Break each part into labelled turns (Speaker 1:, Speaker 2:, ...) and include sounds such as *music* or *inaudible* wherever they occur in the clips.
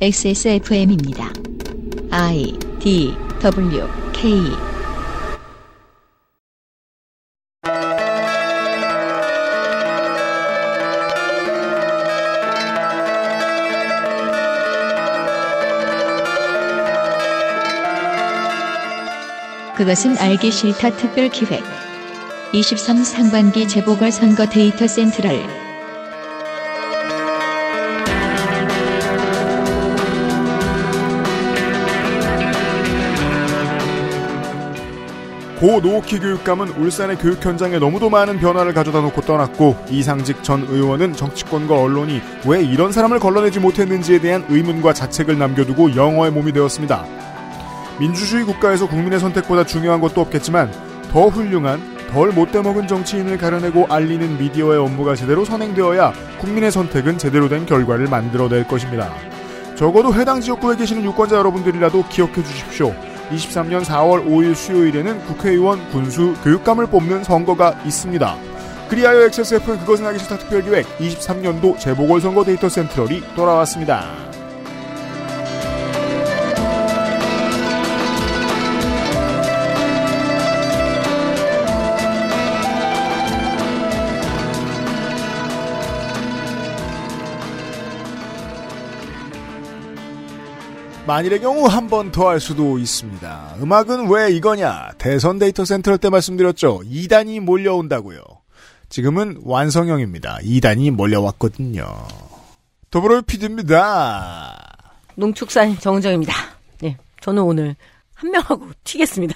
Speaker 1: XSFM입니다. I D W K 그것은 알기 싫다 특별 기획 23 상반기 재보궐 선거 데이터 센트럴
Speaker 2: 고 노키 교육감은 울산의 교육 현장에 너무도 많은 변화를 가져다 놓고 떠났고 이상직 전 의원은 정치권과 언론이 왜 이런 사람을 걸러내지 못했는지에 대한 의문과 자책을 남겨두고 영어의 몸이 되었습니다. 민주주의 국가에서 국민의 선택보다 중요한 것도 없겠지만 더 훌륭한 덜 못돼먹은 정치인을 가려내고 알리는 미디어의 업무가 제대로 선행되어야 국민의 선택은 제대로 된 결과를 만들어낼 것입니다. 적어도 해당 지역구에 계시는 유권자 여러분들이라도 기억해 주십시오. 23년 4월 5일 수요일에는 국회의원, 군수, 교육감을 뽑는 선거가 있습니다. 그리하여 XSF는 그것은 하기 싫다 특별기획 23년도 재보궐선거 데이터 센트럴이 돌아왔습니다. 만일의 경우 한 번 더 할 수도 있습니다. 음악은 왜 이거냐? 대선 데이터 센트럴 때 말씀드렸죠. 2단이 몰려온다고요. 지금은 완성형입니다. 2단이 몰려왔거든요. 더불어 피디입니다.
Speaker 3: 농축산 정정입니다. 네, 저는 오늘 한 명하고 *laughs* 튀겠습니다.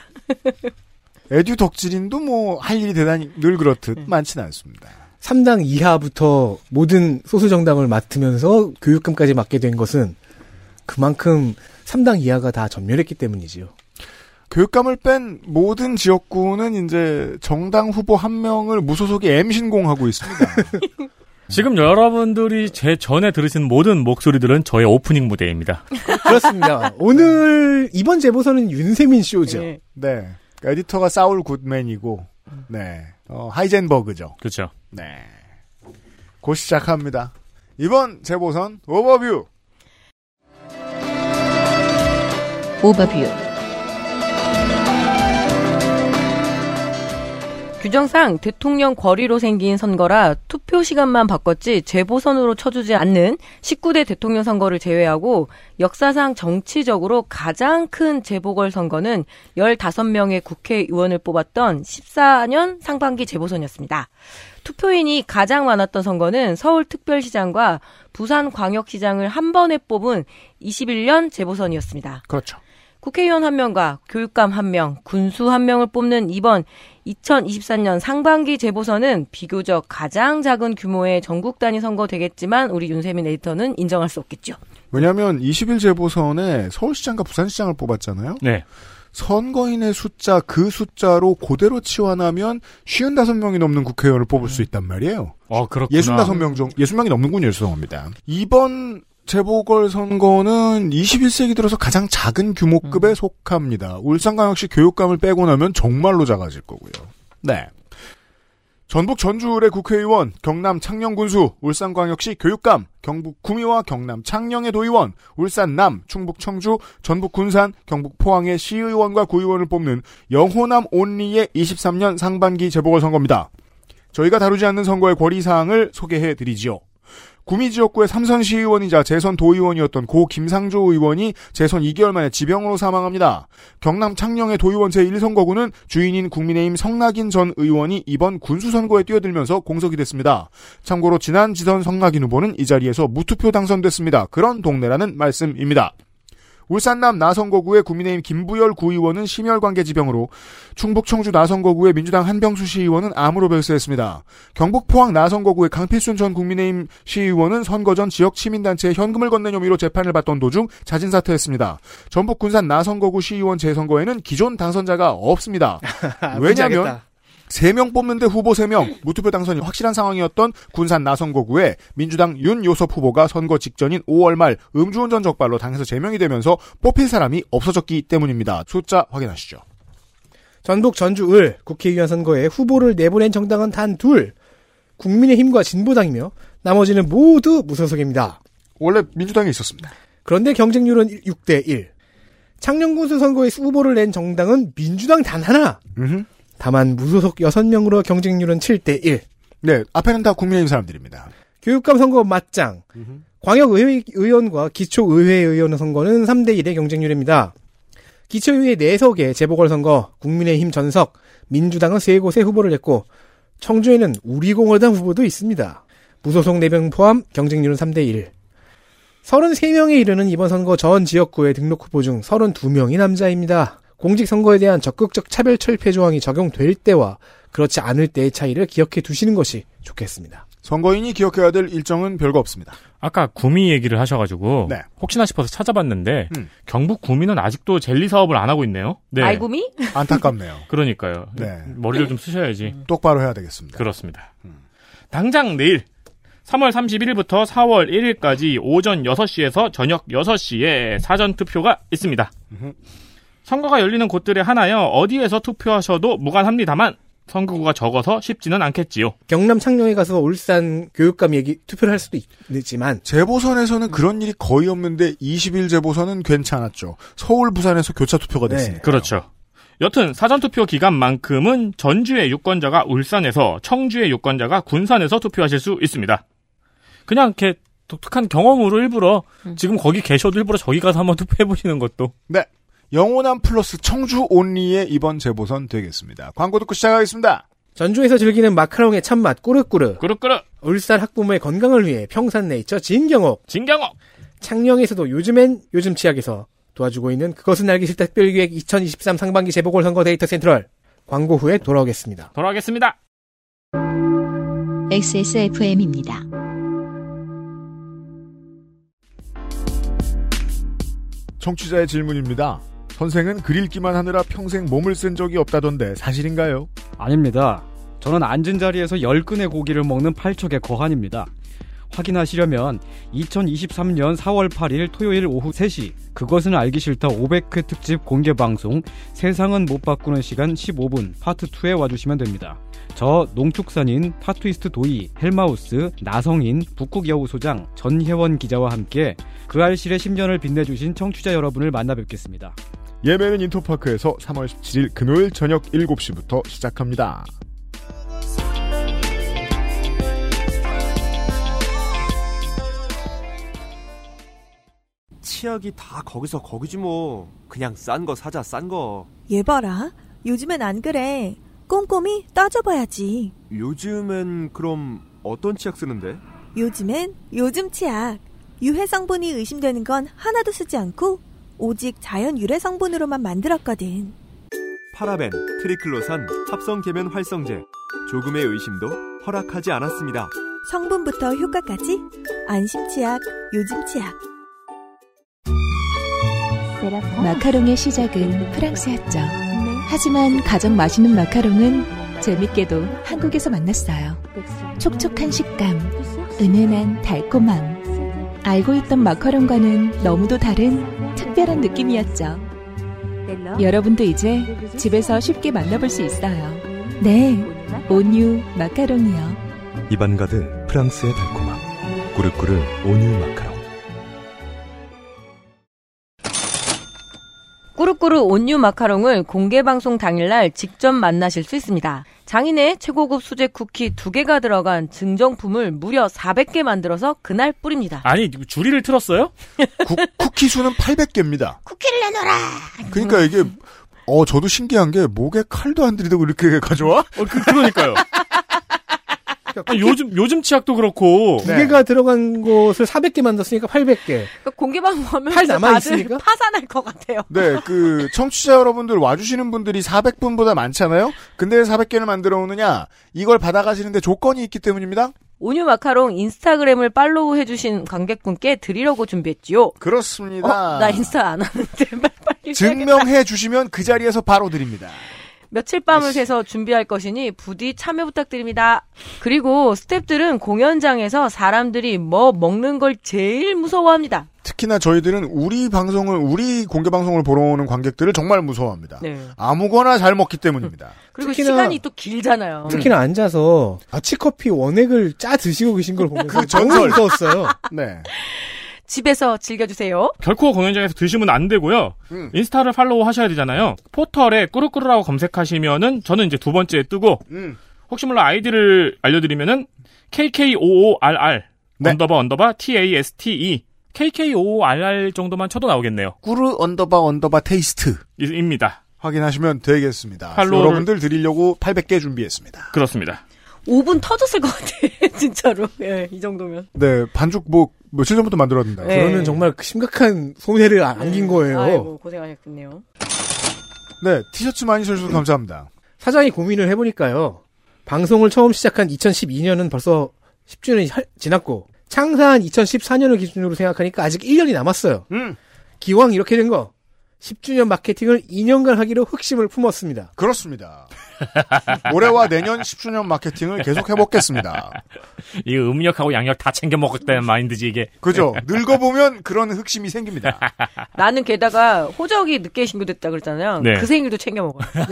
Speaker 2: 에듀 덕질인도 뭐 할 일이 대단히 늘 그렇듯 많진 않습니다.
Speaker 4: 3당 이하부터 모든 소수 정당을 맡으면서 교육감까지 맡게 된 것은 그만큼 3당 이하가 다 전멸했기 때문이지요.
Speaker 2: 교육감을 뺀 모든 지역구는 이제 정당 후보 한 명을 무소속이 M신공하고 있습니다.
Speaker 5: 지금 여러분들이 제 전에 들으신 모든 목소리들은 저의 오프닝 무대입니다.
Speaker 4: 그렇습니다. *laughs* 오늘 이번 재보선은 윤세민 쇼죠.
Speaker 3: 네.
Speaker 2: 네. 그러니까 에디터가 사울 굿맨이고, 네. 어, 하이젠버그죠.
Speaker 5: 그렇죠.
Speaker 2: 네. 곧 시작합니다. 이번 재보선 오버뷰!
Speaker 1: 오버뷰
Speaker 3: 규정상 대통령 거리로 생긴 선거라 투표 시간만 바꿨지 재보선으로 쳐주지 않는 19대 대통령 선거를 제외하고 역사상 정치적으로 가장 큰 재보궐 선거는 15명의 국회의원을 뽑았던 14년 상반기 재보선이었습니다. 투표인이 가장 많았던 선거는 서울특별시장과 부산광역시장을 한 번에 뽑은 21년 재보선이었습니다.
Speaker 2: 그렇죠.
Speaker 3: 국회의원 한 명과 교육감 한 명, 군수 한 명을 뽑는 이번 2023년 상반기 재보선은 비교적 가장 작은 규모의 전국 단위 선거 되겠지만 우리 윤세민 에디터는 인정할 수 없겠죠.
Speaker 2: 왜냐면 20일 재보선에 서울시장과 부산시장을 뽑았잖아요.
Speaker 5: 네.
Speaker 2: 선거인의 숫자 그 숫자로 그대로 치환하면 55명이 넘는 국회의원을 뽑을 수 있단 말이에요.
Speaker 5: 어, 그렇구나.
Speaker 2: 65명 중 60명이 넘는군요. 죄송합니다. 이번 재보궐 선거는 21세기 들어서 가장 작은 규모급에 속합니다. 울산광역시 교육감을 빼고 나면 정말로 작아질 거고요. 네. 전북 전주울의 국회의원, 경남 창녕군수, 울산광역시 교육감, 경북 구미와 경남 창녕의 도의원, 울산남, 충북 청주, 전북 군산, 경북 포항의 시의원과 구의원을 뽑는 영호남 온리의 23년 상반기 재보궐선거입니다. 저희가 다루지 않는 선거의 권리사항을 소개해 드리지요. 구미 지역구의 삼선시의원이자 재선 도의원이었던 고 김상조 의원이 재선 2개월 만에 지병으로 사망합니다. 경남 창녕의 도의원 제1선거구는 주인인 국민의힘 성낙인 전 의원이 이번 군수선거에 뛰어들면서 공석이 됐습니다. 참고로 지난 지선 성낙인 후보는 이 자리에서 무투표 당선됐습니다. 그런 동네라는 말씀입니다. 울산남 나선거구의 국민의힘 김부열 구의원은 심혈관계 지병으로 충북 청주 나선거구의 민주당 한병수 시의원은 암으로 별세했습니다. 경북 포항 나선거구의 강필순 전 국민의힘 시의원은 선거 전 지역 시민단체에 현금을 건넨 혐의로 재판을 받던 도중 자진 사퇴했습니다. 전북 군산 나선거구 시의원 재선거에는 기존 당선자가 없습니다.
Speaker 4: 아,
Speaker 2: 왜냐면
Speaker 4: 알겠다.
Speaker 2: 3명 뽑는데 후보 3명, 무투표 당선이 확실한 상황이었던 군산 나선거구에 민주당 윤요섭 후보가 선거 직전인 5월 말 음주운전 적발로 당에서 제명이 되면서 뽑힐 사람이 없어졌기 때문입니다. 숫자 확인하시죠.
Speaker 4: 전북 전주을 국회의원 선거에 후보를 내보낸 정당은 단 둘. 국민의힘과 진보당이며 나머지는 모두 무소속입니다.
Speaker 2: 원래 민주당에 있었습니다.
Speaker 4: 그런데 경쟁률은 6대 1. 창녕군수 선거에 후보를 낸 정당은 민주당 단 하나.
Speaker 2: 음흠.
Speaker 4: 다만 무소속 6명으로 경쟁률은 7대 1.
Speaker 2: 네, 앞에는 다 국민의힘 사람들입니다.
Speaker 4: 교육감 선거 맞짱. 광역의원과 기초의회의원 선거는 3대1의 경쟁률입니다. 기초의회 4석의 재보궐선거, 국민의힘 전석, 민주당은 3곳의 후보를 냈고, 청주에는 우리공화당 후보도 있습니다. 무소속 4명 포함 경쟁률은 3대1. 33명에 이르는 이번 선거 전 지역구의 등록 후보 중 32명이 남자입니다. 공직선거에 대한 적극적 차별 철폐 조항이 적용될 때와 그렇지 않을 때의 차이를 기억해 두시는 것이 좋겠습니다.
Speaker 2: 선거인이 기억해야 될 일정은 별거 없습니다.
Speaker 5: 아까 구미 얘기를 하셔가지고
Speaker 2: 네.
Speaker 5: 혹시나 싶어서 찾아봤는데
Speaker 2: 음.
Speaker 5: 경북 구미는 아직도 젤리 사업을 안 하고 있네요. 네.
Speaker 3: 아이구미?
Speaker 2: 안타깝네요. *laughs*
Speaker 5: 그러니까요.
Speaker 2: 네.
Speaker 5: 머리를 좀 쓰셔야지.
Speaker 2: 똑바로 해야 되겠습니다.
Speaker 5: 그렇습니다. 당장 내일 3월 31일부터 4월 1일까지 오전 6시에서 저녁 6시에 사전 투표가 있습니다. 선거가 열리는 곳들에 하나여 어디에서 투표하셔도 무관합니다만 선거구가 적어서 쉽지는 않겠지요.
Speaker 4: 경남 창녕에 가서 울산 교육감 얘기 투표를 할 수도 있지만
Speaker 2: 재보선에서는 그런 일이 거의 없는데 20일 재보선은 괜찮았죠. 서울, 부산에서 교차 투표가
Speaker 4: 네.
Speaker 2: 됐으니까.
Speaker 5: 그렇죠. 여튼 사전투표 기간만큼은 전주의 유권자가 울산에서 청주의 유권자가 군산에서 투표하실 수 있습니다. 그냥 이렇게 독특한 경험으로 일부러 지금 거기 계셔도 일부러 저기 가서 한번 투표해보시는 것도
Speaker 2: 영원한 플러스 청주 온리의 이번 재보선 되겠습니다. 광고 듣고 시작하겠습니다.
Speaker 4: 전주에서 즐기는 마카롱의 참맛 꾸르꾸르
Speaker 5: 그릇그릇
Speaker 4: 울산 학부모의 건강을 위해 평산네이처 진경옥
Speaker 5: 진경옥
Speaker 4: 창녕에서도 요즘엔 요즘 치약에서 도와주고 있는 그것은 알기 싫다 특별기획 2023 상반기 재보궐선거 데이터 센트럴 광고 후에 돌아오겠습니다.
Speaker 5: 돌아가겠습니다.
Speaker 1: XSFM입니다.
Speaker 2: 청취자의 질문입니다. 선생은 글 읽기만 하느라 평생 몸을 쓴 적이 없다던데 사실인가요?
Speaker 6: 아닙니다. 저는 앉은 자리에서 10근의 고기를 먹는 팔척의 거한입니다. 확인하시려면 2023년 4월 8일 토요일 오후 3시 그것은 알기 싫다 500회 특집 공개 방송 세상은 못 바꾸는 시간 15분 파트 2에 와주시면 됩니다. 저 농축산인 타투이스트 도이 헬마우스 나성인 북극 여우 소장 전혜원 기자와 함께 그 알실의 10년을 빛내주신 청취자 여러분을 만나 뵙겠습니다.
Speaker 2: 예매는 인터파크에서 3월 17일 금요일 저녁 7시부터 시작합니다.
Speaker 7: 치약이 다 거기서 거기지 뭐. 그냥 싼 거 사자 싼 거.
Speaker 8: 얘 봐라. 요즘엔 안 그래. 꼼꼼히 따져봐야지.
Speaker 7: 요즘엔 그럼 어떤 치약 쓰는데?
Speaker 8: 요즘엔 요즘 치약. 유해 성분이 의심되는 건 하나도 쓰지 않고 오직 자연 유래 성분으로만 만들었거든.
Speaker 7: 파라벤, 트리클로산, 합성 계면 활성제. 조금의 의심도 허락하지 않았습니다.
Speaker 8: 성분부터 효과까지 안심 치약, 요즘 치약.
Speaker 9: 마카롱의 시작은 프랑스였죠. 하지만 가장 맛있는 마카롱은 재밌게도 한국에서 만났어요. 촉촉한 식감, 은은한 달콤함. 알고 있던 마카롱과는 너무도 다른 특별한 느낌이었죠.
Speaker 1: 어.
Speaker 9: 여러분도 이제 집에서 쉽게 만나볼 수 있어요. 네, 온유 마카롱이요.
Speaker 10: 입안 가득 프랑스의 달콤함. 꾸르꾸르 온유 마카롱.
Speaker 3: 꾸루꾸루 온유 마카롱을 공개 방송 당일날 직접 만나실 수 있습니다. 장인의 최고급 수제 쿠키 2개가 들어간 증정품을 무려 400개 만들어서 그날 뿌립니다.
Speaker 5: 아니 줄이를 틀었어요?
Speaker 2: 구- 쿠키 수는 800개입니다. 쿠키를 내놔라! 그러니까 이게, 어, 저도 신기한 게, 목에 칼도 안 들이대고 이렇게 *laughs* 가져와?
Speaker 5: 어, 그, 러니까요 요즘 요즘 치약도 그렇고
Speaker 4: 두 개가 들어간 곳을 400개 만들었으니까 800개.
Speaker 3: 그러니까 공개 방송하면
Speaker 4: 팔
Speaker 3: 진짜
Speaker 4: 남아
Speaker 3: 다들
Speaker 4: 있으니까?
Speaker 3: 파산할 것 같아요.
Speaker 2: 네, 그, 청취자 여러분들 와주시는 분들이 400분보다 많잖아요? 근데 왜 400개를 만들어 오느냐? 이걸 받아가시는데 조건이 있기 때문입니다?
Speaker 3: 온유 마카롱 인스타그램을 팔로우 해주신 관객분께 드리려고 준비했지요.
Speaker 2: 그렇습니다.
Speaker 4: 아.
Speaker 3: 어, 나 인스타 안 하는데 *laughs* 빨리 해야겠다.
Speaker 2: 증명해 주시면 그 자리에서 바로 드립니다.
Speaker 3: 며칠 밤을 새서 준비할 것이니 부디 참여 부탁드립니다. 그리고 스탭들은 공연장에서 사람들이 뭐 먹는 걸 제일 무서워합니다.
Speaker 2: 특히나 저희들은 우리 방송을, 우리 공개 방송을 보러 오는 관객들을 정말 무서워합니다.
Speaker 3: 네.
Speaker 2: 아무거나 잘 먹기
Speaker 3: *laughs*
Speaker 2: 때문입니다.
Speaker 3: 그리고
Speaker 4: 특히나- 음.
Speaker 3: 시간이 또 길잖아요.
Speaker 4: 특히나 앉아서 아치커피 원액을 짜 드시고 계신 걸 보면서
Speaker 2: 그 전설.
Speaker 4: 너무 무서웠어요.
Speaker 2: 네.
Speaker 3: 집에서 즐겨주세요.
Speaker 5: 결코 공연장에서 드시면 안 되고요. 인스타를 팔로우 하셔야 되잖아요. 포털에 꾸루꾸루라고 검색하시면은 저는 이제 두 번째 뜨고 혹시 몰라 아이디를 알려드리면은 KKOORR
Speaker 2: 네.
Speaker 5: 언더바 언더바 TASTE KKOORR 정도만 쳐도 나오겠네요.
Speaker 2: 꾸르 언더바 언더바 테이스트
Speaker 5: 이- 입니다.
Speaker 2: 확인하시면 되겠습니다.
Speaker 5: 팔로우를-
Speaker 2: 여러분들 드리려고 800개 준비했습니다.
Speaker 5: 그렇습니다.
Speaker 3: 5분 터졌을 것 같아, *laughs* 진짜로. 예, 이 정도면.
Speaker 2: 네, 반죽 뭐 며칠 전부터 만들었는데
Speaker 3: 네.
Speaker 4: 그러면 정말 심각한 손해를 아, 안긴 거예요.
Speaker 3: 아이고, 고생하셨겠네요.
Speaker 2: 네, 티셔츠 많이 사주셔서 감사합니다.
Speaker 4: 사장이 고민을 해보니까요. 방송을 처음 시작한 2012년은 벌써 10주년이 지났고 창사한 2014년을 기준으로 생각하니까 아직 1년이 남았어요.
Speaker 2: 음.
Speaker 4: 기왕 이렇게 된 거 10주년 마케팅을 2년간 하기로 흑심을 품었습니다.
Speaker 2: 그렇습니다. *laughs* 올해와 내년 10주년 마케팅을 계속 해보겠습니다.
Speaker 5: 이 음력하고 양력 다 챙겨 먹었다는 마인드지 이게.
Speaker 2: 그죠? 늙어보면 그런 흑심이 생깁니다.
Speaker 3: 나는 게다가 호적이 늦게 신고됐다 그랬잖아요.
Speaker 5: 네.
Speaker 3: 그 생일도 챙겨 먹어요.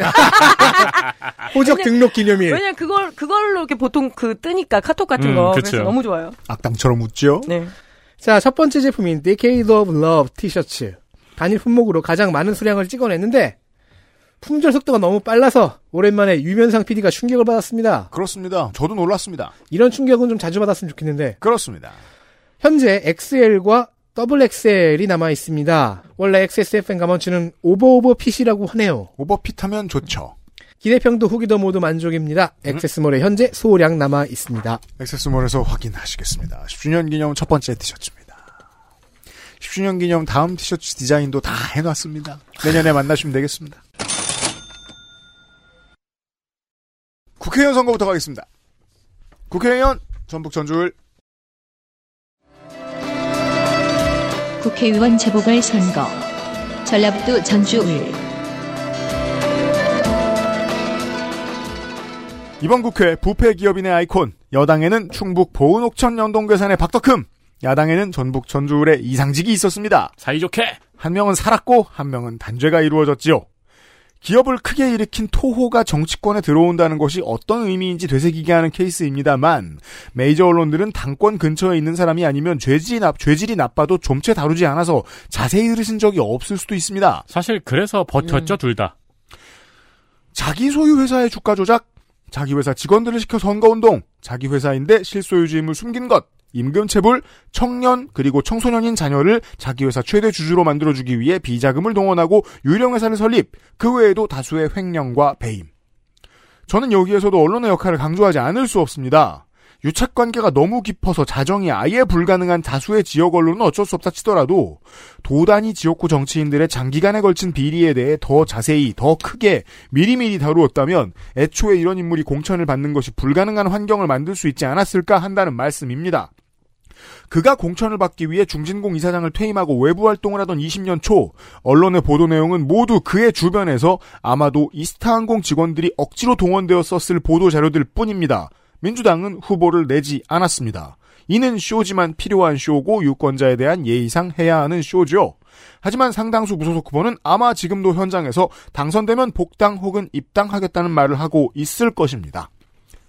Speaker 4: 호적
Speaker 3: 아, 왜냐-
Speaker 4: 등록 기념일.
Speaker 3: 왜냐면 그걸, 그걸로 이렇게 보통 그 뜨니까 카톡 같은
Speaker 5: 예. 음,
Speaker 3: 거.
Speaker 5: 그쵸.
Speaker 3: 그래서 너무 좋아요.
Speaker 2: 악당처럼 웃죠?
Speaker 3: 네.
Speaker 4: 자, 첫 번째 제품인 Decade of Love 티셔츠. 단일 품목으로 가장 많은 수량을 찍어냈는데 품절 속도가 너무 빨라서 오랜만에 유면상 PD가 충격을 받았습니다.
Speaker 2: 그렇습니다. 저도 놀랐습니다.
Speaker 4: 이런 충격은 좀 자주 받았으면 좋겠는데
Speaker 2: 그렇습니다.
Speaker 4: 현재 XL과 XXL이 남아 있습니다. 원래 XSFM 가먼치는 오버오버 핏이라고 하네요.
Speaker 2: 오버핏하면 좋죠.
Speaker 4: 기대평도 후기도 모두 만족입니다. XS몰에 현재 소량 남아 있습니다.
Speaker 2: 액세스몰에서 확인하시겠습니다. 10주년 기념 첫 번째 티셔츠입니다. 10주년 기념 다음 티셔츠 디자인도 다 해놨습니다. 내년에 만나시면 되겠습니다. 국회의원 선거부터 가겠습니다. 국회의원 전북 전주울
Speaker 1: 국회의원 재보궐 선거. 전라북도 전주울.
Speaker 2: 이번 국회 부패 기업인의 아이콘 여당에는 충북 보은 옥천 연동 괴산의 박덕흠 야당에는 전북 전주울의 이상직이 있었습니다.
Speaker 5: 사이좋게
Speaker 2: 한 명은 살았고 한 명은 단죄가 이루어졌지요. 기업을 크게 일으킨 토호가 정치권에 들어온다는 것이 어떤 의미인지 되새기게 하는 케이스입니다만 메이저 언론들은 당권 근처에 있는 사람이 아니면 죄질이, 나, 죄질이 나빠도 좀채 다루지 않아서 자세히 들으신 적이 없을 수도 있습니다.
Speaker 5: 사실 그래서 버텼죠 둘 다.
Speaker 2: 자기 소유 회사의 주가 조작, 자기 회사 직원들을 시켜 선거운동, 자기 회사인데 실소유주임을 숨긴 것, 임금체불, 청년 그리고 청소년인 자녀를 자기 회사 최대 주주로 만들어주기 위해 비자금을 동원하고 유령회사를 설립, 그 외에도 다수의 횡령과 배임. 저는 여기에서도 언론의 역할을 강조하지 않을 수 없습니다. 유착 관계가 너무 깊어서 자정이 아예 불가능한 다수의 지역 언론은 어쩔 수 없다 치더라도 도단이 지역구 정치인들의 장기간에 걸친 비리에 대해 더 자세히, 더 크게 미리미리 다루었다면 애초에 이런 인물이 공천을 받는 것이 불가능한 환경을 만들 수 있지 않았을까 한다는 말씀입니다. 그가 공천을 받기 위해 중진공 이사장을 퇴임하고 외부 활동을 하던 20년 초 언론의 보도 내용은 모두 그의 주변에서 아마도 이스타항공 직원들이 억지로 동원되었었을 보도 자료들 뿐입니다. 민주당은 후보를 내지 않았습니다. 이는 쇼지만 필요한 쇼고 유권자에 대한 예의상 해야 하는 쇼죠. 하지만 상당수 무소속 후보는 아마 지금도 현장에서 당선되면 복당 혹은 입당하겠다는 말을 하고 있을 것입니다.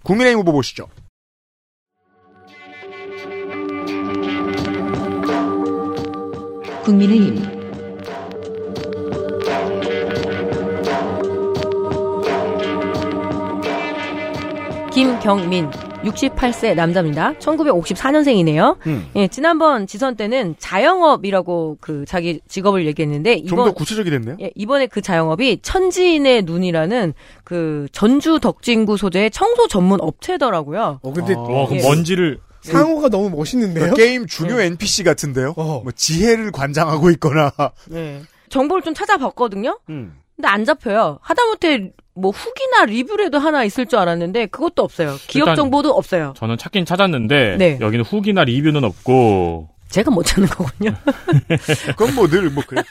Speaker 2: 국민의힘 후보 보시죠.
Speaker 1: 국민의힘.
Speaker 3: 김경민 68세 남자입니다. 1954년생이네요.
Speaker 2: 음.
Speaker 3: 예, 지난번 지선 때는 자영업이라고 그 자기 직업을 얘기했는데
Speaker 2: 좀 더
Speaker 3: 이번
Speaker 2: 구체적이 됐네요.
Speaker 3: 예, 이번에 그 자영업이 천지인의 눈이라는 그 전주 덕진구 소재의 청소 전문 업체더라고요.
Speaker 4: 어, 근데
Speaker 5: 와 그럼
Speaker 3: 예.
Speaker 5: 먼지를
Speaker 4: 상호가 너무 멋있는데요?
Speaker 2: 그러니까 게임 중요
Speaker 3: 네.
Speaker 2: NPC 같은데요.
Speaker 4: 어.
Speaker 2: 뭐 지혜를 관장하고 있거나. *laughs*
Speaker 3: 정보를 좀 찾아봤거든요. 근데 안 잡혀요. 하다못해 뭐 후기나 리뷰라도 하나 있을 줄 알았는데 그것도 없어요. 기업
Speaker 5: 일단-
Speaker 3: 정보도 없어요.
Speaker 5: 저는 찾긴 찾았는데
Speaker 3: 네.
Speaker 5: 여기는 후기나 리뷰는 없고
Speaker 3: 제가 못 찾는 거군요. *laughs*
Speaker 2: 그건 뭐 늘 뭐 그랬지.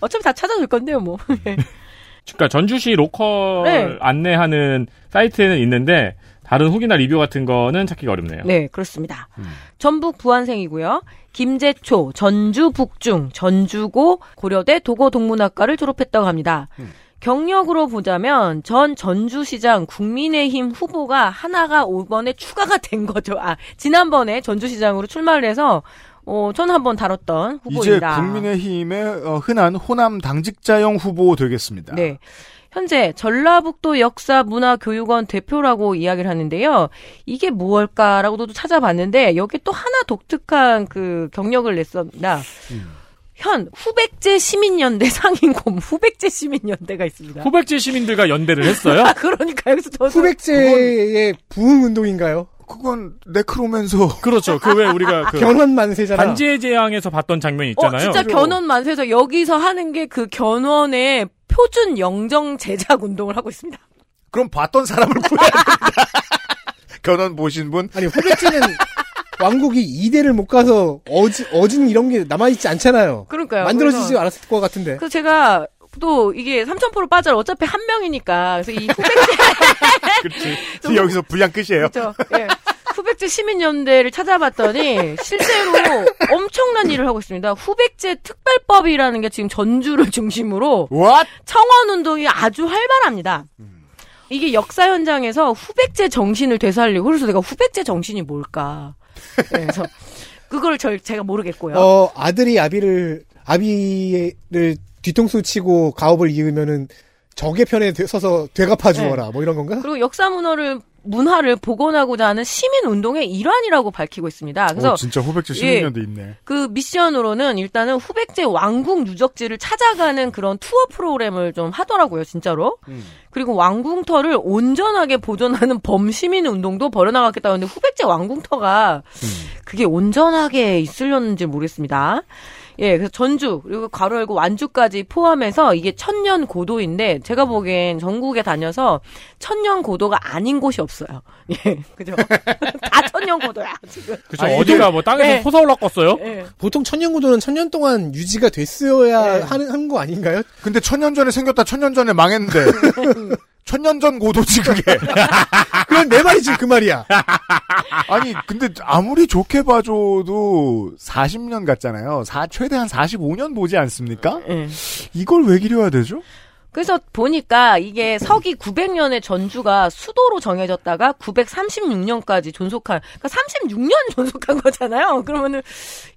Speaker 3: 어차피 다 찾아줄 건데요, 뭐.
Speaker 5: 그러니까 전주시 로컬
Speaker 3: 네.
Speaker 5: 안내하는 사이트에는 있는데 다른 후기나 리뷰 같은 거는 찾기가 어렵네요.
Speaker 3: 네, 그렇습니다.
Speaker 2: 음.
Speaker 3: 전북 부안생이고요. 김재초, 전주 북중, 전주고, 고려대 도고동문학과를 졸업했다고 합니다.
Speaker 2: 음.
Speaker 3: 경력으로 보자면 전 전주시장 국민의힘 후보가 하나가 이번에 추가가 된 거죠. 아, 지난번에 전주시장으로 출마를 해서 어, 저는 한번 다뤘던
Speaker 2: 이제
Speaker 3: 후보입니다.
Speaker 2: 국민의힘의 어, 흔한 호남 당직자형 후보 되겠습니다.
Speaker 3: 네. 현재 전라북도 역사문화교육원 대표라고 이야기를 하는데요. 이게 무엇일까라고도 또 찾아봤는데 여기 또 하나 독특한 그 경력을 냈습니다. 현 후백제 시민연대 *laughs* 상인공 후백제 시민연대가 있습니다.
Speaker 5: 후백제 시민들과
Speaker 3: *laughs*
Speaker 5: 연대를 했어요?
Speaker 3: 아, 그러니까 여기서 저는
Speaker 4: 후백제의 부흥 운동인가요?
Speaker 2: 그건 네크로맨서 *laughs*
Speaker 5: 그렇죠. 그
Speaker 4: *laughs*
Speaker 5: 왜 우리가 그
Speaker 4: 견훤 만세잖아.
Speaker 5: 반지의 제왕에서 봤던 장면 이 있잖아요.
Speaker 3: 어, 진짜 견원 만세에서 여기서 하는 게 그 견원의 표준 영정 제작 운동을 하고 있습니다.
Speaker 2: 그럼 봤던 사람을 구해야 된다. *laughs* 견훤 보신 분?
Speaker 4: 아니 후백제는 왕국이 이대를 못 가서 어진 어진 이런 게 남아 있지 않잖아요.
Speaker 3: 그러니까요.
Speaker 4: 만들어지지
Speaker 3: 그래서-
Speaker 4: 않았을 것 같은데.
Speaker 3: 그래서 제가 또 이게 3,000% 빠져라. 어차피 한 명이니까. 그래서 이 후백제
Speaker 2: 그렇지. 여기서 분량 끝이에요.
Speaker 3: 그렇죠. 예. 후백제 시민연대를 찾아봤더니 실제로 엄청난 일을 하고 있습니다. 후백제 특별법이라는 게 지금 전주를 중심으로
Speaker 2: What?
Speaker 3: 청원 운동이 아주 활발합니다. 이게 역사 현장에서 후백제 정신을 되살리고 그래서 내가 후백제 정신이 뭘까? 네, 그래서 그걸 절 제가 모르겠고요.
Speaker 4: 어 아들이 아비를 아비를 뒤통수 치고 가업을 이으면은 적의 편에 되- 서서 되갚아 주어라 뭐 이런 건가?
Speaker 3: 그리고 역사 문화를 문화를 복원하고자 하는 시민 운동의 일환이라고 밝히고 있습니다. 그래서
Speaker 2: 어, 진짜 후백제
Speaker 3: 예.
Speaker 2: 16년도 있네.
Speaker 3: 그 미션으로는 일단은 후백제 왕궁 유적지를 찾아가는 그런 투어 프로그램을 좀 하더라고요, 진짜로. 그리고 왕궁터를 온전하게 보존하는 *laughs* 범시민 운동도 벌여나가겠다 는데 후백제 왕궁터가 그게 온전하게 있으려는지 모르겠습니다. 예, 그래서 전주 그리고 괄호 열고 완주까지 포함해서 이게 천년 고도인데 제가 보기엔 전국에 다녀서 천년 고도가 아닌 곳이 없어요. *laughs* 예, 그죠? 다 천년 고도야 지금.
Speaker 5: 그렇죠.
Speaker 4: 아니,
Speaker 5: 어디가 뭐 땅에서
Speaker 3: 네.
Speaker 5: 솟아올랐겠어요?
Speaker 3: 예.
Speaker 4: 보통 천년구도는 천년 동안 유지가 됐어야
Speaker 3: 네.
Speaker 4: 하는 한 거 아닌가요?
Speaker 2: 근데 천년 전에 생겼다 천년 전에
Speaker 3: *laughs*
Speaker 2: 망했는데. 천년 전 고도지 그게.
Speaker 4: 그건 내 말이 지금 그 말이야.
Speaker 2: 아니 근데 아무리 좋게 봐줘도 40년 같잖아요. 사- 최대한 45년 보지 않습니까?
Speaker 3: 예.
Speaker 2: 이걸 왜 기려야 되죠?
Speaker 3: 그래서 보니까 이게 서기 900년에 전주가 수도로 정해졌다가 936년까지 존속한, 그러니까 36년 존속한 거잖아요. 그러면은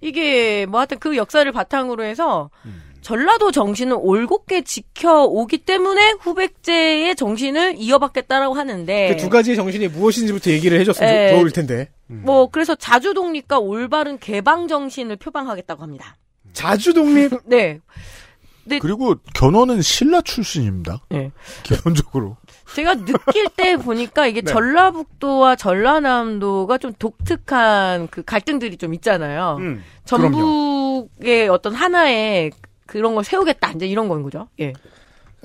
Speaker 3: 이게 뭐 하여튼 그 역사를 바탕으로 해서
Speaker 4: 음.
Speaker 3: 전라도 정신을 올곧게 지켜오기 때문에 후백제의 정신을 이어받겠다라고 하는데
Speaker 4: 그 두 가지의 정신이 무엇인지부터 얘기를 해줬으면 좋-
Speaker 3: 네.
Speaker 4: 좋을 텐데.
Speaker 3: 뭐 그래서 자주 독립과 올바른 개방 정신을 표방하겠다고 합니다.
Speaker 4: 자주 독립
Speaker 3: 네.
Speaker 2: 그리고 견훤은 신라 출신입니다.
Speaker 3: 네.
Speaker 2: 기본적으로.
Speaker 3: 제가 느낄 때 보니까
Speaker 4: *laughs*
Speaker 3: 이게
Speaker 4: 네.
Speaker 3: 전라북도와 전라남도가 좀 독특한 그 갈등들이 좀 있잖아요.
Speaker 4: 음,
Speaker 2: 음,
Speaker 3: 전북의 어떤 하나의 그런 걸 세우겠다 이제 이런 건 거죠. 예.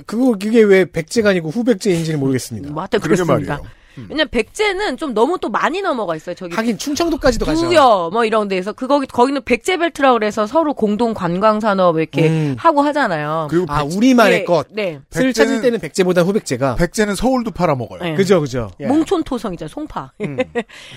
Speaker 4: 그거 그게 왜 백제가 아니고 후백제인지는 모르겠습니다. 음.
Speaker 3: 뭐 하여튼
Speaker 2: 그러게
Speaker 3: 그렇습니다.
Speaker 2: 말이에요.
Speaker 3: 왜냐면 백제는 좀 너무 또 많이 넘어가 있어요. 저기
Speaker 4: 하긴 충청도까지도 가죠.
Speaker 3: 부여 뭐 이런 데에서 그 거기 거기는 백제벨트라 그래서 서로 공동 관광 산업 이렇게
Speaker 4: 음.
Speaker 3: 하고 하잖아요.
Speaker 2: 그리고
Speaker 4: 아
Speaker 2: 백,
Speaker 4: 우리만의
Speaker 3: 네,
Speaker 4: 것.
Speaker 3: 네.
Speaker 4: 을
Speaker 2: 백제는-
Speaker 4: 찾을 때는 백제보다 후백제가.
Speaker 2: 백제는 서울도 팔아먹어요.
Speaker 3: 예.
Speaker 4: 그죠 뭐 그죠.
Speaker 2: 예.
Speaker 3: 몽촌 토성 있잖아요. 송파.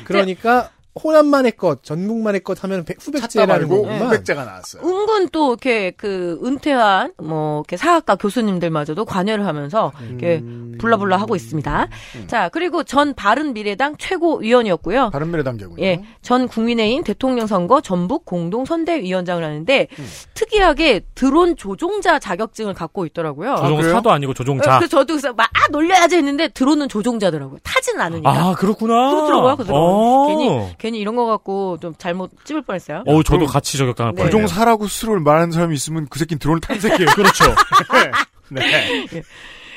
Speaker 4: 그러니까 호남만의 것, 전북만의 것 하면 백-
Speaker 2: 찾다
Speaker 4: 후백제라는
Speaker 2: 말고
Speaker 4: 거구만.
Speaker 3: 네.
Speaker 2: 백제가 나왔어요.
Speaker 3: 은근 또 이렇게 그 은퇴한 뭐 이렇게 사학과 교수님들마저도 관여를 하면서 이렇게 불라불라 하고 있습니다. 자 그리고 전 바른 미래당 최고위원이었고요.
Speaker 2: 바른미래당계군요.
Speaker 3: 예, 전 국민의힘 대통령 선거 전북 공동 선대위원장을 하는데 특이하게 드론 조종자 자격증을 갖고 있더라고요.
Speaker 5: 조종사도 아니고 조종자.
Speaker 3: 어, 그 저도 그래서 막, 아 놀려야지 했는데 드론은 조종자더라고요. 타지는 않으니까.
Speaker 5: 아, 그렇구나.
Speaker 3: 그렇더라고요. 그더라고
Speaker 5: 어.
Speaker 3: 괜히 괜히 이런 거 갖고 좀 잘못 찝을 뻔했어요.
Speaker 5: 어우, 저도 같이 그 저격당할
Speaker 3: 네.
Speaker 5: 뻔했네요.
Speaker 2: 그 부종사라고 스스로 말하는 사람이 있으면 그 새끼는 드론을 탄 새끼예요.
Speaker 5: 그렇죠.
Speaker 2: *laughs* 네.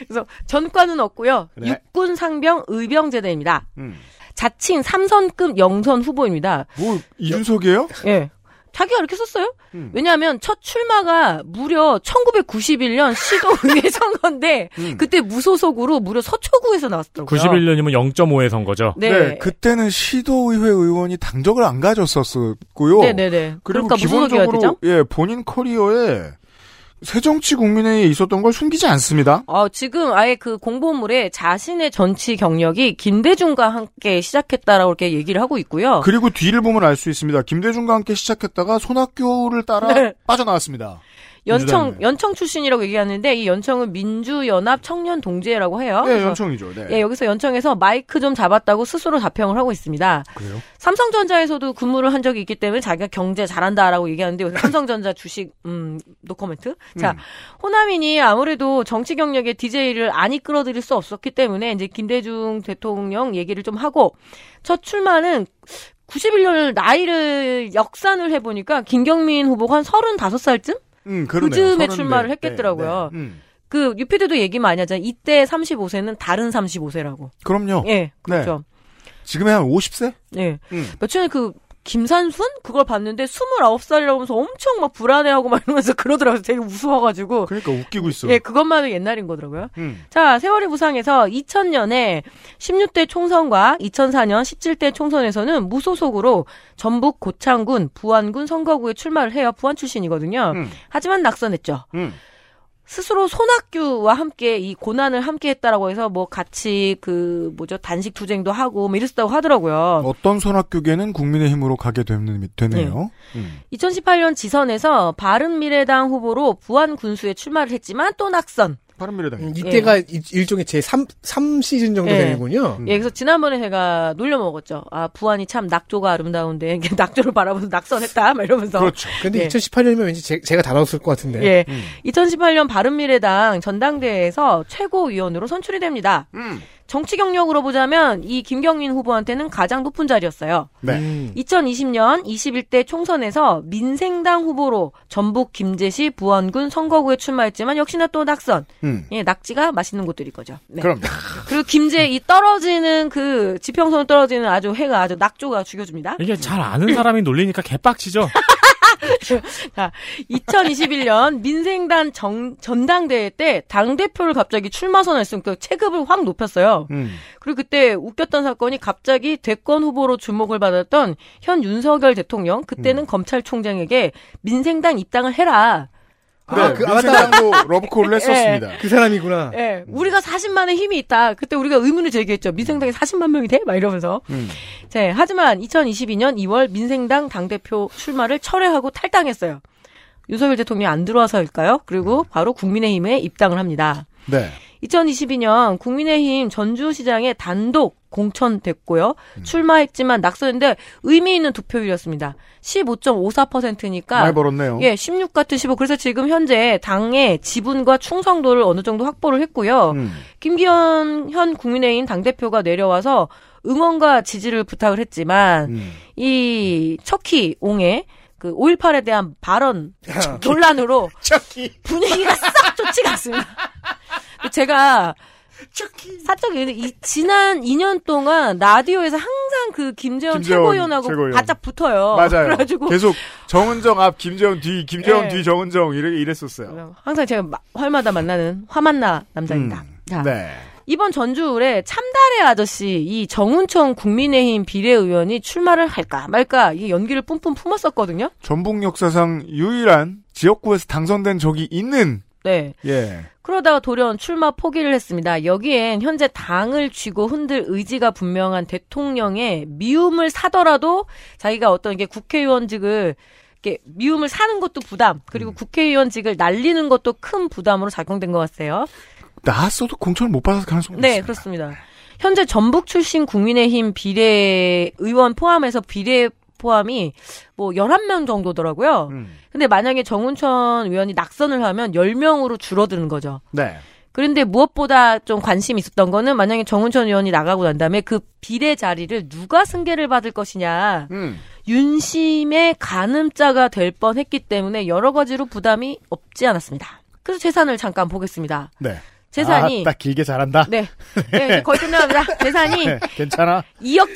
Speaker 3: 그래서 전과는 없고요.
Speaker 2: 네.
Speaker 3: 육군 상병 의병제대입니다.
Speaker 2: 음.
Speaker 3: 자칭 삼선급 영선 후보입니다.
Speaker 2: 뭐 이준석이에요?
Speaker 3: 예. 자기가 이렇게 썼어요?
Speaker 2: 음.
Speaker 3: 왜냐하면 첫 출마가 무려
Speaker 2: *laughs*
Speaker 3: 1991년 시도의회 선거인데
Speaker 2: 음.
Speaker 3: 그때 무소속으로 무려 서초구에서 나왔더라고요.
Speaker 5: 91년이면 0.5의 선거죠.
Speaker 3: 네.
Speaker 2: 그때는 시도의회 의원이 당적을 안 가졌었고요.
Speaker 3: 네네네.
Speaker 2: 그리고
Speaker 3: 그러니까 무소속이어야
Speaker 2: 기본적으로
Speaker 3: 되죠?
Speaker 2: 예 본인 커리어에 새정치 국민회의에 있었던 걸 숨기지 않습니다.
Speaker 3: 어, 지금 아예 그 공보물에 자신의 정치 경력이 김대중과 함께 시작했다라고 이렇게 얘기를 하고 있고요.
Speaker 2: 그리고 뒤를 보면 알 수 있습니다. 김대중과 함께 시작했다가 손학규를 따라
Speaker 3: 네.
Speaker 2: 빠져나왔습니다.
Speaker 3: 연청
Speaker 2: 민주당이네.
Speaker 3: 연청 출신이라고 얘기하는데 이 연청은 민주연합 청년 동지회라고 해요.
Speaker 2: 예,
Speaker 3: 아, 그래서
Speaker 2: 연청이죠. 네.
Speaker 3: 예, 여기서 연청에서 마이크 좀 잡았다고 스스로 자평을 하고 있습니다.
Speaker 2: 그래요?
Speaker 3: 삼성전자에서도 근무를 한 적이 있기 때문에 자기가 경제 잘한다라고 얘기하는데 요새 삼성전자 주식 음 노코멘트.
Speaker 2: 음.
Speaker 3: 자, 호남인이 아무래도 정치 경력에 DJ를 안 이끌어들일 수 없었기 때문에 이제 김대중 대통령 얘기를 좀 하고 첫 출마는 91년 나이를 역산을 해 보니까 김경민 후보가 한 35살쯤
Speaker 2: 음, 그러네요.
Speaker 3: 요즘에
Speaker 2: 서른네.
Speaker 3: 출마를
Speaker 2: 네,
Speaker 3: 했겠더라고요.
Speaker 2: 네, 네. 음.
Speaker 3: 그 유피디도 얘기 많이 하잖아요. 이때 35세는 다른 35세라고.
Speaker 2: 그럼요. 네.
Speaker 3: 예. 그렇죠.
Speaker 2: 지금의 한 50세?
Speaker 3: 예.
Speaker 2: 어. 음.
Speaker 3: 며칠 전에 그 김산순 그걸 봤는데 29살이라고 하면서 엄청 막 불안해하고 막 이러면서 *laughs* 그러더라고요. 되게 우스워가지고.
Speaker 2: 그러니까 웃기고 있어.
Speaker 3: 예, 그것만 해도 옛날인 거더라고요.
Speaker 2: 음.
Speaker 3: 자, 세월이 부상에서 2000년에 16대 총선과 2004년 17대 총선에서는 무소속으로 전북 고창군, 부안군 선거구에 출마를 해요. 부안 출신이거든요.
Speaker 2: 음.
Speaker 3: 하지만 낙선했죠.
Speaker 2: 음.
Speaker 3: 스스로 손학규와 함께 이 고난을 함께 했다라고 해서 뭐 같이 그 뭐죠 단식 투쟁도 하고 뭐 이랬다고 하더라고요.
Speaker 2: 어떤 손학규계는 국민의힘으로 가게 되는, 되네요. 음.
Speaker 3: 2018년 지선에서 바른미래당 후보로 부안 군수에 출마를 했지만 또 낙선.
Speaker 2: 바른미래당이.
Speaker 4: 음, 이때가 이- 일종의 제 3, 삼 시즌 정도
Speaker 3: 예.
Speaker 4: 되는군요.
Speaker 2: 음.
Speaker 3: 예, 그래서 지난번에 제가 놀려 먹었죠. 아, 부안이 참 낙조가 아름다운데 이게 *laughs* 낙조를 바라보면서 낙선했다 막 이러면서.
Speaker 2: 그렇죠.
Speaker 4: 근데
Speaker 3: 예.
Speaker 4: 2018년이면 왠지 제, 제가 다 나왔을 것 같은데.
Speaker 3: 예.
Speaker 2: 음.
Speaker 3: 2018년 바른미래당 전당대회에서 최고위원으로 선출이 됩니다.
Speaker 2: 음.
Speaker 3: 정치 경력으로 보자면 이 김경민 후보한테는 가장 높은 자리였어요.
Speaker 2: 네.
Speaker 4: 음.
Speaker 3: 2020년 21대 총선에서 민생당 후보로 전북 김제시 부안군 선거구에 출마했지만 역시나 또 낙선.
Speaker 2: 음.
Speaker 3: 예, 낙지가 맛있는 곳들일 거죠. 네.
Speaker 2: 그럼.
Speaker 3: 그리고 김제 이 떨어지는 그 지평선 떨어지는 아주 해가 아주 낙조가 죽여줍니다.
Speaker 5: 이게 잘 아는 사람이 놀리니까 개빡치죠.
Speaker 3: 2021년 민생단 정- 전당대회 때 당대표를 갑자기 출마선을 했으니까 체급을 확 높였어요.
Speaker 2: 음.
Speaker 3: 그리고 그때 웃겼던 사건이 갑자기 대권 후보로 주목을 받았던 현 윤석열 대통령 그때는 검찰총장에게 민생당 입당을 해라.
Speaker 4: 아,
Speaker 2: 네,
Speaker 4: 그, 아, 맞다.
Speaker 2: 민생당도
Speaker 3: *laughs*
Speaker 2: 러브콜을 했었습니다.
Speaker 4: 그 사람이구나.
Speaker 3: 예,
Speaker 2: 음.
Speaker 3: 우리가 40만의 힘이 있다. 그때 우리가 의문을 제기했죠. 민생당이 40만 명이 돼? 막 이러면서.
Speaker 2: 음.
Speaker 3: 네, 하지만 2022년 2월 민생당 당대표 출마를 철회하고 탈당했어요. 윤석열 대통령이 안 들어와서일까요? 그리고 바로 국민의힘에 입당을 합니다.
Speaker 2: 네.
Speaker 3: 2022년 국민의힘 전주시장에 단독 공천됐고요.
Speaker 2: 음.
Speaker 3: 출마했지만 낙선인데 의미 있는 득표율이었습니다. 15.54%니까
Speaker 2: 많이 벌었네요.
Speaker 3: 예, 16 같은 15. 그래서 지금 현재 당의 지분과 충성도를 어느 정도 확보를 했고요.
Speaker 2: 음.
Speaker 3: 김기현 현 국민의힘 당대표가 내려와서 응원과 지지를 부탁을 했지만
Speaker 2: 음.
Speaker 3: *laughs* 이 척키 옹의 그 5.18에 대한 발언
Speaker 2: 아,
Speaker 3: 논란으로 분위기가 싹 좋지가 않습니다. 제가 사적 얘기- 이 지난 2년 동안 라디오에서 항상 그 김재원,
Speaker 2: 김재원
Speaker 3: 최고위원하고
Speaker 2: 최고위원.
Speaker 3: 바짝 붙어요.
Speaker 2: 맞아요.
Speaker 3: 그래가지고
Speaker 2: 계속 정은정 앞, 김재원 뒤, 김재원
Speaker 3: 예.
Speaker 2: 뒤, 정은정 이렇게 이랬었어요.
Speaker 3: 그러니까. 항상 제가 마- 활마다 만나는 화만나 남자입니다.
Speaker 2: 음.
Speaker 3: 자,
Speaker 2: 네.
Speaker 3: 이번 전주울에 참달의 아저씨 이 정운청 국민의힘 비례의원이 출마를 할까 말까 이 연기를 뿜뿜 품었었거든요.
Speaker 2: 전북 역사상 유일한 지역구에서 당선된 적이 있는
Speaker 3: 네.
Speaker 2: 예.
Speaker 3: 그러다가 돌연 출마 포기를 했습니다. 여기엔 현재 당을 쥐고 흔들 의지가 분명한 대통령의 미움을 사더라도 자기가 어떤 게 국회의원직을 이렇게 미움을 사는 것도 부담 그리고 국회의원직을 날리는 것도 큰 부담으로 작용된 것 같아요.
Speaker 2: 나왔어도 공천을 못 받아서 가능성이
Speaker 3: 네,
Speaker 2: 있습니다.
Speaker 3: 그렇습니다. 현재 전북 출신 국민의힘 비례 의원 포함해서 비례 포함이 뭐 11명 정도더라고요.
Speaker 2: 음.
Speaker 3: 근데 만약에 정운천 의원이 낙선을 하면 10명으로 줄어드는 거죠.
Speaker 2: 네.
Speaker 3: 그런데 무엇보다 좀 관심이 있었던 거는 만약에 정운천 의원이 나가고 난 다음에 그 비례 자리를 누가 승계를 받을 것이냐.
Speaker 2: 음.
Speaker 3: 윤심의 가늠자가 될 뻔했기 때문에 여러 가지로 부담이 없지 않았습니다. 그래서 재산을 잠깐 보겠습니다.
Speaker 2: 네.
Speaker 3: 재산이
Speaker 2: 아, 딱 길게 잘한다.
Speaker 3: 네. 네, 이제 거의 끝나갑니다. 재산이
Speaker 2: 네, 괜찮아.
Speaker 3: 2억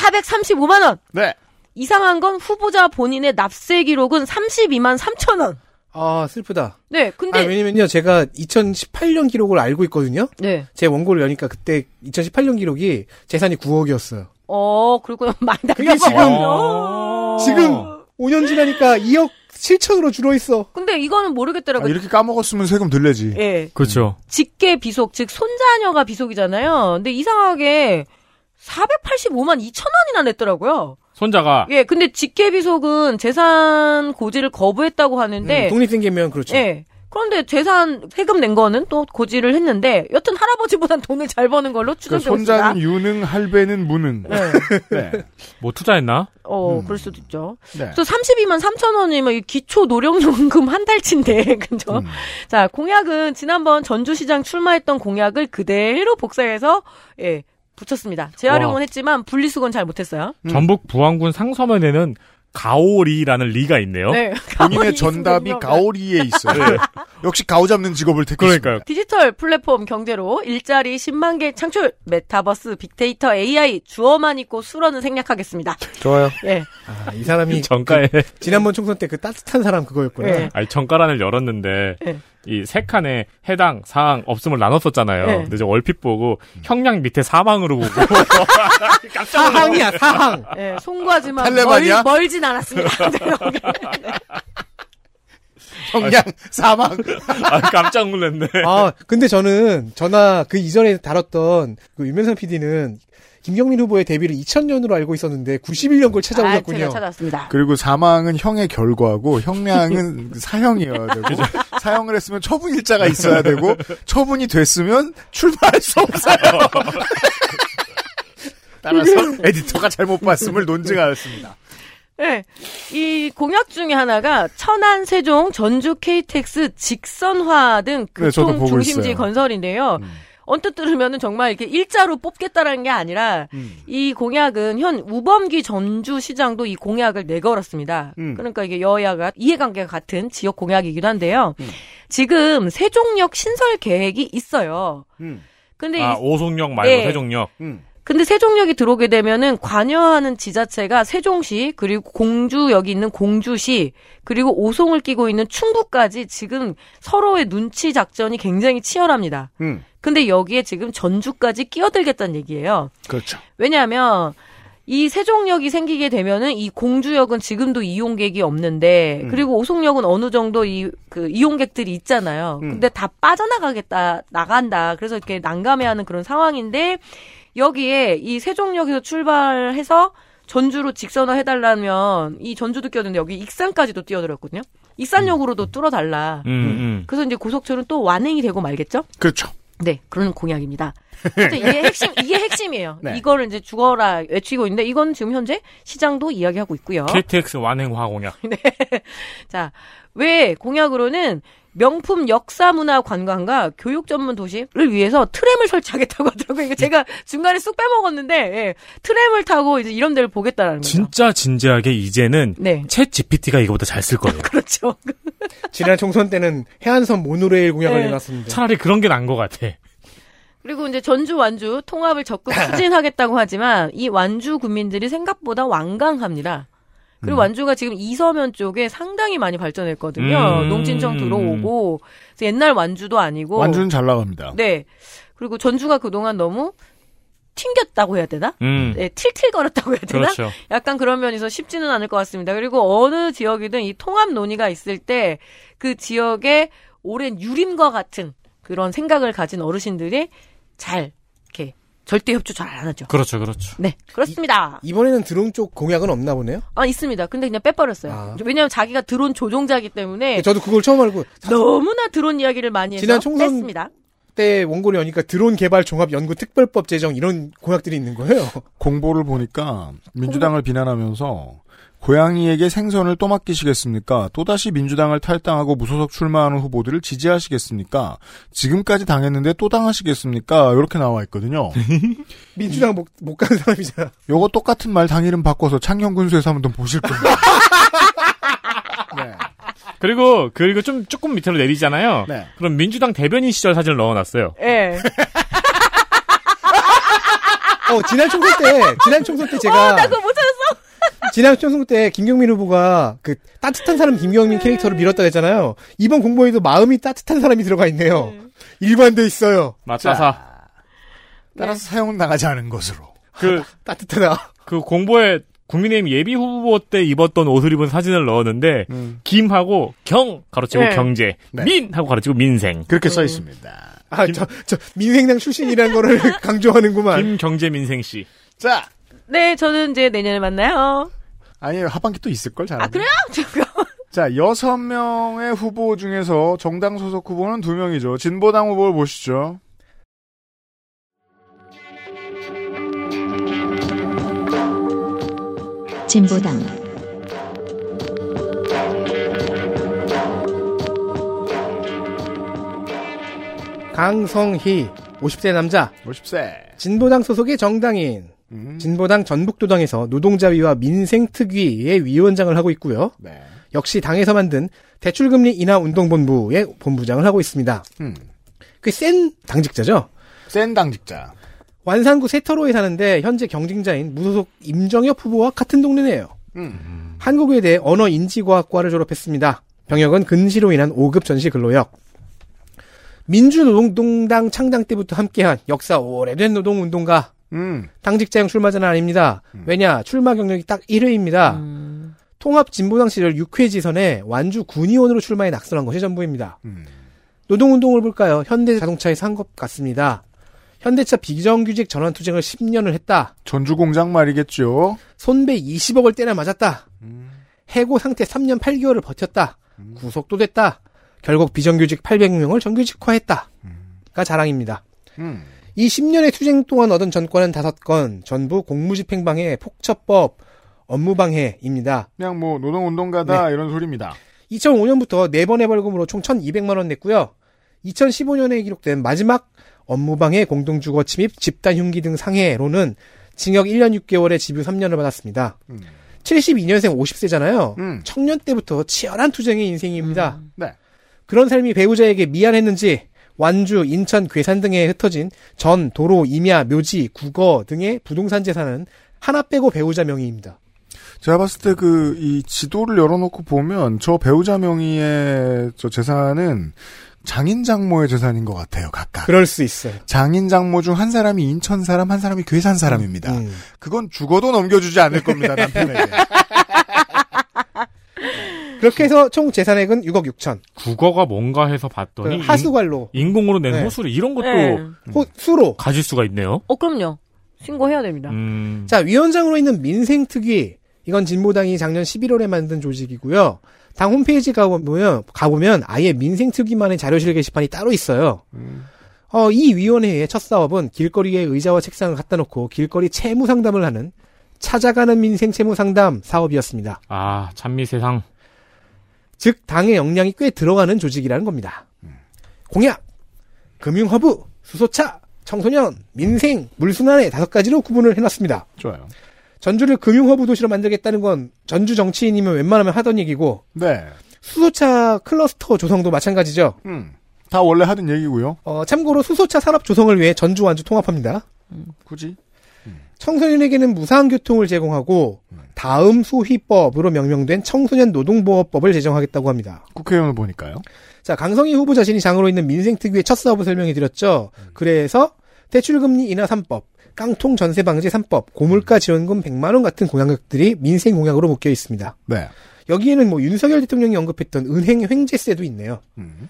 Speaker 3: 7,435만 원.
Speaker 2: 네.
Speaker 3: 이상한 건 후보자 본인의 납세 기록은 32만 3천 원.
Speaker 4: 아, 슬프다.
Speaker 3: 네, 근데
Speaker 4: 아, 왜냐면요. 제가 2018년 기록을 알고 있거든요.
Speaker 3: 네,
Speaker 4: 제 원고를 여니까 그때 2018년 기록이 재산이 9억이었어요.
Speaker 3: 어 *laughs* 그렇구나 많다.
Speaker 4: 그게 지금-
Speaker 5: 어.
Speaker 4: 지금 5년 지나니까 2억 7천으로 줄어 있어.
Speaker 3: 근데 이거는
Speaker 2: 아,
Speaker 3: 모르겠더라고요.
Speaker 2: 이렇게 까먹었으면 세금
Speaker 4: 아,
Speaker 2: 늘려지.
Speaker 3: 예,
Speaker 5: 그렇죠.
Speaker 3: 직계 비속 즉 손자녀가 비속이잖아요. 근데 이상하게 485만 2천 원이나 냈더라고요.
Speaker 5: 손자가
Speaker 3: 예, 근데 직계비 속은 재산 고지를 거부했다고 하는데
Speaker 4: 독립생계면 그렇죠.
Speaker 3: 네. 예. 그런데 재산 세금 낸 거는 또 고지를 했는데 여튼 할아버지보단 돈을 잘 버는 걸로
Speaker 2: 그러니까
Speaker 3: 추정되고 있습니다.
Speaker 2: 손자는 유능, 할배는 무능.
Speaker 3: 네.
Speaker 2: *laughs* 네.
Speaker 5: 뭐 투자했나?
Speaker 3: 어, 그럴 수도 있죠.
Speaker 2: 음. 네.
Speaker 3: 또 32만 3천 원이면 기초 노령연금 한 달치인데, *laughs* 그죠?
Speaker 2: 음.
Speaker 3: 자, 공약은 지난번 전주시장 출마했던 공약을 그대로 복사해서, 예, 붙였습니다. 재활용은
Speaker 5: 와.
Speaker 3: 했지만 분리수거는 잘 못했어요.
Speaker 2: 음.
Speaker 5: 전북 부안군 상서면에는 가오리라는 리가
Speaker 2: 어?
Speaker 5: 있네요.
Speaker 3: 네.
Speaker 2: 아, 본인의
Speaker 3: 가만히
Speaker 2: 전답이
Speaker 3: 있으면
Speaker 2: 가오리에 있어요.
Speaker 5: 네.
Speaker 2: 역시 가오 잡는 직업을 택했습니다.
Speaker 5: 그러니까요.
Speaker 3: 디지털 플랫폼 경제로 일자리 10만 개 창출, 메타버스, 빅데이터, AI, 주어만 있고 수로는 생략하겠습니다.
Speaker 2: 좋아요.
Speaker 3: 예.
Speaker 4: 아, 이 사람이
Speaker 5: *laughs* 정가에
Speaker 3: 네.
Speaker 4: 그 지난번 총선 때 그 따뜻한 사람 그거였구나.
Speaker 3: 예.
Speaker 5: 아니 정가란을 열었는데
Speaker 3: 예.
Speaker 5: 이 세 칸에 해당 사항 없음을 나눴었잖아요.
Speaker 3: 네.
Speaker 5: 근데 이제 얼핏 보고 형량 밑에 사망으로 보고 *laughs*
Speaker 2: 아,
Speaker 4: 사항이야 사항.
Speaker 3: 예, 송구하지만
Speaker 2: 탈레반이야?
Speaker 3: 멀, 멀진
Speaker 2: *laughs*
Speaker 3: 않았습니다. 네,
Speaker 2: 형량 사망.
Speaker 5: 아, 깜짝 놀랐네.
Speaker 4: 아 근데 저는 전화 그 이전에 다뤘던 그 유명상 PD는 김경민 후보의 데뷔를 2000년으로 알고 있었는데 91년 걸
Speaker 3: 아, 제가
Speaker 4: 찾아오셨군요.
Speaker 3: 찾았습니다.
Speaker 2: 그 그리고 사망은 형의 결과고
Speaker 5: *laughs*
Speaker 2: 형량은 사형이어야 되고 사형을 했으면 처분 일자가 있어야 되고 처분이 됐으면 출마할 수
Speaker 5: *laughs*
Speaker 2: 없어요. 따라서 에디터가 잘못 봤음을 논증하였습니다.
Speaker 3: 네. 이 공약 중에 하나가 천안, 세종, 전주 KTX 직선화 등
Speaker 2: 네, 저도
Speaker 3: 교통
Speaker 2: 보고
Speaker 3: 중심지
Speaker 2: 있어요. 음.
Speaker 3: 건설인데요. 언뜻 들으면은 정말 이렇게 일자로 뽑겠다라는 게 아니라
Speaker 2: 음.
Speaker 3: 이 공약은 현 우범기 전주시장도 이 공약을 내걸었습니다.
Speaker 2: 음.
Speaker 3: 그러니까 이게 여야가 이해관계가 같은 지역 공약이기도 한데요.
Speaker 2: 음.
Speaker 3: 지금 세종역 신설 계획이 있어요.
Speaker 2: 음.
Speaker 3: 근데
Speaker 5: 아
Speaker 3: 이-
Speaker 5: 오송역 말고
Speaker 3: 네.
Speaker 5: 세종역.
Speaker 2: 음.
Speaker 3: 근데 세종역이 들어오게 되면은 관여하는 지자체가 세종시 그리고 공주역이 있는 공주시 그리고 오송을 끼고 있는 충북까지 지금 서로의 눈치 작전이 굉장히 치열합니다.
Speaker 2: 음.
Speaker 3: 근데 여기에 지금 전주까지 끼어들겠다는 얘기예요.
Speaker 2: 그렇죠.
Speaker 3: 왜냐하면 이 세종역이 생기게 되면은 이 공주역은 지금도 이용객이 없는데 그리고 오송역은 어느 정도 이 그 이용객들이 있잖아요. 근데 다 빠져나가겠다 나간다. 그래서 이렇게 난감해하는 그런 상황인데 여기에 이 세종역에서 출발해서 전주로 직선화 해달라면 이 전주도 끼어드는데 여기 익산까지도 뛰어들었거든요. 익산역으로도 뚫어달라.
Speaker 5: 음, 음.
Speaker 3: 그래서 이제 고속철은 또 완행이 되고 말겠죠?
Speaker 2: 그렇죠.
Speaker 3: 네, 그런 공약입니다. 그래서 이게 핵심, 이게 핵심이에요.
Speaker 2: 네.
Speaker 3: 이거를 이제 죽어라 외치고 있는데 이건 지금 현재 시장도 이야기하고 있고요.
Speaker 5: KTX 완행화 공약.
Speaker 3: 그러니까. 자, 왜 공약으로는 명품 역사 문화 관광과 교육 전문 도시를 위해서 트램을 설치하겠다고 하더라고요. 이거 제가 중간에 쑥 빼먹었는데 예, 트램을 타고 이제 이런 데를 보겠다라는 거죠.
Speaker 5: 진짜 진지하게 이제는
Speaker 3: 네. *laughs*
Speaker 5: 챗 GPT가 이거보다 잘 쓸 거예요.
Speaker 3: 그렇죠.
Speaker 4: 지난 총선 때는 해안선 모노레일 공약을
Speaker 3: 네.
Speaker 4: 내놨습니다.
Speaker 5: 차라리 그런 게 나은 것 같아.
Speaker 3: 그리고 이제 전주 완주 통합을
Speaker 5: *laughs*
Speaker 3: 적극 추진하겠다고 하지만 이 완주 국민들이 생각보다 완강합니다.
Speaker 5: 음.
Speaker 3: 그리고 완주가 지금 이서면 쪽에 상당히 많이 발전했거든요.
Speaker 5: 음.
Speaker 3: 농진청 들어오고 그래서 옛날 완주도 아니고
Speaker 2: 완주는 잘 나갑니다.
Speaker 3: 네 그리고 전주가 그동안 너무 튕겼다고 해야 되나?
Speaker 5: 음.
Speaker 3: 네, 틸틸거렸다고 해야 되나?
Speaker 5: 그렇죠.
Speaker 3: 약간 그런 면에서 쉽지는 않을 것 같습니다. 그리고 어느 지역이든 이 통합 논의가 있을 때 그 지역의 오랜 유림과 같은 그런 생각을 가진 어르신들이 잘 이렇게 절대 협조 잘 안 하죠.
Speaker 5: 그렇죠, 그렇죠.
Speaker 3: 네, 그렇습니다.
Speaker 4: 이번에는 드론 쪽 공약은 없나 보네요.
Speaker 3: 아 있습니다. 근데 그냥 빼버렸어요.
Speaker 4: 아.
Speaker 3: 왜냐하면 자기가 드론 조종자이기 때문에
Speaker 4: 저도 그걸 처음 알고
Speaker 3: 너무나 드론 이야기를 많이 해서
Speaker 4: 지난 총선-
Speaker 3: 뺐습니다.
Speaker 4: 때 원고를 여니까 드론 개발 종합 연구 특별법 제정 이런 공약들이 있는 거예요.
Speaker 2: 공보를 보니까 민주당을 비난하면서 고양이에게 생선을 또 맡기시겠습니까? 또다시 민주당을 탈당하고 무소속 출마하는 후보들을 지지하시겠습니까? 지금까지 당했는데 또 당하시겠습니까? 이렇게 나와 있거든요.
Speaker 3: 네.
Speaker 4: 민주당 못, 못 가는 사람이잖아.
Speaker 2: 요거 똑같은 말 당일은 바꿔서 창녕군수에서 한번 보실 거예요.
Speaker 3: 네.
Speaker 5: 그리고, 그리고 좀 조금 밑으로 내리잖아요.
Speaker 2: 네.
Speaker 5: 그럼 민주당 대변인 시절 사진을 넣어놨어요.
Speaker 4: 아.
Speaker 3: 예.
Speaker 4: 어 지난 총선 때 지난 총선 때 제가
Speaker 3: 아, 나 그거 못 찾았어.
Speaker 4: 지난 총선 때 김경민 후보가 그 따뜻한 사람 김경민 캐릭터를 밀었다 했잖아요. 이번 공보에도 마음이 따뜻한 사람이 들어가 있네요. 일관돼 있어요.
Speaker 5: 맞다사.
Speaker 2: 따라서 사용 나가지 않은 것으로.
Speaker 5: 그,
Speaker 4: 따뜻하다.
Speaker 5: 그 공보에 국민의힘 예비 후보 때 입었던 옷을 입은 사진을 넣었는데, 김하고 경, 가로치고
Speaker 3: 네.
Speaker 5: 경제.
Speaker 2: 네.
Speaker 5: 민! 하고 가로치고 민생.
Speaker 2: 그렇게 써 있습니다.
Speaker 4: *laughs* 아 저 저 민생당 출신이라는 거를 강조하는구만.
Speaker 5: 김경제 민생씨.
Speaker 2: 자,
Speaker 3: 네, 저는 이제 내년에 만나요.
Speaker 2: 아니에요. 하반기 또 있을걸, 잘.
Speaker 3: 아,
Speaker 4: 네.
Speaker 3: 그래요? *laughs* 잠깐.
Speaker 2: 자, 여섯 명의 후보 중에서 정당 소속 후보는 두 명이죠. 진보당 후보를 보시죠.
Speaker 1: 진보당
Speaker 4: 강성희 50세 남자
Speaker 2: 50세.
Speaker 4: 진보당 소속의 정당인
Speaker 2: 음,
Speaker 4: 진보당 전북도당에서 노동자위와 민생특위의 위원장을 하고 있고요.
Speaker 2: 네.
Speaker 4: 역시 당에서 만든 대출금리 인하 운동본부의 본부장을 하고 있습니다.
Speaker 2: 음.
Speaker 4: 꽤 센 당직자죠.
Speaker 2: 센 당직자.
Speaker 4: 완산구 세터로에 사는데 현재 경쟁자인 무소속 임정엽 후보와 같은 동네네요.
Speaker 2: 음.
Speaker 4: 한국에 대해 언어 인지과학과를 졸업했습니다. 병역은 근시로 인한 5급 전시 근로역. 민주노동당 창당 때부터 함께한 역사 오래된 노동운동가.
Speaker 2: 음.
Speaker 4: 당직자형 출마자는 아닙니다. 왜냐, 출마 경력이 딱 1회입니다. 통합진보당 시절 6회 지선에 완주 군의원으로 출마해 낙선한 것이 전부입니다.
Speaker 2: 음.
Speaker 4: 노동운동을 볼까요? 현대자동차에 산것 같습니다. 현대차 비정규직 전환투쟁을 10년을 했다.
Speaker 2: 전주공장 말이겠죠.
Speaker 4: 손배 20억을 때려 맞았다.
Speaker 2: 음.
Speaker 4: 해고 상태 3년 8개월을 버텼다. 구속도 됐다. 결국 비정규직 800명을 정규직화했다. 가 자랑입니다.
Speaker 2: 음.
Speaker 4: 이 10년의 투쟁 동안 얻은 전권은 5건, 전부 공무집행방해, 폭처법, 업무방해입니다.
Speaker 2: 그냥 뭐 노동운동가다 이런 소리입니다.
Speaker 4: 2005년부터 4번의 벌금으로 총 1,200만원 냈고요. 2015년에 기록된 마지막 업무방해, 공동주거 침입, 집단흉기 등 상해로는 징역 1년 6개월에 집유 3년을 받았습니다.
Speaker 2: 음.
Speaker 4: 72년생 50세잖아요.
Speaker 2: 음.
Speaker 4: 청년 때부터 치열한 투쟁의 인생입니다.
Speaker 5: 음.
Speaker 2: 네.
Speaker 4: 그런 삶이 배우자에게 미안했는지 완주, 인천, 괴산 등에 흩어진 전, 도로, 임야, 묘지, 국어 등의 부동산 재산은 하나 빼고 배우자 명의입니다.
Speaker 2: 제가 봤을 때 그 이 지도를 열어놓고 보면 저 배우자 명의의 저 재산은 장인 장모의 재산인 것 같아요. 각각.
Speaker 4: 그럴 수 있어요.
Speaker 2: 장인 장모 중 한 사람이 인천 사람, 한 사람이 괴산 사람입니다.
Speaker 4: 음.
Speaker 2: 그건 죽어도 넘겨주지 않을 *laughs* 겁니다. 남편에게.
Speaker 4: 그렇게 해서 총 재산액은 6억 6천.
Speaker 5: 국어가 뭔가 해서 봤더니
Speaker 4: 그 하수관로,
Speaker 5: 인, 공으로 낸
Speaker 4: 네.
Speaker 5: 호수를 이런 것도
Speaker 3: 네.
Speaker 4: 호, 수로.
Speaker 5: 가질 수가 있네요.
Speaker 3: 어, 그럼요. 신고해야 됩니다.
Speaker 5: 음.
Speaker 4: 자, 위원장으로 있는 민생특위. 이건 진보당이 작년 11월에 만든 조직이고요. 당 홈페이지 가보면, 가보면 아예 민생특위만의 자료실 게시판이 따로 있어요. 어, 이 위원회의 첫 사업은 길거리에 의자와 책상을 갖다 놓고 길거리 채무 상담을 하는 찾아가는 민생 채무 상담 사업이었습니다.
Speaker 5: 아, 찬미 세상.
Speaker 4: 즉, 당의 역량이 꽤 들어가는 조직이라는 겁니다. 공약, 금융허브, 수소차, 청소년, 민생, 물순환의 다섯 가지로 구분을 해놨습니다.
Speaker 2: 좋아요.
Speaker 4: 전주를 금융허브 도시로 만들겠다는 건 전주 정치인이면 웬만하면 하던 얘기고
Speaker 2: 네.
Speaker 4: 수소차 클러스터 조성도 마찬가지죠.
Speaker 2: 음. 다 원래 하던 얘기고요.
Speaker 4: 어, 참고로 수소차 산업 조성을 위해 전주 완주 통합합니다.
Speaker 2: 굳이.
Speaker 4: 청소년에게는 무상 교통을 제공하고 다음 소희법으로 명명된 청소년 노동보호법을 제정하겠다고 합니다.
Speaker 2: 국회의원을 보니까요.
Speaker 4: 자, 강성희 후보 자신이 장으로 있는 민생특위의 첫 사업을 설명해 드렸죠. 그래서 대출금리 인하 3법, 깡통 전세 방지 3법, 고물가 지원금 100만 원 같은 공약들이 민생 공약으로 묶여 있습니다.
Speaker 2: 네.
Speaker 4: 여기에는 뭐 윤석열 대통령이 언급했던 은행 횡재세도 있네요.
Speaker 2: 음.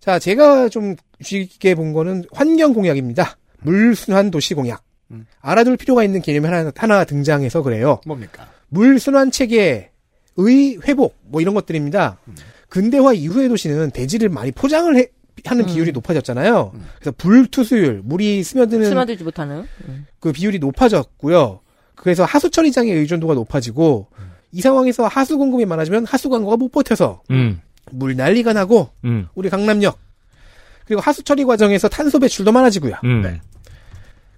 Speaker 4: 자, 제가 좀 쉽게 본 거는 환경 공약입니다. 물순환 도시 공약.
Speaker 2: 음.
Speaker 4: 알아둘 필요가 있는 개념이 하나, 하나 등장해서 그래요.
Speaker 2: 뭡니까?
Speaker 4: 물순환 체계의 회복, 뭐 이런 것들입니다. 근대화 이후의 도시는 대지를 많이 포장을 해- 하는 비율이 높아졌잖아요. 그래서 불투수율, 물이 스며드는
Speaker 3: 스며들지 못하는.
Speaker 4: 그 비율이 높아졌고요. 그래서 하수 처리장의 의존도가 높아지고 이 상황에서 하수 공급이 많아지면 하수 광고가 못 버텨서
Speaker 5: 음.
Speaker 4: 물 난리가 나고
Speaker 5: 음.
Speaker 4: 우리 강남역 그리고 하수 처리 과정에서 탄소 배출도 많아지고요.
Speaker 5: 음.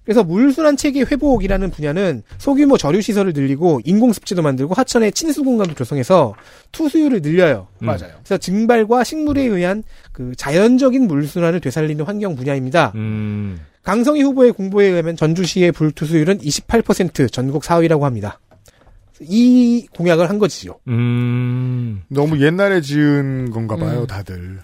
Speaker 4: 그래서 물순환 체계 회복이라는 분야는 소규모 저류 시설을 늘리고 인공 습지도 만들고 하천의 친수 공간도 조성해서 투수율을 늘려요.
Speaker 5: 음.
Speaker 2: 맞아요.
Speaker 4: 그래서 증발과 식물에 의한 그 자연적인 물순환을 되살리는 환경 분야입니다.
Speaker 5: 음.
Speaker 4: 강성희 후보의 공보에 의하면 전주시의 불투수율은 28% 전국 4위라고 합니다. 이 공약을 한 거지요.
Speaker 5: 음.
Speaker 2: 너무 옛날에 지은 건가 봐요, 다들.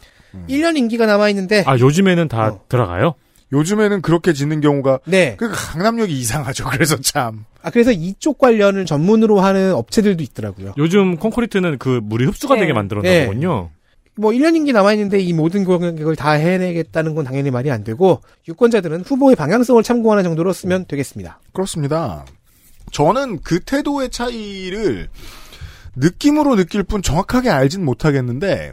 Speaker 4: 1년 임기가 남아 있는데
Speaker 5: 아, 요즘에는 다
Speaker 4: 어.
Speaker 5: 들어가요?
Speaker 2: 요즘에는 그렇게 짓는 경우가
Speaker 4: 네.
Speaker 2: 그 강남역이 이상하죠. *laughs* 그래서 참.
Speaker 4: 아 그래서 이쪽 관련을 전문으로 하는 업체들도 있더라고요.
Speaker 5: 아. 요즘 콘크리트는 그 물이 흡수가
Speaker 3: 네.
Speaker 5: 되게 만들었나
Speaker 4: 네.
Speaker 5: 보군요.
Speaker 4: 뭐 1년 임기 남아 있는데 이 모든 공약을 다 해내겠다는 건 당연히 말이 안 되고 유권자들은 후보의 방향성을 참고하는 정도로 쓰면 되겠습니다.
Speaker 2: 그렇습니다. 저는 그 태도의 차이를 느낌으로 느낄 뿐 정확하게 알진 못하겠는데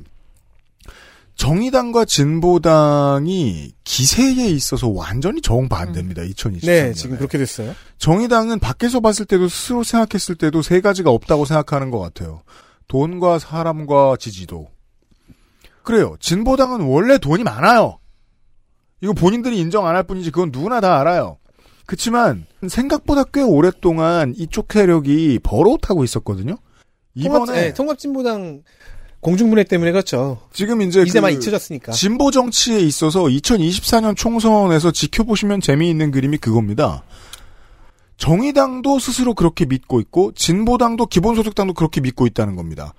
Speaker 2: 정의당과 진보당이 기세에 있어서 완전히 정반대입니다. 2023년.
Speaker 4: 네, 지금 그렇게 됐어요.
Speaker 2: 정의당은 밖에서 봤을 때도 스스로 생각했을 때도 세 가지가 없다고 생각하는 것 같아요. 돈과 사람과 지지도. 그래요. 진보당은 원래 돈이 많아요. 이거 본인들이 인정 안 할 뿐이지 그건 누구나 다 알아요. 그치만 생각보다 꽤 오랫동안 이쪽 세력이 버릇하고 있었거든요.
Speaker 4: 통합, 네,
Speaker 2: 이번에
Speaker 4: 통합진보당 공중분해 때문에 그렇죠.
Speaker 2: 지금 이제
Speaker 4: 이제
Speaker 2: 그
Speaker 4: 막 잊혀졌으니까.
Speaker 2: 진보 정치에 있어서 2024년 총선에서 지켜보시면 재미있는 그림이 그겁니다. 정의당도 스스로 그렇게 믿고 있고 진보당도 기본소득당도 그렇게 믿고 있다는 겁니다.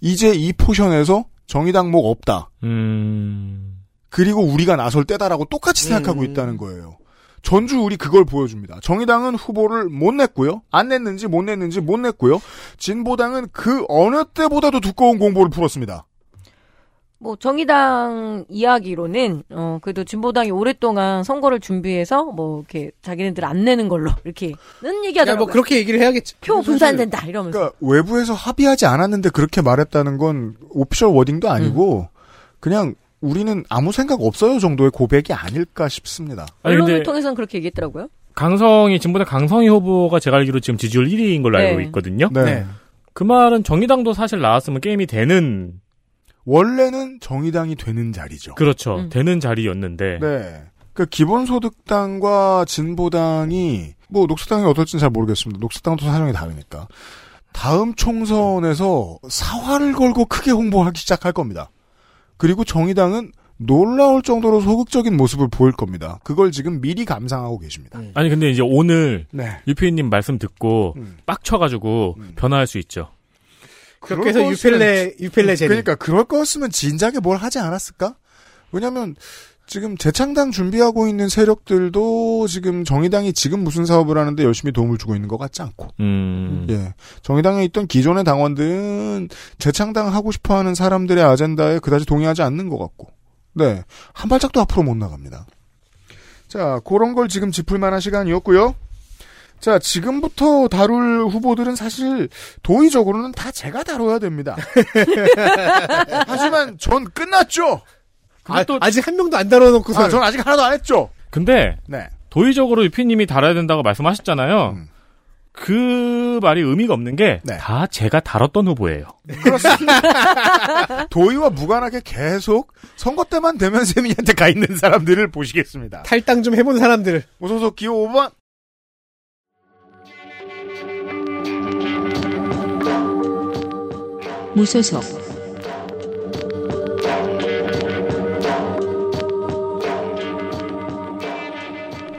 Speaker 2: 이제 이 포션에서 정의당 목 없다.
Speaker 5: 음.
Speaker 2: 그리고 우리가 나설 때다라고 똑같이 생각하고
Speaker 4: 음.
Speaker 2: 있다는 거예요. 전주 우리 그걸 보여줍니다. 정의당은 후보를 못 냈고요. 안 냈는지 못 냈는지 못 냈고요. 진보당은 그 어느 때보다도 두꺼운 공보를 풀었습니다.
Speaker 3: 뭐 정의당 이야기로는 어 그래도 진보당이 오랫동안 선거를 준비해서 뭐 이렇게 자기네들 안 내는 걸로 *laughs* 이렇게는
Speaker 4: 야,
Speaker 3: 얘기하더라고요.
Speaker 4: 뭐 그렇게 얘기를 해야겠죠.
Speaker 3: 표 분산된다 이러면서.
Speaker 2: 그러니까 외부에서 합의하지 않았는데 그렇게 말했다는 건 오피셜 워딩도 아니고 그냥 우리는 아무 생각 없어요 정도의 고백이 아닐까 싶습니다.
Speaker 5: 아니
Speaker 3: 언론을
Speaker 5: 근데
Speaker 3: 통해서는 그렇게 얘기했더라고요.
Speaker 5: 강성이 지금보다 강성희 후보가 제가 알기로 지금 지지율 1위인 걸로 알고
Speaker 3: 네.
Speaker 5: 있거든요.
Speaker 2: 네.
Speaker 4: 네.
Speaker 5: 그 말은 정의당도 사실 나왔으면 게임이 되는
Speaker 2: 원래는 정의당이 되는 자리죠.
Speaker 5: 그렇죠.
Speaker 3: 음.
Speaker 5: 되는 자리였는데
Speaker 2: 네. 그 기본소득당과 진보당이 뭐 녹색당이 어떨지는 잘 모르겠습니다. 녹색당도 사정이 다르니까 다음 총선에서 사활을 걸고 크게 홍보하기 시작할 겁니다. 그리고 정의당은 놀라울 정도로 소극적인 모습을 보일 겁니다. 그걸 지금 미리 감상하고 계십니다.
Speaker 4: 음.
Speaker 5: 아니 근데 이제 오늘
Speaker 2: 네.
Speaker 5: 유피님 말씀 듣고
Speaker 2: 음.
Speaker 5: 빡쳐가지고
Speaker 2: 음.
Speaker 5: 변화할 수 있죠.
Speaker 4: 그렇게 해서 유펠레 유펠레 제리.
Speaker 2: 그러니까 그럴 거였으면 진작에 뭘 하지 않았을까? 왜냐하면 지금 재창당 준비하고 있는 세력들도 지금 정의당이 지금 무슨 사업을 하는데 열심히 도움을 주고 있는 것 같지 않고
Speaker 5: 음.
Speaker 2: 예 정의당에 있던 기존의 당원들은 재창당 하고 싶어하는 사람들의 아젠다에 그다지 동의하지 않는 것 같고 네 한 발짝도 앞으로 못 나갑니다. 자 그런 걸 지금 짚을 만한 시간이었고요. 자 지금부터 다룰 후보들은 사실 도의적으로는 다 제가 다뤄야 됩니다. *laughs* 하지만 전 끝났죠.
Speaker 4: 아,
Speaker 5: 또-
Speaker 4: 아직 한 명도 안 다뤄놓고서.
Speaker 2: 아, 전 아직 하나도 안 했죠.
Speaker 5: 근데
Speaker 2: 네.
Speaker 5: 도의적으로 유피님이 달아야 된다고 말씀하셨잖아요.
Speaker 2: 음.
Speaker 5: 그 말이 의미가 없는 게
Speaker 2: 네.
Speaker 5: 다 제가 다뤘던 후보예요.
Speaker 2: 그렇습니다. 도의와 무관하게 계속 선거 때만 되면 세민이한테 가 있는 사람들을 보시겠습니다.
Speaker 4: 탈당 좀 해본 사람들.
Speaker 2: 무소속 기호 5번.
Speaker 1: 무소속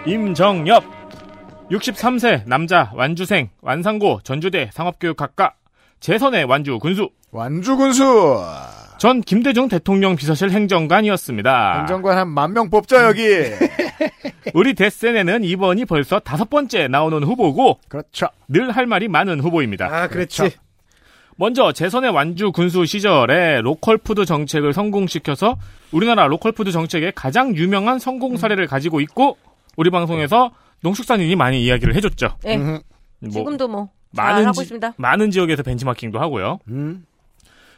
Speaker 5: 임정엽 63세 남자 완주생 완산고 전주대 상업교육학과 재선의 완주 군수
Speaker 2: 완주 군수.
Speaker 5: 전 김대중 대통령 비서실 행정관이었습니다.
Speaker 2: 행정관 한 만 명 뽑자 여기.
Speaker 5: 우리 데센에는 이번이 벌써 다섯 번째 나오는 후보고
Speaker 2: 그렇죠.
Speaker 5: 늘 할 말이 많은 후보입니다.
Speaker 4: 아, 그렇지.
Speaker 2: 그렇죠.
Speaker 5: 먼저 재선의 완주 군수 시절에 로컬푸드 정책을 성공시켜서 우리나라 로컬푸드 정책의 가장 유명한 성공 사례를 가지고 있고 우리 방송에서 농축산인이 많이 이야기를 해줬죠.
Speaker 3: 예.
Speaker 2: 음,
Speaker 5: 뭐
Speaker 3: 지금도 뭐
Speaker 5: 많은
Speaker 3: 잘하고
Speaker 5: 지-
Speaker 3: 있습니다.
Speaker 5: 많은 지역에서 벤치마킹도 하고요.
Speaker 2: 음,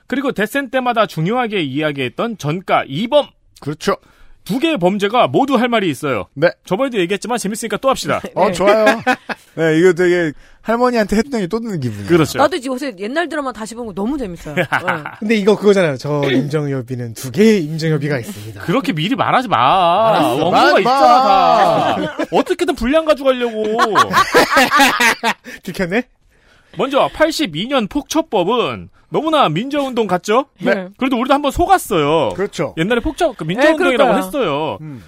Speaker 5: 그리고 데센 때마다 중요하게 이야기했던 전가 2범
Speaker 2: 그렇죠.
Speaker 5: 두 개의 범죄가 모두 할 말이 있어요.
Speaker 2: 네.
Speaker 5: 저번에도 얘기했지만 재밌으니까 또 합시다.
Speaker 2: 어
Speaker 3: 네.
Speaker 2: 좋아요. 네 이거 되게 할머니한테 했더니 또 드는 기분이에요.
Speaker 5: 그렇죠.
Speaker 3: 나도 지금 요새 옛날 드라마 다시 보는 거 너무
Speaker 5: *laughs*
Speaker 3: 재밌어요. 예.
Speaker 4: 근데 이거 그거잖아요. 저 임정협의는 두 개의 임정협의가 있습니다.
Speaker 5: 그렇게 미리 말하지 마.
Speaker 2: 알았어,
Speaker 5: 원고가
Speaker 2: 말 마.
Speaker 5: 있잖아. 다. 어떻게든 분량 가져가려고.
Speaker 4: 들켰네?
Speaker 5: 먼저 82년 폭처법은 너무나 민저운동 같죠?
Speaker 2: 네.
Speaker 5: 그래도 우리도 한번 속았어요.
Speaker 2: 그렇죠.
Speaker 5: 옛날에 폭처 그
Speaker 3: 네,
Speaker 5: 민저운동이라고
Speaker 3: 그러니까요.
Speaker 5: 했어요.
Speaker 2: 음,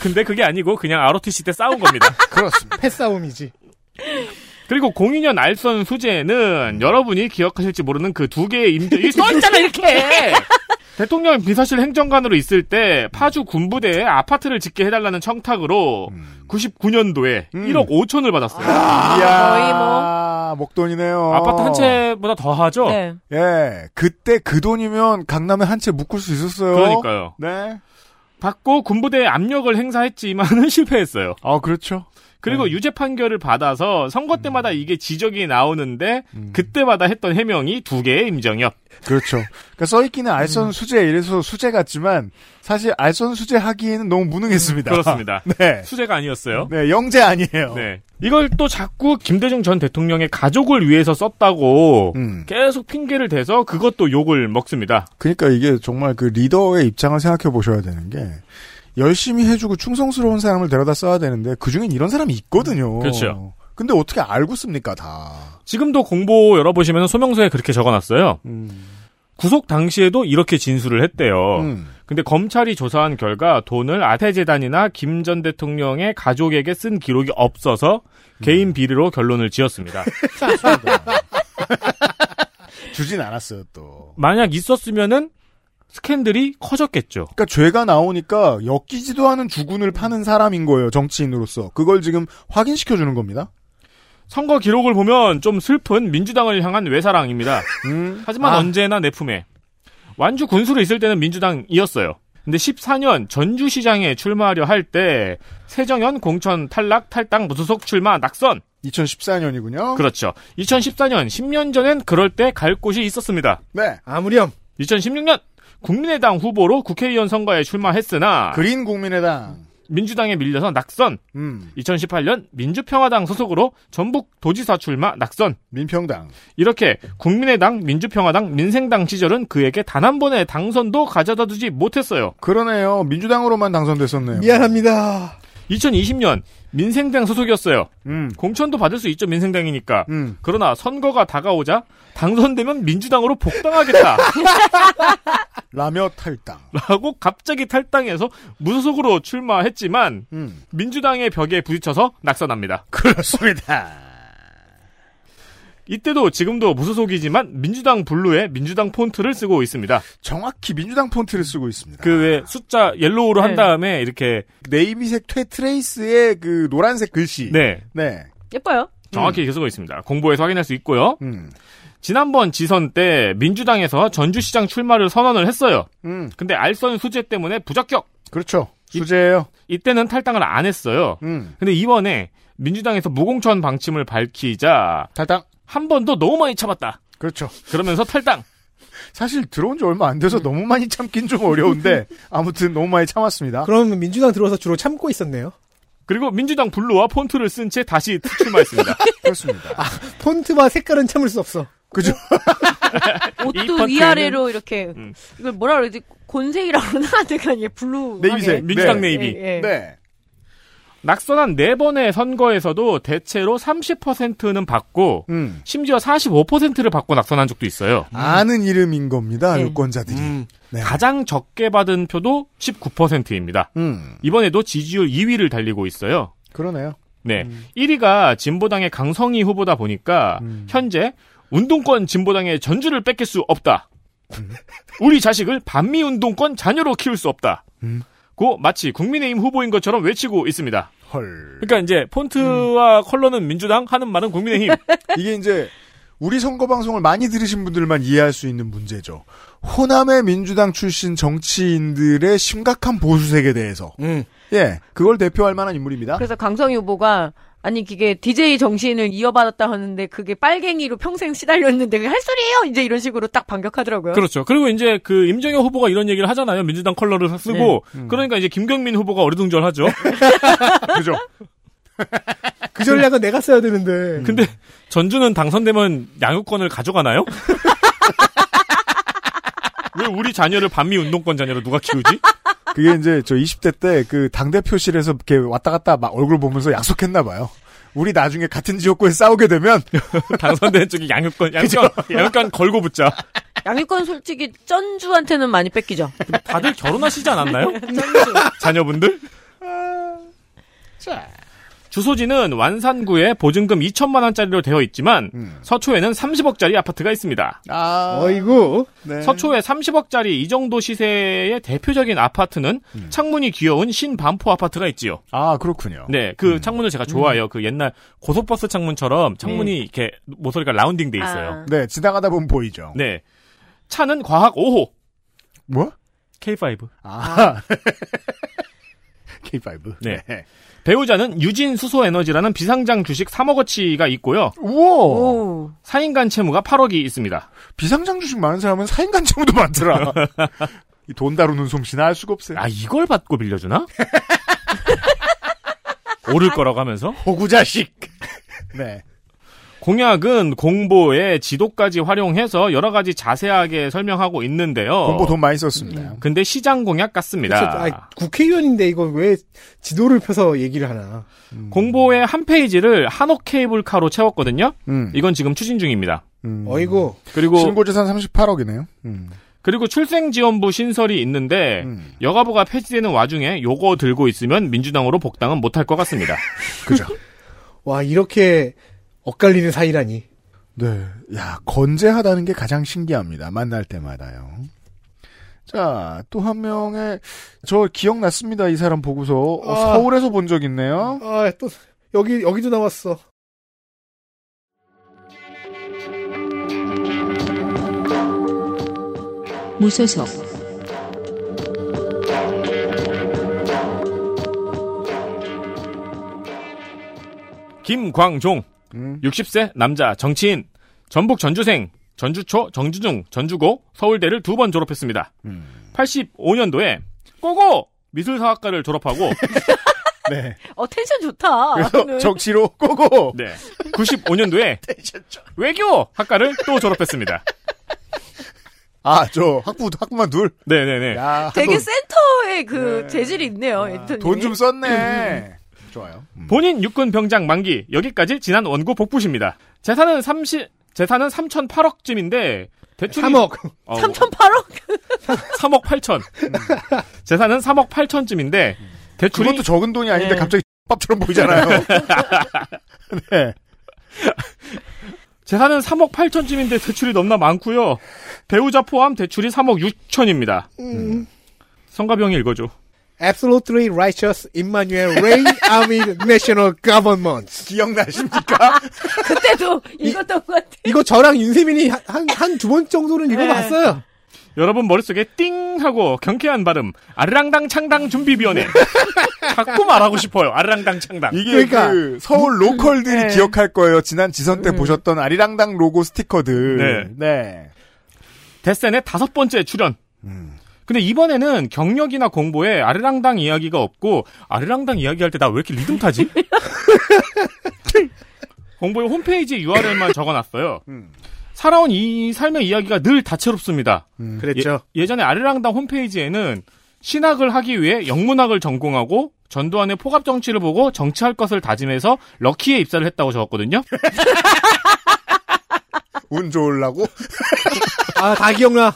Speaker 5: 근데 그게 아니고 그냥 ROTC 때 싸운 겁니다.
Speaker 2: 그렇습니다.
Speaker 4: 패싸움이지.
Speaker 5: 그리고 02년 알선 수재는 여러분이 기억하실지 모르는 그 두 개의 임대 이 써있잖아
Speaker 3: *laughs*
Speaker 5: 이렇게 *laughs* 대통령 비서실 행정관으로 있을 때 파주 군부대에 아파트를 짓게 해달라는 청탁으로 99년도에
Speaker 2: 음.
Speaker 5: 1억 5천을 받았어요.
Speaker 3: 거의 뭐.
Speaker 2: 아 목돈이네요.
Speaker 5: 아파트 한 채보다 더 하죠.
Speaker 3: 네.
Speaker 2: 예, 그때 그 돈이면 강남에 한 채 묶을 수 있었어요.
Speaker 5: 그러니까요.
Speaker 2: 네.
Speaker 5: 받고 군부대에 압력을 행사했지만은 *laughs* 실패했어요.
Speaker 2: 아 그렇죠.
Speaker 5: 그리고 유죄 판결을 받아서 선거 때마다 이게 지적이 나오는데 그때마다 했던 해명이 두 개의 임정엽.
Speaker 2: 그렇죠. 그러니까 써있기는 알선 수재 이래서 수재 같지만 사실 알선 수재 하기에는 너무 무능했습니다.
Speaker 5: 그렇습니다.
Speaker 2: *laughs* 네.
Speaker 5: *laughs* 수재가 아니었어요.
Speaker 2: 네, 영재 아니에요.
Speaker 5: 네. 이걸 또 자꾸 김대중 전 대통령의 가족을 위해서 썼다고
Speaker 2: 음.
Speaker 5: 계속 핑계를 대서 그것도 욕을 먹습니다.
Speaker 2: 그러니까 이게 정말 그 리더의 입장을 생각해 보셔야 되는 게 열심히 해주고 충성스러운 사람을 데려다 써야 되는데 그 중엔 이런 사람이 있거든요.
Speaker 5: 그렇죠.
Speaker 2: 근데 어떻게 알고 씁니까 다?
Speaker 5: 지금도 공보 열어보시면 소명서에 그렇게 적어놨어요. 구속 당시에도 이렇게 진술을 했대요.
Speaker 2: 음.
Speaker 5: 근데 검찰이 조사한 결과 돈을 아태재단이나 김 전 대통령의 가족에게 쓴 기록이 없어서
Speaker 2: 음.
Speaker 5: 개인 비리로 결론을 지었습니다. *laughs*
Speaker 2: 주진 않았어요 또.
Speaker 5: 만약 있었으면은 스캔들이 커졌겠죠.
Speaker 2: 그러니까 죄가 나오니까 엮이지도 않은 주군을 파는 사람인 거예요 정치인으로서 그걸 지금 확인시켜 주는 겁니다.
Speaker 5: 선거 기록을 보면 좀 슬픈 민주당을 향한 외사랑입니다.
Speaker 2: *laughs* 음.
Speaker 5: 하지만
Speaker 2: 아.
Speaker 5: 언제나 내 품에. 완주 군수로 있을 때는 민주당이었어요. 근데 14년 전주시장에 출마하려 할 때 세정현 공천 탈락 탈당 무소속 출마 낙선.
Speaker 2: 2014년이군요.
Speaker 5: 그렇죠. 2014년 10년 전엔 그럴 때 갈 곳이 있었습니다.
Speaker 2: 네.
Speaker 4: 아무렴
Speaker 5: 2016년 국민의당 후보로 국회의원 선거에 출마했으나
Speaker 2: 그린 국민의당.
Speaker 5: 민주당에 밀려서 낙선.
Speaker 2: 음.
Speaker 5: 2018년 민주평화당 소속으로 전북 도지사 출마 낙선.
Speaker 2: 민평당.
Speaker 5: 이렇게 국민의당, 민주평화당, 민생당 시절은 그에게 단 한 번의 당선도 가져다 두지 못했어요.
Speaker 2: 그러네요. 민주당으로만 당선됐었네요.
Speaker 5: 예.
Speaker 4: 미안합니다.
Speaker 5: 2020년 민생당 소속이었어요.
Speaker 2: 음.
Speaker 5: 공천도 받을 수 있죠, 민생당이니까.
Speaker 2: 음.
Speaker 5: 그러나 선거가 다가오자 당선되면 민주당으로 복당하겠다. *laughs*
Speaker 2: 라며 탈당.
Speaker 5: 라고 갑자기 탈당해서 무소속으로 출마했지만
Speaker 2: 음.
Speaker 5: 민주당의 벽에 부딪혀서 낙선합니다.
Speaker 2: 그렇습니다.
Speaker 5: 이때도 지금도 무소속이지만 민주당 블루에 민주당 폰트를 쓰고 있습니다.
Speaker 2: 정확히 민주당 폰트를 쓰고 있습니다.
Speaker 5: 그 왜 숫자 옐로우로 한
Speaker 3: 네.
Speaker 5: 다음에 이렇게
Speaker 2: 네이비색 퇴 트레이스의 그 노란색 글씨.
Speaker 5: 네
Speaker 2: 네.
Speaker 3: 예뻐요.
Speaker 5: 정확히 이렇게 쓰고 있습니다. 공보에서 확인할 수 있고요.
Speaker 2: 음.
Speaker 5: 지난번 지선 때 민주당에서 전주시장 출마를 선언을 했어요.
Speaker 2: 음.
Speaker 5: 근데 알선 수재 때문에 부적격.
Speaker 2: 그렇죠. 수제예요.
Speaker 5: 이때는 탈당을 안 했어요.
Speaker 2: 음.
Speaker 5: 근데 이번에 민주당에서 무공천 방침을 밝히자
Speaker 2: 탈당.
Speaker 5: 한 번도 너무 많이 참았다.
Speaker 2: 그렇죠.
Speaker 5: 그러면서 탈당.
Speaker 2: 사실 들어온 지 얼마 안 돼서 너무 많이 참긴 좀 *laughs* 어려운데 아무튼 너무 많이 참았습니다.
Speaker 4: 그럼 민주당 들어와서 주로 참고 있었네요.
Speaker 5: 그리고 민주당 블루와 폰트를 쓴 채 다시 출마했습니다. *laughs*
Speaker 2: 그렇습니다.
Speaker 4: 폰트와 색깔은 참을 수 없어.
Speaker 2: 그죠?
Speaker 5: 폰트에는-
Speaker 3: 옷도 위아래로 이렇게
Speaker 5: 음.
Speaker 3: 이걸 뭐라 그러지? 곤색이라고 *laughs* 그러나 하여간 얘 블루.
Speaker 2: 네이비색.
Speaker 5: 민주당
Speaker 2: 네.
Speaker 5: 아, 네이비.
Speaker 3: 예, 예.
Speaker 2: 네.
Speaker 5: 낙선한 네 번의 선거에서도 대체로 30%는 받고
Speaker 2: 음.
Speaker 5: 심지어 45%를 받고 낙선한 적도 있어요.
Speaker 2: 아는 이름인 겁니다.
Speaker 3: 네.
Speaker 2: 유권자들이.
Speaker 5: 음.
Speaker 2: 네.
Speaker 5: 가장 적게 받은 표도 19%입니다.
Speaker 2: 음.
Speaker 5: 이번에도 지지율 2위를 달리고 있어요.
Speaker 2: 그러네요.
Speaker 5: 네. 1위가 진보당의 강성희 후보다 보니까 현재 운동권 진보당의 전주를 뺏길 수 없다. 우리 자식을 반미 운동권 자녀로 키울 수 없다. 고 마치 국민의힘 후보인 것처럼 외치고 있습니다.
Speaker 2: 헐.
Speaker 5: 그러니까 이제 폰트와 컬러는 민주당 하는 말은 국민의힘.
Speaker 2: 이게 이제 우리 선거 방송을 많이 들으신 분들만 이해할 수 있는 문제죠. 호남의 민주당 출신 정치인들의 심각한 보수색에 대해서
Speaker 4: 음.
Speaker 2: 예 그걸 대표할 만한 인물입니다.
Speaker 3: 그래서 강성희 후보가 아니 그게 DJ 정신을 이어받았다 하는데 그게 빨갱이로 평생 시달렸는데 그게 할 소리예요. 이제 이런 식으로 딱
Speaker 2: 그러니까?
Speaker 3: 반격하더라고요.
Speaker 5: 그렇죠. 그리고 이제 그 임정혁 후보가 이런 얘기를 하잖아요. 민주당 컬러를 쓰고. 그러니까 이제 김경민 후보가 어리둥절하죠.
Speaker 2: 네. 음. *laughs* 그죠?
Speaker 4: 그 전략은 내가 써야 되는데.
Speaker 5: 근데 전주는 당선되면 양육권을
Speaker 2: *laughs*
Speaker 5: 가져가나요? 왜 우리 자녀를 반미 운동권 자녀로 누가 키우지?
Speaker 2: 그게 이제 저 20대 때 그 당대표실에서 이렇게 왔다 갔다 막 얼굴 보면서 약속했나 봐요. 우리 나중에 같은 지역구에 싸우게 되면
Speaker 5: 당선된 쪽이 양육권, 양육권, 양육권 걸고 붙자.
Speaker 3: 양육권 솔직히 전주한테는 많이 뺏기죠.
Speaker 5: 아, 다들
Speaker 2: *laughs*
Speaker 5: 결혼하시지 않았나요?
Speaker 3: 전주.
Speaker 5: 자녀분들?
Speaker 2: 아,
Speaker 5: 주소지는 완산구에 보증금 2천만 원짜리로 되어 있지만
Speaker 2: 음.
Speaker 5: 서초에는 30억짜리 아파트가 있습니다.
Speaker 2: 아
Speaker 4: 어이구.
Speaker 5: 서초에 30억짜리 이 정도 시세의 대표적인 아파트는 창문이 귀여운 신반포 아파트가 있지요.
Speaker 2: 아 그렇군요.
Speaker 5: 네, 그 창문을 제가 좋아해요. 그 옛날 고속버스 창문처럼 창문이 이렇게 모서리가 라운딩돼 있어요.
Speaker 3: 아.
Speaker 2: 네 지나가다 보면 보이죠.
Speaker 5: 네. 차는 과학 5호
Speaker 2: 뭐?
Speaker 5: K5.
Speaker 2: 아 K5.
Speaker 5: 네. 배우자는 유진 수소 에너지라는 비상장 주식 3억어치가 있고요.
Speaker 2: 우와!
Speaker 3: 오.
Speaker 5: 4인간 채무가 8억이 있습니다.
Speaker 2: 비상장 주식 많은 사람은 4인간 채무도 많더라. 이 돈 다루는 솜씨나 알 수가 없어요.
Speaker 5: 아, 이걸 받고 *laughs* 빌려주나? 오를 거라고 하면서?
Speaker 2: 호구자식! 네.
Speaker 5: 공약은 공보에 지도까지 활용해서 여러 가지 자세하게 설명하고 있는데요.
Speaker 2: 공보 돈 많이 썼습니다.
Speaker 5: 근데 시장 공약 같습니다.
Speaker 4: 그쵸? 아이, 국회의원인데 이거 왜 지도를 펴서 얘기를 하나.
Speaker 5: 공보의 한 페이지를 한옥 케이블카로 채웠거든요.
Speaker 2: 음.
Speaker 5: 이건 지금 추진 중입니다.
Speaker 2: 음.
Speaker 4: 어이구.
Speaker 5: 그리고
Speaker 2: 신고재산 38억이네요. 음.
Speaker 5: 그리고 출생지원부 신설이 있는데
Speaker 2: 음.
Speaker 5: 여가부가 폐지되는 와중에 요거 들고 있으면 민주당으로 복당은 못할 것 같습니다.
Speaker 2: 그죠.
Speaker 4: 와, 이렇게 엇갈리는 사이라니.
Speaker 2: 네. 야, 건재하다는 게 가장 신기합니다. 만날 때마다요. 자, 또 한 명의, 저 기억났습니다. 이 사람 보고서. 어,
Speaker 4: 아.
Speaker 2: 서울에서 본 적 있네요.
Speaker 4: 아, 또, 여기, 여기도 나왔어.
Speaker 1: 무소속
Speaker 5: 김광종
Speaker 2: 음.
Speaker 5: 60세 남자 정치인 전북 전주생 전주초 정주중 전주고 서울대를 두 번 졸업했습니다.
Speaker 2: 음.
Speaker 5: 85년도에 꼬고 미술사학과를
Speaker 2: *laughs*
Speaker 5: 졸업하고
Speaker 2: 네.
Speaker 3: 어, 텐션 좋다.
Speaker 2: 그래서 *laughs* 적시로 꼬고.
Speaker 5: 네. 95년도에 외교 학과를 또 졸업했습니다.
Speaker 2: 아, 저 학부, 학부만 둘.
Speaker 5: 네네네.
Speaker 2: 야,
Speaker 3: 되게 센터의 그 재질이
Speaker 5: 아,
Speaker 3: 있네요, 앤토니.
Speaker 2: 돈좀 썼네. 좋아요. 음.
Speaker 5: 본인 육군 병장 만기 여기까지 지난 원고 복부십니다. 재산은 30 재산은 3,008억쯤인데 대출이 어,
Speaker 4: 3억.
Speaker 3: 3,800억?
Speaker 5: 3억 8천. 재산은 3억 8천쯤인데 대출이
Speaker 2: 그것도 적은 돈이 아닌데
Speaker 3: 네.
Speaker 2: 갑자기 *laughs* 밥처럼 보이잖아요. 네.
Speaker 5: 재산은 3억 8천쯤인데 대출이 넘나 많고요. 배우자 포함 대출이 3억 6천입니다. 성가병이 읽어줘.
Speaker 4: Absolutely righteous Emmanuel Ray Army National Government.
Speaker 2: 기억나십니까?
Speaker 3: 그때도 읽었던 것 같아.
Speaker 4: 이거 저랑 윤세민이 한, 한 두 번 정도는 읽어봤어요.
Speaker 5: 여러분 머릿속에 띵 하고 경쾌한 발음 아르랑당 창당 준비위원회 *laughs* 자꾸 말하고 싶어요. 아르랑당 창당.
Speaker 2: 이게
Speaker 4: 그러니까.
Speaker 2: 그 서울 로컬들이
Speaker 3: 네.
Speaker 2: 기억할 거예요. 지난 지선 때 보셨던 아리랑당 로고 스티커들. 네.
Speaker 5: 데센의 다섯 번째 출연.
Speaker 2: 음.
Speaker 5: 근데 이번에는 경력이나 공보에 아르랑당 이야기가 없고 아르랑당 이야기할 때 나 왜 이렇게 리듬 타지? 공보의 홈페이지 URL만 적어놨어요.
Speaker 2: 음.
Speaker 5: 살아온 이 삶의 이야기가 늘 다채롭습니다.
Speaker 4: 음. 그랬죠.
Speaker 5: 예, 전에 아르랑당 홈페이지에는 신학을 하기 위해 영문학을 전공하고 전두환의 포갑 정치를 보고 정치할 것을 다짐해서 럭키에 입사를 했다고 적었거든요.
Speaker 2: 운 좋으려고?
Speaker 4: 아, 다 기억나.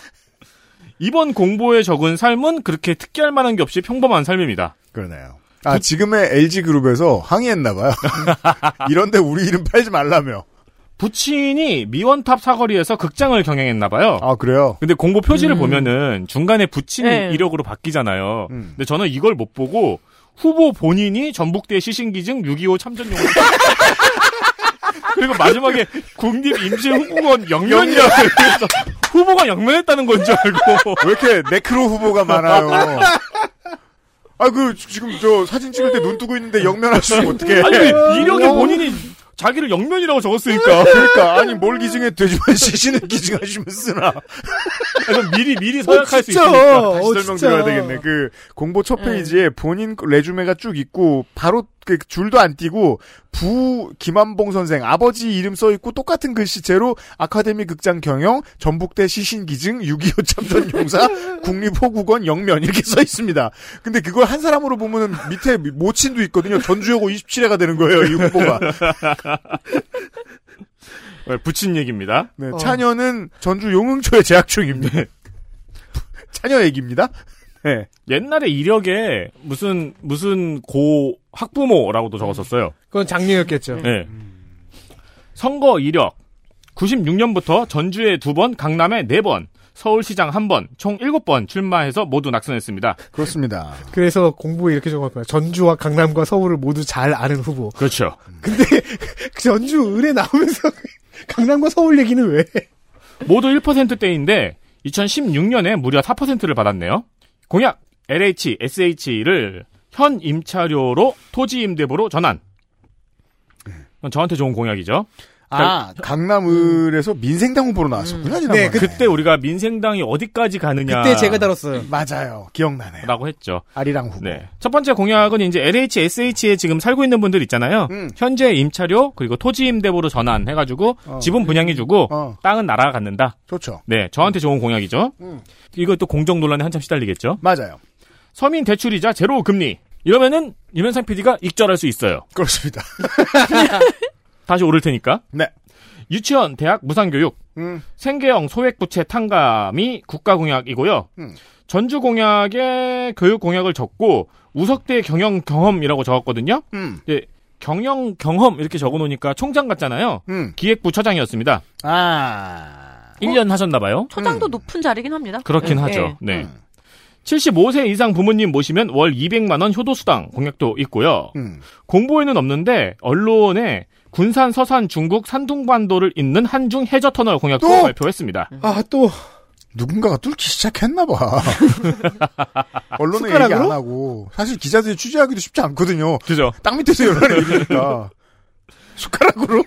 Speaker 5: 이번 공보에 적은 삶은 그렇게 특기할 만한 게 없이 평범한 삶입니다.
Speaker 2: 그러네요. 아, 지금의 LG그룹에서 항의했나봐요. 이런데 우리 이름 팔지 말라며.
Speaker 5: 부친이 미원탑 사거리에서 극장을 경영했나 봐요.
Speaker 2: 아, 그래요?
Speaker 5: 근데 공보 표지를 보면은 중간에 부친이
Speaker 3: 네.
Speaker 5: 이력으로 바뀌잖아요.
Speaker 2: 음.
Speaker 5: 근데 저는 이걸 못 보고 후보 본인이 전북대 시신기증 6.25 참전용으로 그리고 마지막에 국립임실후보원 영면이라고 해서 후보가 영면했다는 건 줄 알고
Speaker 2: 왜 이렇게 네크로 후보가 많아요? 아, 그, 지금 저 사진 찍을 때 눈 뜨고 있는데 영면하시면 예. 어떡해.
Speaker 5: 아니 그 이력에 본인이 자기를 영면이라고 적었으니까
Speaker 2: 그러니까, 아니, 뭘 기증해도 되지만 시신은 기증하시면 쓰나.
Speaker 5: 그래서 미리 미리 서약할 수
Speaker 4: 진짜.
Speaker 5: 있으니까
Speaker 2: 다시
Speaker 4: 어,
Speaker 2: 설명드려야
Speaker 4: 진짜.
Speaker 2: 되겠네. 그 공보 첫 페이지에 본인 레주메가 쭉 있고 바로 그 줄도 안 띄고 부 김한봉 선생 아버지 이름 써 있고 똑같은 글씨체로 아카데미 극장 경영 전북대 시신 기증 6.25
Speaker 4: *laughs*
Speaker 2: 참전 용사 국립호국원 영면 이렇게 써 있습니다. 근데 그걸 한 사람으로 보면은 밑에 모친도 있거든요. 전주여고 27회가 되는 거예요. 이 후보가.
Speaker 5: 네, 부친 얘기입니다. 네.
Speaker 2: 네, 차녀는 전주 용흥초에 재학 중입니다. 차녀 얘기입니다. 네.
Speaker 5: 옛날에 이력에 무슨 무슨 고 학부모라고도 적었었어요.
Speaker 4: 그건 장례였겠죠.
Speaker 5: 네. 선거 이력 96년부터 전주에 두 번, 강남에 네 번, 서울시장 한 번, 총 일곱 번 출마해서 모두 낙선했습니다.
Speaker 2: 그렇습니다.
Speaker 4: 그래서 공부에 이렇게 적었구나. 전주와 강남과 서울을 모두 잘 아는 후보. 그
Speaker 5: 그렇죠.
Speaker 4: 전주 을에 나오면서 *laughs* 강남과 서울 얘기는 왜?
Speaker 5: 모두 1%대인데 2016년에 무려 4%를 받았네요. 공약 LH, SH를 현 임차료로 토지 임대부로 전환.
Speaker 4: 네.
Speaker 5: 이건 저한테 좋은 공약이죠.
Speaker 2: 아, 강남을에서 민생당 후보로 나왔었구나, 지난번에.
Speaker 4: 네, 그-
Speaker 5: 그때 우리가 민생당이 어디까지 가느냐.
Speaker 4: 그때 제가 다뤘어요.
Speaker 2: 네, 맞아요. 기억나네요.
Speaker 5: 라고 했죠.
Speaker 2: 아리랑 후보.
Speaker 5: 네. 첫 번째 공약은 이제 LHSH에 지금 살고 있는 분들 있잖아요.
Speaker 2: 음.
Speaker 5: 현재 임차료 그리고 토지 임대부로 전환해가지고
Speaker 2: 어.
Speaker 5: 지분 분양해주고
Speaker 2: 어,
Speaker 5: 땅은 나라가 갖는다.
Speaker 2: 좋죠.
Speaker 5: 네, 저한테 좋은 공약이죠.
Speaker 2: 음.
Speaker 5: 이것도 공정 논란에 한참 시달리겠죠.
Speaker 2: 맞아요.
Speaker 5: 서민 대출이자 제로 금리. 이러면은 유면상 PD가 익절할 수 있어요.
Speaker 2: 그렇습니다.
Speaker 5: 다시 오를 테니까.
Speaker 2: 네.
Speaker 5: 유치원, 대학, 무상교육,
Speaker 2: 음,
Speaker 5: 생계형 소액부채 탕감이 국가공약이고요.
Speaker 2: 음.
Speaker 5: 전주공약에 교육공약을 적고 우석대 경영 경험이라고 적었거든요.
Speaker 2: 음,
Speaker 5: 경영 경험 이렇게 적어놓으니까 총장 같잖아요.
Speaker 2: 음.
Speaker 5: 기획부 처장이었습니다.
Speaker 2: 어? 아.
Speaker 5: 1년 하셨나봐요.
Speaker 3: 초장도
Speaker 2: 음.
Speaker 3: 높은 자리긴 합니다.
Speaker 5: 그렇긴
Speaker 3: 예,
Speaker 5: 하죠.
Speaker 3: 예.
Speaker 5: 네.
Speaker 2: 음.
Speaker 5: 75세 이상 부모님 모시면 월 200만원 효도수당 공약도 있고요.
Speaker 2: 음.
Speaker 5: 공보에는 없는데 언론에 군산, 서산, 중국, 산둥반도를 잇는 한중 해저터널 공약도
Speaker 2: 또? 음.
Speaker 5: 발표했습니다.
Speaker 4: 아, 또,
Speaker 2: 누군가가 뚫기 시작했나
Speaker 4: *laughs*
Speaker 2: 봐. 언론에 얘기
Speaker 4: 숟가락으로?
Speaker 2: 안 하고. 사실 기자들이 취재하기도 쉽지 않거든요.
Speaker 5: 그죠?
Speaker 2: 땅 밑에서
Speaker 4: *laughs*
Speaker 2: 열하는 얘기니까. 숟가락으로?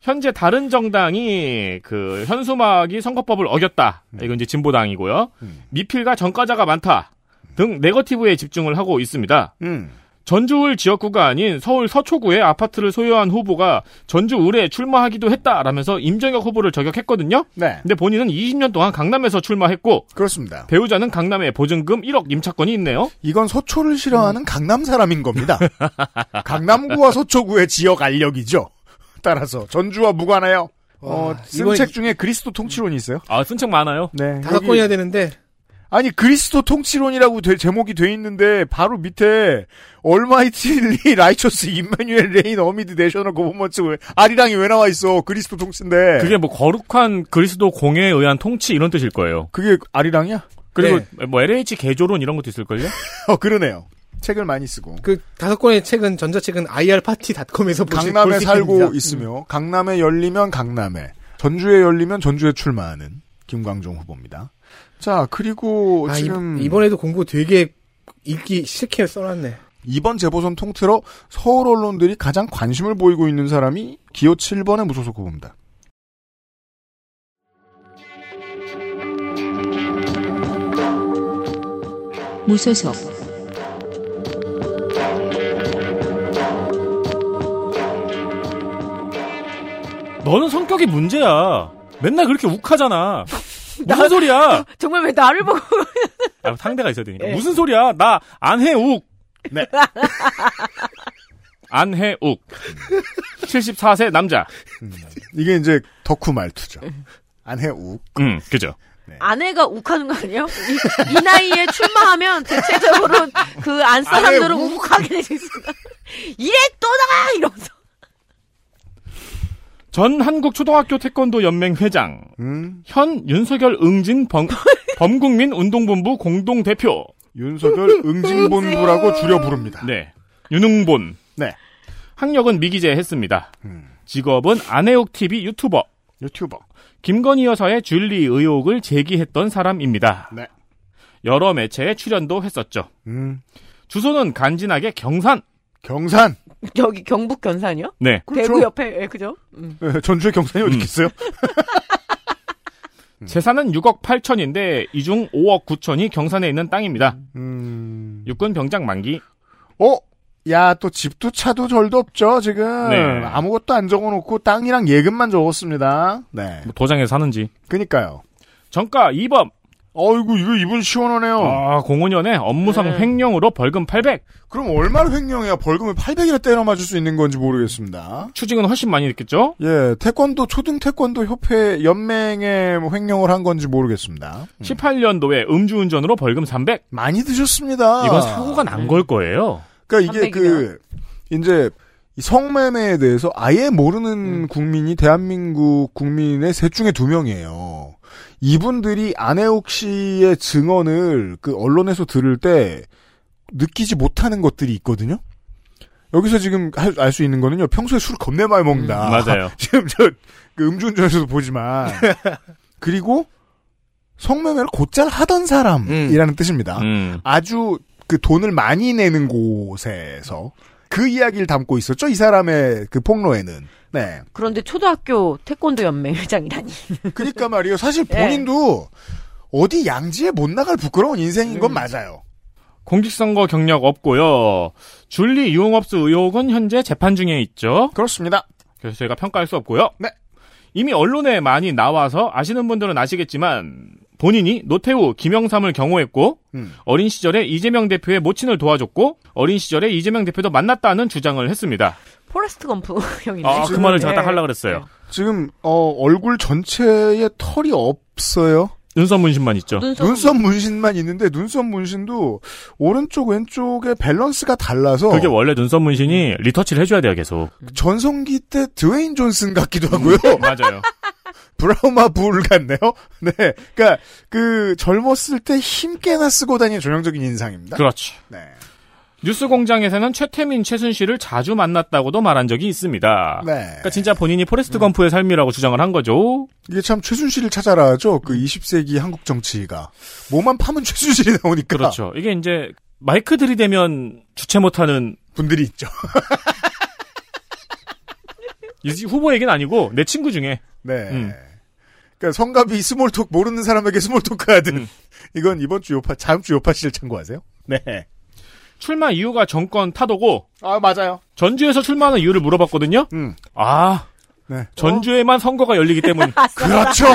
Speaker 5: 현재 다른 정당이 그 현수막이 선거법을 어겼다. 이건 이제 진보당이고요.
Speaker 2: 음.
Speaker 5: 미필과 전과자가 많다. 등 네거티브에 집중을 하고 있습니다.
Speaker 2: 음.
Speaker 5: 전주울 지역구가 아닌 서울 서초구에 아파트를 소유한 후보가 전주울에 출마하기도 했다라면서 임정혁 후보를 저격했거든요.
Speaker 2: 네.
Speaker 5: 근데 본인은 20년 동안 강남에서 출마했고
Speaker 2: 그렇습니다.
Speaker 5: 배우자는 강남에 보증금 1억 임차권이 있네요.
Speaker 2: 이건 서초를
Speaker 4: 음.
Speaker 2: 싫어하는 강남 사람인 겁니다. 강남구와 서초구의 지역 알력이죠. 따라서 전주와 무관해요. 어,
Speaker 4: 와,
Speaker 2: 쓴
Speaker 4: 아, 이거
Speaker 2: 책 중에 그리스도 통치론이 있어요.
Speaker 5: 아, 쓴 책 많아요.
Speaker 2: 네.
Speaker 4: 다섯
Speaker 2: 여기-
Speaker 4: 권 해야 되는데,
Speaker 2: 아니 그리스도 통치론이라고 돼- 제목이 돼 있는데 바로 밑에 얼마이티리 *laughs* 라이처스 임마뉴엘 레인 어미드 내셔널 고버먼츠 왜- 아리랑이 왜 나와 있어? 그리스도 통치인데.
Speaker 5: 그게 뭐 거룩한 그리스도 공회에 의한 통치 이런 뜻일 거예요.
Speaker 2: 그게 아리랑이야? *laughs*
Speaker 5: 그리고 뭐 LH 개조론 이런 것도 있을걸요?
Speaker 2: 어 그러네요. 책을 많이 쓰고.
Speaker 4: 그 다섯 권의 책은, 전자책은 irparty.com에서 보실
Speaker 2: 강남에
Speaker 4: 볼수
Speaker 2: 살고
Speaker 4: 있습니다. 음.
Speaker 2: 있으며 강남에 열리면 강남에 전주에 열리면 전주에 출마하는 김광종 후보입니다. 자 그리고
Speaker 4: 아,
Speaker 2: 어, 지금
Speaker 4: 이, 번에도 공부 되게 읽기 싫게 써놨네.
Speaker 2: 이번 재보선 통틀어 서울 언론들이 가장 관심을 보이고 있는 사람이 기호 7번의 무소속 후보입니다.
Speaker 1: 무소속
Speaker 5: 너는 성격이 문제야. 맨날 그렇게 욱하잖아. 무슨 소리야?
Speaker 3: 정말 왜 나를 보고
Speaker 5: 아, 상대가
Speaker 2: 예.
Speaker 5: 있어야 되니까. 무슨 소리야? 나 안 해 욱.
Speaker 2: *laughs* 네.
Speaker 5: 안 해 욱. 74세 남자.
Speaker 2: 이게 이제 덕후 말투죠. 안해욱.
Speaker 5: 음, 그죠.
Speaker 3: 아내가 욱하는 거 아니에요? 이, 이 나이에 출마하면 대체적으로 그 안 사람들은
Speaker 2: 아내가
Speaker 3: 욱하게 되어 있습니다. 이래 또 나가! 이러면서.
Speaker 5: 전 한국 초등학교 태권도 연맹 회장.
Speaker 2: 음,
Speaker 5: 현 윤석열
Speaker 2: *laughs*
Speaker 5: 응징 범, 범국민 운동본부 공동 대표.
Speaker 2: 윤석열 응징본부라고 줄여 부릅니다.
Speaker 5: 네. 윤응본.
Speaker 2: 네.
Speaker 5: 학력은 미기재했습니다.
Speaker 2: 음,
Speaker 5: 직업은 안해욱 TV 유튜버.
Speaker 2: 유튜버.
Speaker 5: 김건희 여사의 줄리 의혹을 제기했던 사람입니다.
Speaker 2: 네.
Speaker 5: 여러 매체에 출연도 했었죠.
Speaker 2: 음,
Speaker 5: 주소는 간지나게 경산.
Speaker 2: 경산. *laughs*
Speaker 3: 여기 경북 견산이요?
Speaker 5: 네.
Speaker 2: 그렇죠.
Speaker 3: 대구 옆에, 예, 그죠? 음.
Speaker 2: 네, 전주에 경산이 어디
Speaker 5: 음.
Speaker 2: 있겠어요?
Speaker 5: 재산은 6억 8천인데 이 중 5억 9천이 경산에 있는 땅입니다.
Speaker 2: 음,
Speaker 5: 육군 병장 만기.
Speaker 2: 어? 야, 또 집도 차도 절도 없죠, 지금.
Speaker 5: 네.
Speaker 2: 아무것도 안 적어놓고 땅이랑 예금만 적었습니다. 네.
Speaker 5: 뭐 도장에 사는지.
Speaker 2: 그니까요.
Speaker 5: 정가 2범.
Speaker 2: 어이구, 이거 이분 시원하네요.
Speaker 5: 아, 05년에 업무상
Speaker 3: 네.
Speaker 5: 횡령으로 벌금 800.
Speaker 2: 그럼 얼마나 횡령해야 벌금을 800이나 때려 맞을 수 있는 건지 모르겠습니다.
Speaker 5: 추징은 훨씬 많이 됐겠죠?
Speaker 2: 예, 태권도, 초등 태권도 협회 연맹에 뭐 횡령을 한 건지 모르겠습니다. 음.
Speaker 5: 18년도에 음주운전으로 벌금 네. 300.
Speaker 2: 많이 드셨습니다.
Speaker 5: 아. 이건 사고가 난 걸 거예요.
Speaker 2: 그러니까 이게 그 이제 이 성매매에 대해서 아예 모르는 국민이 대한민국 국민의 셋 중에 두 명이에요. 이분들이 안혜옥 씨의 증언을 그 언론에서 들을 때 느끼지 못하는 것들이 있거든요. 여기서 지금 알 수 있는 거는요. 평소에 술을 겁내 많이 먹는다.
Speaker 5: 음, 맞아요.
Speaker 2: *laughs* 지금 저그 음주운전에서도
Speaker 5: *laughs*
Speaker 2: 보지만 그리고 성매매를 곧잘 하던 사람이라는 뜻입니다.
Speaker 5: 음.
Speaker 2: 아주 그 돈을 많이 내는 곳에서 그 이야기를 담고 있었죠. 이 사람의 그 폭로에는. 네.
Speaker 3: 그런데 초등학교 태권도 연맹 회장이라니.
Speaker 2: *laughs* 그러니까 말이에요. 사실 본인도 어디 양지에 못 나갈 부끄러운 인생인 건 맞아요.
Speaker 5: 공직선거 경력 없고요. 줄리 유흥업소 의혹은 현재 재판 중에 있죠.
Speaker 2: 그렇습니다.
Speaker 5: 그래서 저희가 평가할 수 없고요.
Speaker 2: 네.
Speaker 5: 이미 언론에 많이 나와서 아시는 분들은 아시겠지만 본인이 노태우, 김영삼을 경호했고
Speaker 2: 음.
Speaker 5: 어린 시절에 이재명 대표의 모친을 도와줬고 어린 시절에 이재명 대표도 만났다는 주장을 했습니다.
Speaker 3: 포레스트 검프 *laughs* 형이네.
Speaker 5: 아, 그 말을 제가
Speaker 3: 네.
Speaker 5: 딱 하려고 그랬어요.
Speaker 2: 지금 어, 얼굴 전체에 털이 없어요.
Speaker 5: 눈썹 문신만 있죠.
Speaker 3: 눈썹. 뭐.
Speaker 2: 눈썹 문신만 있는데 눈썹 문신도 오른쪽 왼쪽의 밸런스가 달라서
Speaker 5: 그게 뭐- 원래 눈썹 문신이 리터치를 해줘야 돼요, 계속.
Speaker 2: 전성기 때 드웨인 존슨 같기도
Speaker 5: *laughs*
Speaker 2: 하고요. *laughs*
Speaker 5: 맞아요.
Speaker 2: 브라우마 불 같네요. *laughs* 네. 그러니까 그 젊었을 때 힘 꽤나 쓰고 다니는 전형적인 인상입니다.
Speaker 5: 그렇죠.
Speaker 2: 네.
Speaker 5: 뉴스 공장에서는 최태민, 최순실을 자주 만났다고도 말한 적이 있습니다.
Speaker 2: 네.
Speaker 5: 그러니까 진짜 본인이 포레스트 검프의 삶이라고 주장을 한 거죠.
Speaker 2: 이게 참 최순실을 찾아라죠.
Speaker 5: 음.
Speaker 2: 그 20세기 한국 정치가 뭐만 파면 *laughs* 최순실이 나오니까
Speaker 5: 그렇죠. 이게 이제 마이크 들이대면 주체 못하는
Speaker 2: 분들이 있죠.
Speaker 5: 이 후보 얘기는 아니고 내 친구 중에
Speaker 2: 네.
Speaker 5: 음.
Speaker 2: 그러니까 성갑이 스몰톡 모르는 사람에게 스몰톡 하든
Speaker 5: 음.
Speaker 2: 이건 이번 주 요파 다음 주 요파 씨를 참고하세요. 네.
Speaker 5: 출마 이유가 정권 타도고
Speaker 2: 아 맞아요.
Speaker 5: 전주에서 출마하는 이유를 물어봤거든요.
Speaker 2: 음.
Speaker 5: 아,
Speaker 2: 네.
Speaker 5: 전주에만 선거가
Speaker 2: *laughs*
Speaker 5: 열리기 때문.
Speaker 2: 그렇죠.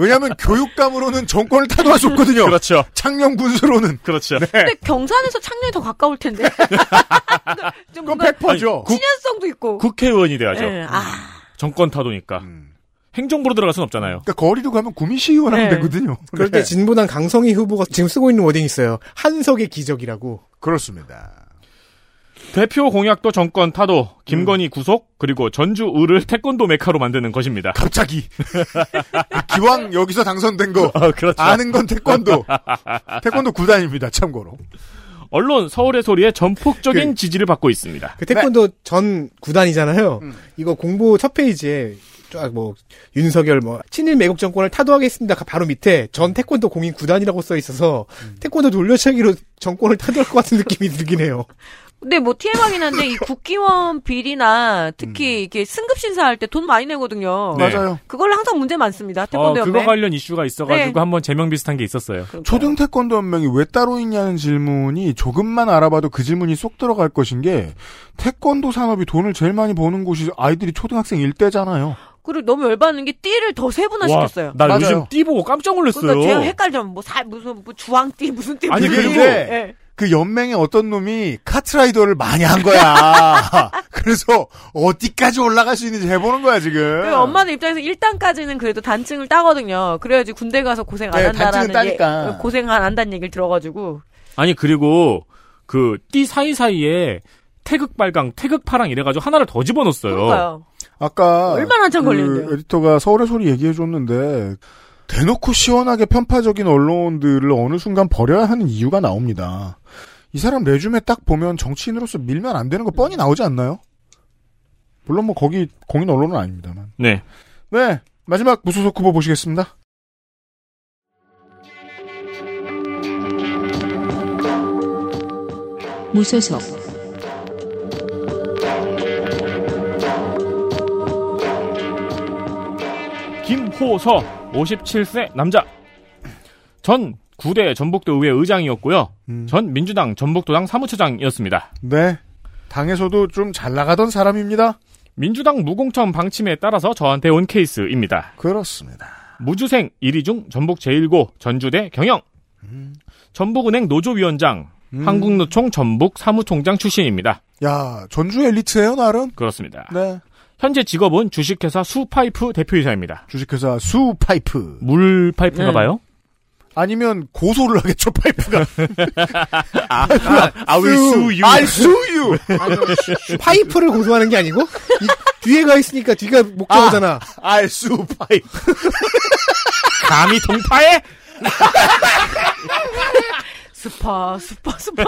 Speaker 2: 왜냐하면 교육감으로는 정권을 타도할 수 없거든요.
Speaker 5: 그렇죠.
Speaker 2: 창녕 군수로는
Speaker 5: 그렇죠.
Speaker 2: 네.
Speaker 3: 근데 경산에서 창녕이 더 가까울 *laughs* 텐데. 좀
Speaker 2: 그건
Speaker 3: 뭔가
Speaker 2: 100%죠.
Speaker 3: 친연성도 있고.
Speaker 5: 국회의원이 돼야죠.
Speaker 3: 예,
Speaker 5: 음.
Speaker 3: 아,
Speaker 5: 정권 타도니까.
Speaker 2: 음.
Speaker 5: 행정부로 들어갈 순 없잖아요.
Speaker 2: 그러니까 거리로 가면 구미시의원 하면
Speaker 3: 네. *laughs*
Speaker 2: 되거든요.
Speaker 4: 그럴 때 진보당 강성희 후보가 지금 쓰고 있는 워딩이 있어요. 한석의 기적이라고.
Speaker 2: 그렇습니다.
Speaker 5: 대표 공약도 정권 타도, 김건희
Speaker 2: 음.
Speaker 5: 구속, 그리고 전주 을을 태권도 메카로 만드는 것입니다.
Speaker 2: *laughs* 갑자기 기왕 여기서 당선된 *laughs* 거
Speaker 5: 어, 그렇죠.
Speaker 2: 아는 건 태권도 *laughs* 태권도 구단입니다. 참고로
Speaker 5: 언론 서울의 소리에 전폭적인
Speaker 2: 그-
Speaker 5: 지지를 받고 있습니다.
Speaker 4: 그 태권도
Speaker 2: 네.
Speaker 4: 전 구단이잖아요.
Speaker 2: 음.
Speaker 4: 이거 공보 첫 페이지에 쫙 뭐 윤석열 뭐 친일 매국 정권을 타도하겠습니다. 바로 밑에 전 태권도 공인 구단이라고 써 있어서
Speaker 2: 음.
Speaker 4: 태권도 돌려차기로 정권을 타도할 것 같은 느낌이 들긴 해요.
Speaker 3: 근데 뭐 TMI긴 한데 이 국기원 비리나 특히 이게 승급 신사할 때 돈 많이 내거든요.
Speaker 5: 네.
Speaker 2: 맞아요.
Speaker 3: 그걸 항상 문제 많습니다. 태권도
Speaker 5: 어,
Speaker 3: 연맹.
Speaker 5: 그거 관련 이슈가
Speaker 3: 네.
Speaker 5: 있어가지고 한번 제명 비슷한 게 있었어요.
Speaker 3: 그러니까요.
Speaker 2: 초등 태권도 연맹이 왜 따로 있냐는 질문이 조금만 알아봐도 그 질문이 쏙 들어갈 것인 게 태권도 산업이 돈을 제일 많이 버는 곳이 아이들이 초등학생 일대잖아요.
Speaker 3: 그리고 너무 열받는 게 띠를 더 세분화시켰어요.
Speaker 5: 나
Speaker 2: 맞아요.
Speaker 5: 요즘 띠 보고 깜짝 놀랐어요.
Speaker 3: 그러니까 제가 헷갈려. 뭐 사, 무슨 뭐 주황띠 무슨 띠
Speaker 5: 아니,
Speaker 3: 무슨 띠.
Speaker 5: 그리고-
Speaker 3: 예.
Speaker 2: 그 연맹의 어떤 놈이 카트라이더를 많이 한 거야. *laughs* 그래서 어디까지 올라갈 수 있는지 해보는 거야 지금.
Speaker 3: 그리고 엄마는 입장에서 1단까지는 그래도 단층을 따거든요. 그래야지 군대 가서 고생 안
Speaker 2: 네,
Speaker 3: 한다라는
Speaker 2: 단층은 따니까.
Speaker 3: 얘- 고생 안 한다는 얘기를 들어가지고
Speaker 5: 아니 그리고 그 띠 사이 사이에 태극 빨강, 태극 파랑 이래가지고 하나를 더 집어넣었어요.
Speaker 3: 그런가요?
Speaker 2: 아까
Speaker 3: 얼마나 한참
Speaker 2: 그
Speaker 3: 걸리는데요?
Speaker 2: 에디터가 서울의 소리 얘기해 줬는데 대놓고 시원하게 편파적인 언론들을 어느 순간 버려야 하는 이유가 나옵니다. 이 사람 레주메 딱 보면 정치인으로서 밀면 안 되는 거 뻔히 나오지 않나요? 물론 뭐 거기 공인 언론은 아닙니다만.
Speaker 5: 네.
Speaker 2: 네 마지막 무소속 후보 보시겠습니다.
Speaker 1: 무소속
Speaker 5: 김호서 57세 남자. 전 구대 전북도 의회 의장이었고요.
Speaker 2: 음.
Speaker 5: 전 민주당 전북도당 사무처장이었습니다.
Speaker 2: 네 당에서도 좀 잘 나가던 사람입니다.
Speaker 5: 민주당 무공천 방침에 따라서 저한테 온 케이스입니다.
Speaker 2: 그렇습니다.
Speaker 5: 무주생 1위 중 전북 제1고 전주대 경영 전북은행 노조위원장 한국노총 전북 사무총장 출신입니다.
Speaker 2: 야 전주 엘리트예요 나름.
Speaker 5: 그렇습니다.
Speaker 2: 네
Speaker 5: 현재 직업은 주식회사 수파이프 대표이사입니다.
Speaker 2: 주식회사 수 파이프.
Speaker 5: 물 파이프인가
Speaker 3: 네.
Speaker 5: 봐요.
Speaker 2: 아니면 고소를 하겠죠 *laughs* 파이프가. 아,
Speaker 5: I will sue you.
Speaker 2: I sue you.
Speaker 4: 파이프를 고소하는 게 아니고 이 뒤에 가 있으니까 뒤가 목적어잖아.
Speaker 2: I sue 파이프.
Speaker 5: 감히 동파해?
Speaker 3: 스파 스파 스파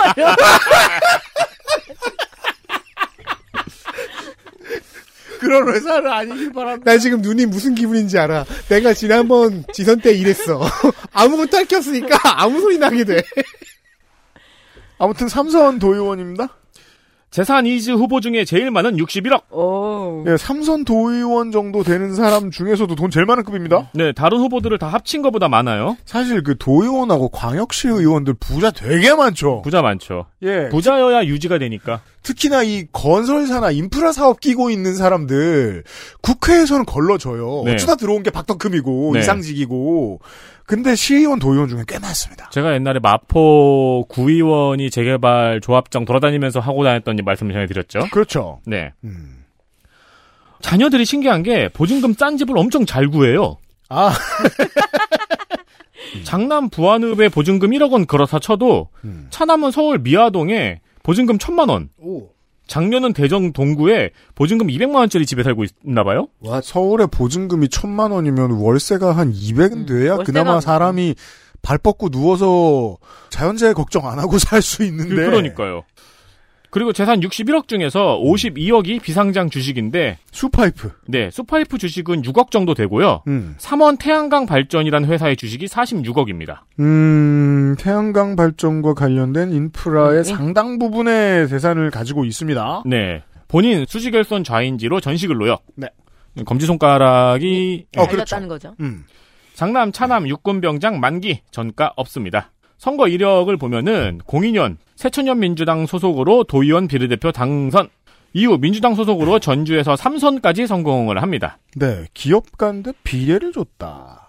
Speaker 2: 그런 회사는 아니길 바랍니다.
Speaker 4: 나 지금 눈이 무슨 기분인지 알아. 내가 *laughs* 지난번 지선 때 이랬어. 아무것도 안 켰으니까 아무 소리 나게 돼.
Speaker 2: 아무튼 삼선 도의원입니다.
Speaker 5: 재산 이즈 후보 중에 제일 많은 61억.
Speaker 3: 오.
Speaker 2: 예, 삼선 도의원 정도 되는 사람 중에서도 돈 제일 많은 급입니다.
Speaker 5: 네, 다른 후보들을 다 합친 것보다 많아요.
Speaker 2: 사실 그 도의원하고 광역시 의원들 부자 되게 많죠.
Speaker 5: 부자 많죠.
Speaker 2: 예.
Speaker 5: 부자여야 유지가 되니까.
Speaker 2: 특히나 이 건설사나 인프라 사업 끼고 있는 사람들 국회에서는 걸러져요.
Speaker 5: 네.
Speaker 2: 어쩌다 들어온 게 박덕금이고
Speaker 5: 네.
Speaker 2: 이상직이고. 근데 시의원 도의원 중에 꽤 많습니다.
Speaker 5: 제가 옛날에 마포 구의원이 재개발 조합장 돌아다니면서 하고 다녔던 이 말씀을 전해드렸죠.
Speaker 2: 그렇죠.
Speaker 5: 네.
Speaker 2: 음.
Speaker 5: 자녀들이 신기한 게 보증금 싼 집을 엄청 잘 구해요.
Speaker 2: 아,
Speaker 5: *laughs* 장남 부안읍에 보증금 1억 원 걸어서 쳐도
Speaker 2: 음.
Speaker 5: 차남은 서울 미아동에 보증금 1000만 원. 작년은 대전 동구에 보증금 200만 원짜리 집에 살고 있나 봐요.
Speaker 2: 와, 서울의 보증금이 천만 원이면 월세가 한 200은
Speaker 3: 음,
Speaker 2: 돼야
Speaker 3: 월세가-
Speaker 2: 그나마 사람이 발 뻗고 누워서 자연재해 걱정 안 하고 *laughs* 살 수
Speaker 5: 그-
Speaker 2: 있는데.
Speaker 5: 그러니까요. 그리고 재산 61억 중에서 52억이 비상장 주식인데
Speaker 2: 수파이프.
Speaker 5: 네, 수파이프 주식은 6억 정도 되고요.
Speaker 2: 음.
Speaker 5: 삼원 태양광 발전이라는 회사의 주식이 46억입니다.
Speaker 2: 음, 태양광 발전과 관련된 인프라의
Speaker 3: 음.
Speaker 2: 상당 부분의 재산을 가지고 있습니다.
Speaker 5: 네. 본인 수직결선 좌인지로 전식을로요.
Speaker 2: 네.
Speaker 5: 검지손가락이
Speaker 2: 어,
Speaker 3: 알렸다는 거죠.
Speaker 2: 음.
Speaker 5: 장남 차남 육군병장 만기 전가 없습니다. 선거 이력을 보면은 02년 새천년 민주당 소속으로 도의원 비례대표 당선 이후 민주당 소속으로 전주에서 3선까지 성공을 합니다.
Speaker 2: 네, 기업 간데 비례를 줬다.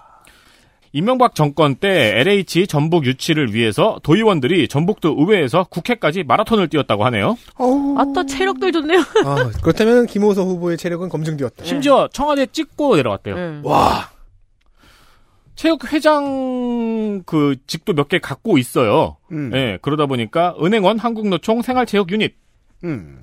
Speaker 5: 이명박 정권 때 LH 전북 유치를 위해서 도의원들이 전북도 의회에서 국회까지 마라톤을 뛰었다고 하네요.
Speaker 2: 어우.
Speaker 3: 아따 체력들 좋네요.
Speaker 4: 아, 그렇다면 김호서 후보의 체력은 검증되었다.
Speaker 5: 네. 심지어 청와대 찍고 내려왔대요.
Speaker 3: 음.
Speaker 5: 체육회장 그 직도 몇 개 갖고 있어요.
Speaker 2: 음.
Speaker 5: 예, 그러다 보니까 은행원 한국노총 생활체육유닛
Speaker 2: 음.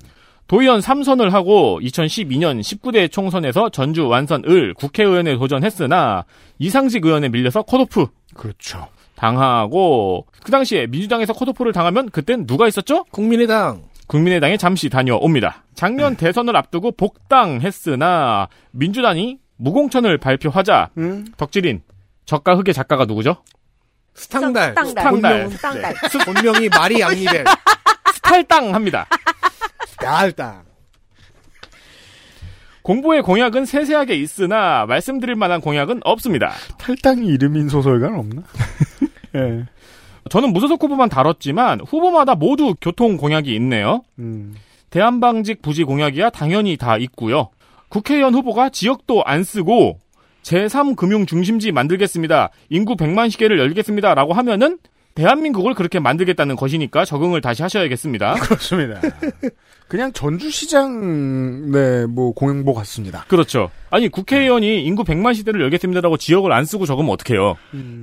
Speaker 5: 도의원 3선을 하고 2012년 19대 총선에서 전주 완선을 국회의원에 도전했으나 이상직 의원에 밀려서 컷오프
Speaker 2: 그렇죠.
Speaker 5: 당하고 그 당시에 민주당에서 컷오프를 당하면 그땐 누가 있었죠?
Speaker 4: 국민의당
Speaker 5: 국민의당에 잠시
Speaker 2: 음.
Speaker 5: 다녀옵니다. 작년 대선을 앞두고 복당했으나 민주당이 무공천을 발표하자
Speaker 2: 음.
Speaker 5: 덕질인 저가 흑의 작가가 누구죠?
Speaker 4: 스탕달
Speaker 3: 땅달. 음, 네.
Speaker 5: 스탕달.
Speaker 3: 땅달.
Speaker 4: 본명이 마리 *laughs* 양리벨
Speaker 5: 탈당합니다.
Speaker 4: 딸당
Speaker 5: 공보의 공약은 세세하게 있으나 말씀드릴 만한 공약은 없습니다.
Speaker 2: 탈당이 이름인 소설가는 *laughs* 없나? 예.
Speaker 5: 저는 무소속 후보만 다뤘지만 후보마다 모두 교통 공약이 있네요.
Speaker 2: 음.
Speaker 5: 대한방직 부지 공약이야 당연히 다 있고요. 국회의원 후보가 지역도 안 쓰고 제3금융중심지 만들겠습니다. 인구 100만 시계를 열겠습니다. 라고 하면은 대한민국을 그렇게 만들겠다는 것이니까 적응을 다시 하셔야겠습니다.
Speaker 2: 그렇습니다. 그냥 전주시장, 네, 뭐, 공영보 같습니다.
Speaker 5: 그렇죠. 아니 국회의원이 인구 100만 시대를 열겠습니다라고 지역을 안 쓰고 적으면 어떡해요.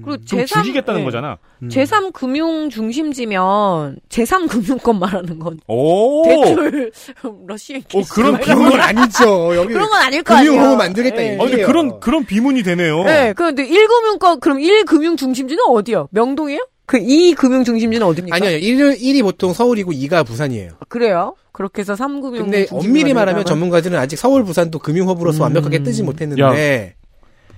Speaker 3: 그리고
Speaker 5: 좀
Speaker 3: 제삼-
Speaker 5: 줄이겠다는
Speaker 3: 네.
Speaker 5: 거잖아.
Speaker 3: 제3 금융 중심지면 제3 금융권 말하는 건
Speaker 5: 오.
Speaker 3: 대출 *laughs* 러시아
Speaker 5: 어, 그런
Speaker 4: 그런 건 아니죠 여기
Speaker 3: 그런 건 아닐 거 아니에요.
Speaker 4: 금융으로 만들겠다
Speaker 3: 예.
Speaker 5: 아, 근데
Speaker 4: 이거예요.
Speaker 5: 그런 그런 비문이
Speaker 4: 어.
Speaker 5: 되네요.
Speaker 3: 네, 그런데 1금융권 그럼 1금융 중심지는 어디요? 명동이에요? 그 2금융 중심지는 어디입니까? 아,
Speaker 4: 아니요 1, 일이 보통 서울이고 2가 부산이에요
Speaker 3: 그래요. 그렇게 해서 3금융
Speaker 4: 근데 엄밀히 음. 말하면 전문가들은 아직 서울 부산도 금융허브로서 완벽하게 뜨지 못했는데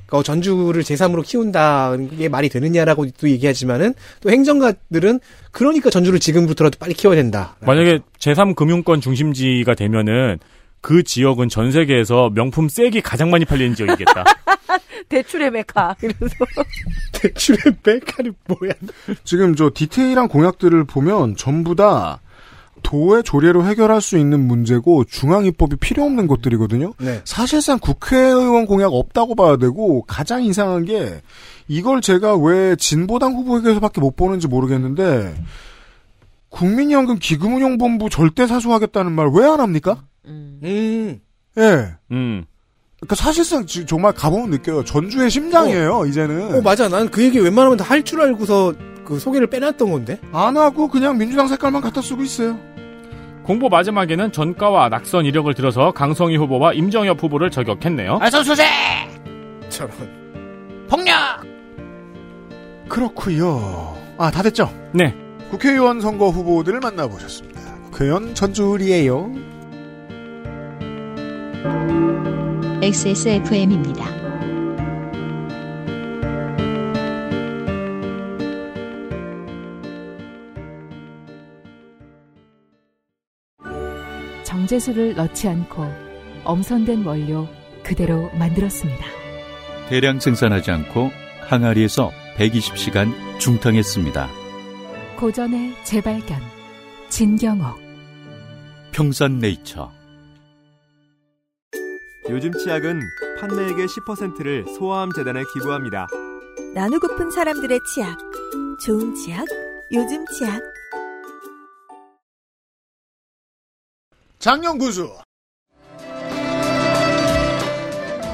Speaker 4: 그 전주를 제3으로 키운다는 게 말이 되느냐라고 또 얘기하지만은 또 행정가들은 그러니까 전주를 지금부터라도 빨리 키워야 된다.
Speaker 5: 만약에 제3 금융권 중심지가 되면은 그 지역은 전 세계에서 명품 쐐기 가장 많이 팔리는 *laughs* 지역이겠다.
Speaker 3: *laughs* 대출의
Speaker 4: *laughs*
Speaker 3: 메카 이래서
Speaker 4: *laughs* 대출의 백화는 뭐야?
Speaker 2: 지금 저 디테일한 공약들을 보면 전부 다 도의 조례로 해결할 수 있는 문제고 중앙입법이 필요 없는 것들이거든요.
Speaker 4: 네.
Speaker 2: 사실상 국회의원 공약 없다고 봐야 되고 가장 이상한 게 이걸 제가 왜 진보당 후보에게서밖에 못 보는지 모르겠는데 국민연금 기금운용본부 절대 사수하겠다는 말 왜 안 합니까?
Speaker 4: 음.
Speaker 2: 예.
Speaker 5: 음.
Speaker 2: 그러니까 사실상 지- 정말 가보면 느껴요. 전주의 심장이에요. 이제는
Speaker 4: 어 맞아. 난 그 얘기 웬만하면 다 할 줄 알고서 그 소개를 빼놨던 건데.
Speaker 2: 안 하고 그냥 민주당 색깔만 갖다 쓰고 있어요.
Speaker 5: 공보 마지막에는 전가와 낙선 이력을 들어서 강성희 후보와 임정엽 후보를 저격했네요.
Speaker 4: 저런.
Speaker 2: 그렇고요. 아, 다 됐죠?
Speaker 5: 네.
Speaker 2: 국회의원 선거 후보들을 만나보셨습니다. 국회의원 전주리에요.
Speaker 1: XSFM입니다.
Speaker 11: 정제수를 넣지 않고 엄선된 원료 그대로 만들었습니다.
Speaker 12: 대량 생산하지 않고 항아리에서 120시간 중탕했습니다.
Speaker 11: 고전의 재발견 진경옥
Speaker 12: 평산네이처
Speaker 7: 요즘 치약은 판매액의 10%를 소아암 재단에 기부합니다.
Speaker 8: 나누고픈 사람들의 치약. 좋은 치약, 요즘 치약.
Speaker 2: 장영군수.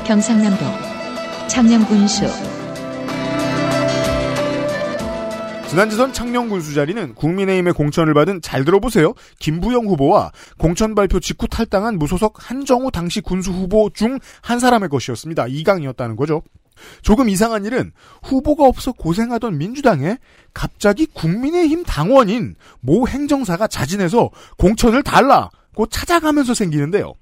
Speaker 1: 경상남도 창녕군수
Speaker 2: 지난지선 창녕군수 자리는 국민의힘의 공천을 받은 잘 들어보세요. 김부영 후보와 공천 발표 직후 탈당한 무소속 한정우 당시 군수 후보 중 한 사람의 것이었습니다. 이강이었다는 거죠. 조금 이상한 일은 후보가 없어 고생하던 민주당에 갑자기 국민의힘 당원인 모 행정사가 자진해서 공천을 달라고 찾아가면서 생기는데요.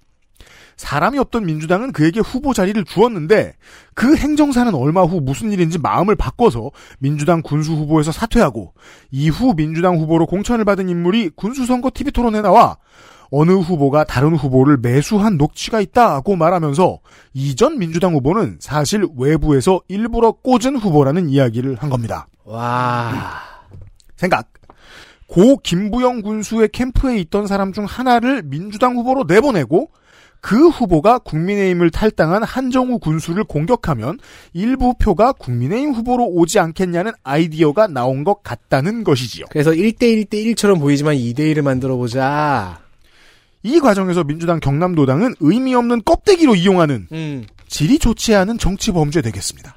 Speaker 2: 사람이 없던 민주당은 그에게 후보 자리를 주었는데 그 행정사는 얼마 후 무슨 일인지 마음을 바꿔서 민주당 군수 후보에서 사퇴하고 이후 민주당 후보로 공천을 받은 인물이 군수 선거 TV 토론에 나와 어느 후보가 다른 후보를 매수한 녹취가 있다고 말하면서 이전 민주당 후보는 사실 외부에서 일부러 꽂은 후보라는 이야기를 한 겁니다.
Speaker 4: 와.
Speaker 2: 생각. 고 김부영 군수의 캠프에 있던 사람 중 하나를 민주당 후보로 내보내고 그 후보가 국민의힘을 탈당한 한정우 군수를 공격하면 일부 표가 국민의힘 후보로 오지 않겠냐는 아이디어가 나온 것 같다는 것이지요.
Speaker 4: 그래서 1대1대1처럼 보이지만 2대1을 만들어보자.
Speaker 2: 이 과정에서 민주당 경남도당은 의미 없는 껍데기로 이용하는
Speaker 4: 음.
Speaker 2: 질이 좋지 않은 정치 범죄 되겠습니다.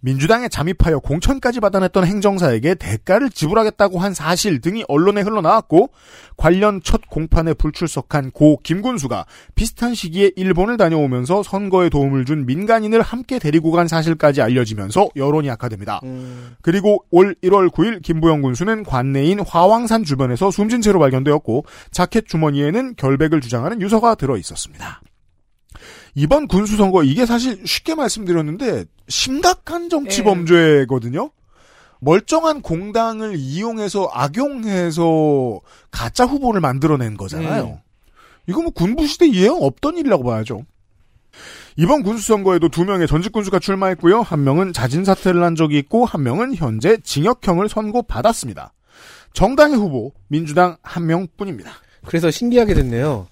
Speaker 2: 민주당에 잠입하여 공천까지 받아냈던 행정사에게 대가를 지불하겠다고 한 사실 등이 언론에 흘러나왔고 관련 첫 공판에 불출석한 고 김군수가 비슷한 시기에 일본을 다녀오면서 선거에 도움을 준 민간인을 함께 데리고 간 사실까지 알려지면서 여론이 악화됩니다. 음. 그리고 올 1월 9일 김부영 군수는 관내인 화왕산 주변에서 숨진 채로 발견되었고 자켓 주머니에는 결백을 주장하는 유서가 들어 있었습니다. 이번 군수 선거 이게 사실 쉽게 말씀드렸는데 심각한 정치
Speaker 4: 예.
Speaker 2: 범죄거든요. 멀쩡한 공당을 이용해서 악용해서 가짜 후보를 만들어낸 거잖아요.
Speaker 4: 음.
Speaker 2: 이거 뭐 군부 시대 예형 없던 일이라고 봐야죠. 이번 군수 선거에도 두 명의 전직 군수가 출마했고요. 한 명은 자진 사퇴를 한 적이 있고 한 명은 현재 징역형을 선고받았습니다. 정당의 후보 민주당 한 명뿐입니다.
Speaker 4: 그래서 신기하게 됐네요.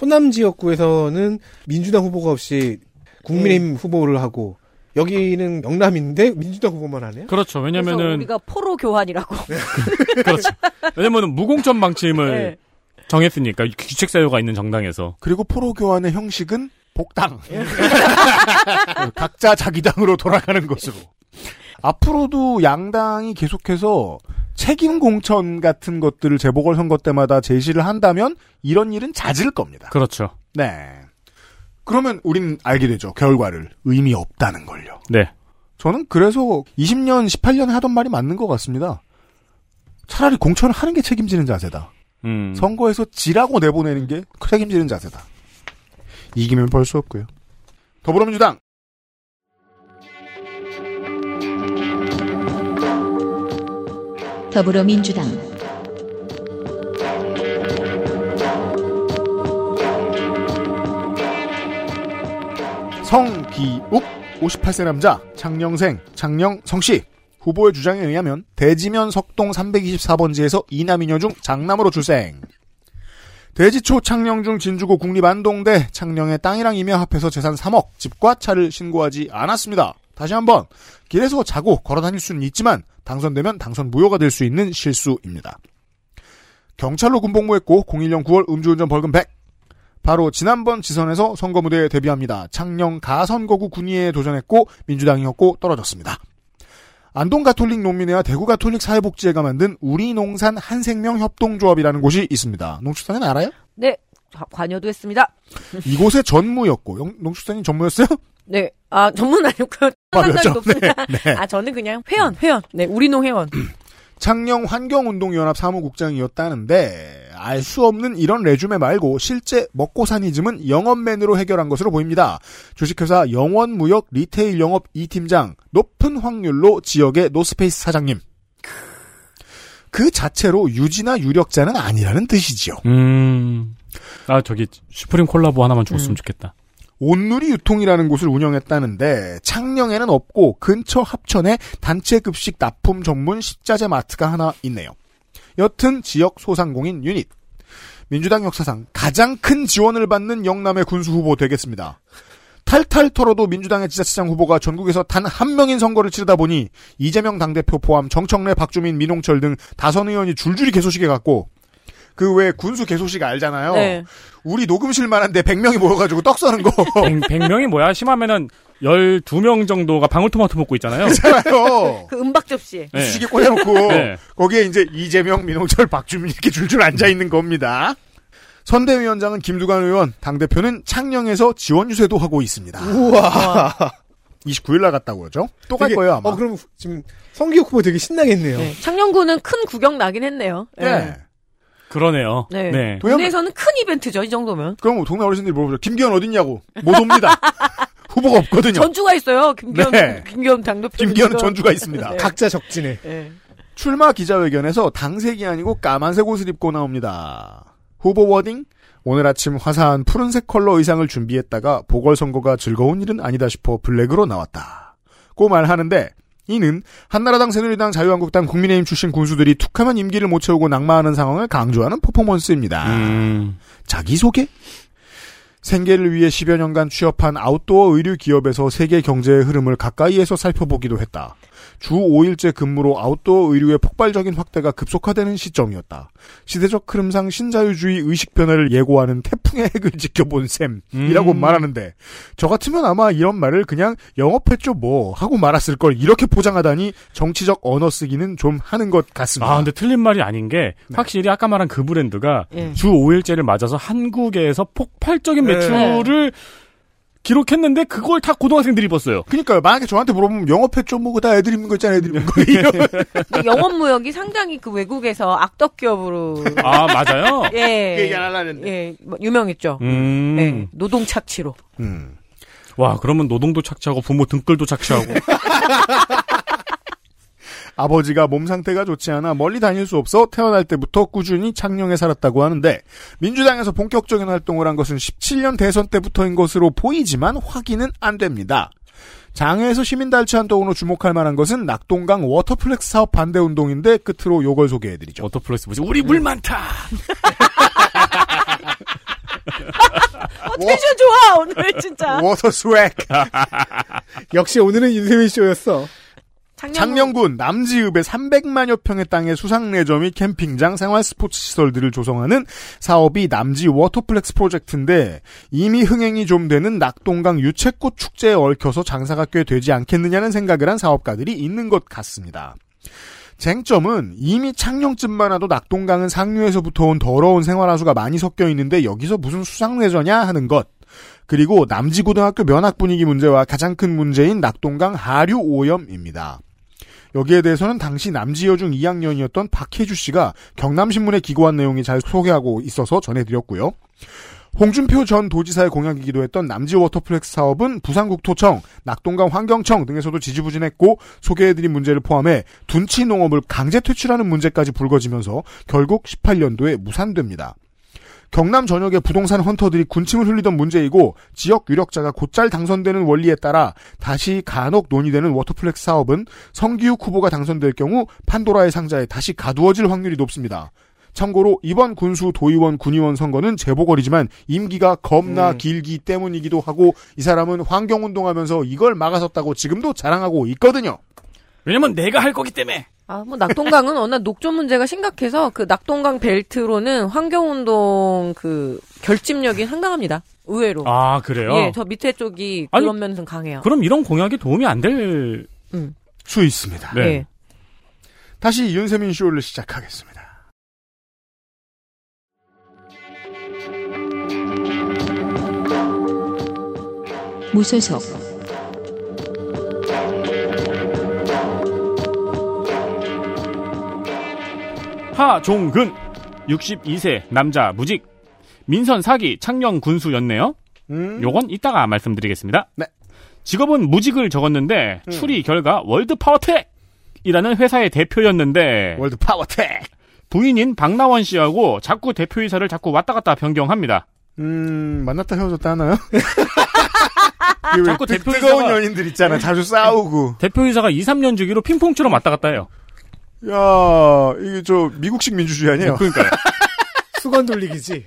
Speaker 4: 호남 지역구에서는 민주당 후보가 없이 국민의힘 후보를 하고 여기는 영남인데 민주당 후보만 하네요.
Speaker 13: 그렇죠.
Speaker 3: 그래서
Speaker 13: 왜냐면은
Speaker 5: *laughs*
Speaker 3: 우리가 포로 교환이라고. *laughs*
Speaker 5: 그렇죠.
Speaker 13: 왜냐면은 무공천 방침을
Speaker 3: 네.
Speaker 13: 정했으니까 규칙 사유가 있는 정당에서
Speaker 2: 그리고 포로 교환의 형식은
Speaker 13: *laughs*
Speaker 2: 복당.
Speaker 13: 예.
Speaker 2: 어, 각자 자기 당으로 돌아가는 것으로. 앞으로도 양당이 계속해서 책임 공천 같은 것들을 재보궐 선거 때마다 제시를 한다면 이런 일은 잦을 겁니다.
Speaker 13: 그렇죠.
Speaker 2: 네. 그러면 우린 알게 되죠. 결과를 의미 없다는 걸요.
Speaker 13: 네.
Speaker 2: 저는 그래서 20년, 18년에 하던 말이 맞는 것 같습니다. 차라리 공천을 하는 게 책임지는 자세다.
Speaker 13: 음.
Speaker 2: 선거에서 지라고 내보내는 게 책임지는 자세다. 이기면 벌 수 없고요. 더불어민주당
Speaker 1: 더불어민주당
Speaker 2: 성기욱 58세 남자 창녕생 창녕성씨 후보의 주장에 의하면 대지면 석동 324번지에서 이남이녀 중 장남으로 출생 대지초 창녕 중 진주고 국립 안동대 창녕의 땅이랑 임야 합해서 재산 3억 집과 차를 신고하지 않았습니다 다시 한번 길에서 자고 걸어다닐 수는 있지만 당선되면 당선 무효가 될 수 있는 실수입니다 경찰로 군복무했고 01년 9월 음주운전 벌금 100 바로 지난번 지선에서 선거 무대에 데뷔합니다. 창녕 가선거구 군의회에 도전했고 민주당이었고 떨어졌습니다. 안동 가톨릭 농민회와 대구 가톨릭 사회복지회가 만든 우리 농산 한생명 협동조합이라는 곳이 있습니다. 농축산인 알아요?
Speaker 3: 네, 자, 관여도 했습니다.
Speaker 2: 이곳의 전무였고 영- 농축산인 전무였어요?
Speaker 3: 네, 아 전문 아니고요.
Speaker 2: 맞아요.
Speaker 3: 상관이
Speaker 2: 네,
Speaker 3: 없습니다.
Speaker 2: 네.
Speaker 3: 아 저는 그냥 회원, 회원. 네, 우리농 회원.
Speaker 2: 창녕 환경운동연합 사무국장이었다는데 알 수 없는 이런 레주메 말고 실제 먹고 사니즘은 영업맨으로 해결한 것으로 보입니다. 주식회사 영원무역 리테일 영업 이 팀장 높은 확률로 지역의 노스페이스 사장님 그 자체로 유지나 유력자는 아니라는 뜻이지요.
Speaker 13: 음. 아 저기 슈프림 콜라보 하나만 줬으면 좋겠다.
Speaker 2: 온누리 유통이라는 곳을 운영했다는데 창녕에는 없고 근처 합천에 단체 급식 납품 전문 식자재 마트가 하나 있네요. 여튼 지역 소상공인 유닛. 민주당 역사상 가장 큰 지원을 받는 영남의 군수 후보 되겠습니다. 탈탈 털어도 민주당의 지자체장 후보가 전국에서 단 한 명인 선거를 치르다 보니 이재명 당대표 포함 정청래, 박주민, 민홍철 등 다선 의원이 줄줄이 개소식에 갔고 그 외 군수 개소식
Speaker 4: 어.
Speaker 2: 알잖아요.
Speaker 13: 네.
Speaker 2: 우리 녹음실만 한데 100명이 모여가지고 떡 써는 거.
Speaker 13: 100, 명이 뭐야? 심하면은 12명 정도가 방울토마토 먹고 있잖아요.
Speaker 2: 그렇잖아요.
Speaker 3: 그 은박 접시에.
Speaker 13: *laughs* 네.
Speaker 2: 시계 꽂아놓고
Speaker 13: *laughs* 네.
Speaker 2: 거기에 이제 이재명, 민홍철, 박주민 이렇게 줄줄 앉아 있는 겁니다. 선대위원장은 김두관 의원, 당 대표는 창녕에서 지원 유세도 하고 있습니다. *laughs*
Speaker 4: 우와.
Speaker 2: 29일 날 갔다고 그러죠? 또 갈
Speaker 4: 되게-
Speaker 2: 거예요 아마.
Speaker 4: 어, 그럼 지금 성기욱 후보 되게 신나겠네요.
Speaker 3: 네. 창녕구는 큰 구경 나긴 했네요. 네.
Speaker 13: 그러네요.
Speaker 3: 네.
Speaker 13: 네.
Speaker 3: 국내에서는 큰 이벤트죠, 이 정도면.
Speaker 2: 그럼 뭐 동네 어르신들이 물어보죠. 김기현 어딨냐고. 못 옵니다. *laughs* 후보가 없거든요.
Speaker 3: 전주가 있어요, 김기현,
Speaker 2: 네.
Speaker 3: 김기현 당대표.
Speaker 2: 김기현은 전주가 있습니다. 각자 적진에.
Speaker 3: 네.
Speaker 2: 출마 기자회견에서 당색이 아니고 까만색 옷을 입고 나옵니다. 후보 워딩? 오늘 아침 화사한 푸른색 컬러 의상을 준비했다가 보궐선거가 즐거운 일은 아니다 싶어 블랙으로 나왔다. 고 말하는데 이는 한나라당, 새누리당, 자유한국당, 국민의힘 출신 군수들이 툭하면 임기를 못 채우고 낙마하는 상황을 강조하는 퍼포먼스입니다. 자기소개? 생계를 위해 10여 년간 취업한 아웃도어 의류 기업에서 세계 경제의 흐름을 가까이에서 살펴보기도 했다. 주 5일째 근무로 아웃도어 의류의 폭발적인 확대가 급속화되는 시점이었다. 시대적 흐름상 신자유주의 의식 변화를 예고하는 태풍의 핵을 지켜본 셈이라고
Speaker 13: 음.
Speaker 2: 말하는데 저 같으면 아마 이런 말을 그냥 영업했죠 뭐 하고 말았을 걸 이렇게 포장하다니 정치적 언어 쓰기는 좀 하는 것 같습니다.
Speaker 13: 아, 근데 틀린 말이 아닌 게 확실히 아까 말한 그 브랜드가
Speaker 3: 예.
Speaker 13: 주 5일째를 맞아서 한국에서 폭발적인
Speaker 2: 네.
Speaker 13: 매출을 기록했는데 그걸 다 고등학생들이 입었어요.
Speaker 2: 그러니까요. 만약에 저한테 물어보면 영업했죠 뭐 그다 애들 입는 거 있잖아 애들
Speaker 13: *laughs*
Speaker 2: 입는 거
Speaker 3: 근데 영업무역이 상당히 그 외국에서
Speaker 2: *laughs*
Speaker 3: 악덕기업으로.
Speaker 13: 아, 맞아요?
Speaker 3: *laughs* 예.
Speaker 2: 그 얘기 안 하려는데.
Speaker 3: 예, 뭐 유명했죠.
Speaker 13: 음.
Speaker 3: 네, 노동 착취로.
Speaker 13: 와, 그러면 노동도 착취하고 부모 등글도 착취하고.
Speaker 2: 아버지가 몸 상태가 좋지 않아 멀리 다닐 수 없어 태어날 때부터 꾸준히 창녕에 살았다고 하는데 민주당에서 본격적인 활동을 한 것은 17년 대선 때부터인 것으로 보이지만 확인은 안 됩니다. 장외에서 시민단체 활동으로 주목할 만한 것은 낙동강 워터플렉스 사업 반대 운동인데 끝으로 요걸 소개해드리죠.
Speaker 13: 워터플렉스 뭐지? 우리 *laughs* 물 많다.
Speaker 3: 어, 텐션 좋아, 오늘 진짜.
Speaker 2: 워터 스웩.
Speaker 4: 역시 오늘은 윤세민 쇼였어.
Speaker 2: 창녕군 남지읍의 300만여 평의 땅에 수상내점이 캠핑장 생활 스포츠 시설들을 조성하는 사업이 남지 워터플렉스 프로젝트인데 이미 흥행이 좀 되는 낙동강 유채꽃 축제에 얽혀서 장사가 꽤 되지 않겠느냐는 생각을 한 사업가들이 있는 것 같습니다. 쟁점은 이미 창녕쯤만 와도 낙동강은 상류에서부터 온 더러운 생활하수가 많이 섞여 있는데 여기서 무슨 수상내저냐 하는 것. 그리고 남지고등학교 면학 분위기 문제와 가장 큰 문제인 낙동강 하류 오염입니다. 여기에 대해서는 당시 남지여중 2학년이었던 박혜주 씨가 경남신문에 기고한 내용이 잘 소개하고 있어서 전해드렸고요. 홍준표 전 도지사의 공약이기도 했던 남지 워터플렉스 사업은 부산국토청, 낙동강 환경청 등에서도 지지부진했고 소개해드린 문제를 포함해 둔치 농업을 강제 퇴출하는 문제까지 불거지면서 결국 18년도에 무산됩니다. 경남 전역의 부동산 헌터들이 군침을 흘리던 문제이고 지역 유력자가 곧잘 당선되는 원리에 따라 다시 간혹 논의되는 워터플렉스 사업은 성기욱 후보가 당선될 경우 판도라의 상자에 다시 가두어질 확률이 높습니다. 참고로 이번 군수 도의원 군의원 선거는 재보궐이지만 임기가 겁나 길기 때문이기도 하고 이 사람은 환경운동하면서 이걸 막아섰다고 지금도 자랑하고 있거든요.
Speaker 13: 왜냐면 내가 할 거기 때문에.
Speaker 3: 아, 뭐 낙동강은 *laughs* 워낙 녹조 문제가 심각해서 그 낙동강 벨트로는 환경운동 그 결집력이 상당합니다. 의외로.
Speaker 13: 아, 그래요?
Speaker 3: 예, 저 밑에 쪽이
Speaker 13: 아니,
Speaker 3: 그런 면에서 강해요.
Speaker 13: 그럼 이런 공약이 도움이 안 될
Speaker 2: 수 있습니다.
Speaker 13: 네.
Speaker 3: 예.
Speaker 2: 다시 윤세민 쇼를 시작하겠습니다.
Speaker 1: 무소속
Speaker 13: 하종근 62세 남자 무직 민선 사기 창녕 군수였네요. 요건 이따가 말씀드리겠습니다. 직업은 무직을 적었는데
Speaker 2: 네.
Speaker 13: 추리 결과 월드 파워텍이라는 회사의 대표였는데
Speaker 2: 월드 파워텍
Speaker 5: 부인인 박나원 씨하고 자꾸 대표이사를 자꾸 왔다 갔다 변경합니다.
Speaker 2: 음, 만났다 헤어졌다 *laughs* 하나요? 이게 왜
Speaker 5: 자꾸
Speaker 2: 뜨-
Speaker 5: 대표이사가-
Speaker 2: 뜨거운 연인들 있잖아. 자주 싸우고.
Speaker 5: 대표이사가 2, 3년 주기로 핑퐁처럼 왔다 갔다 해요.
Speaker 2: 야, 이게 저 미국식 민주주의 아니에요?
Speaker 5: 그러니까요.
Speaker 4: 수건 돌리기지.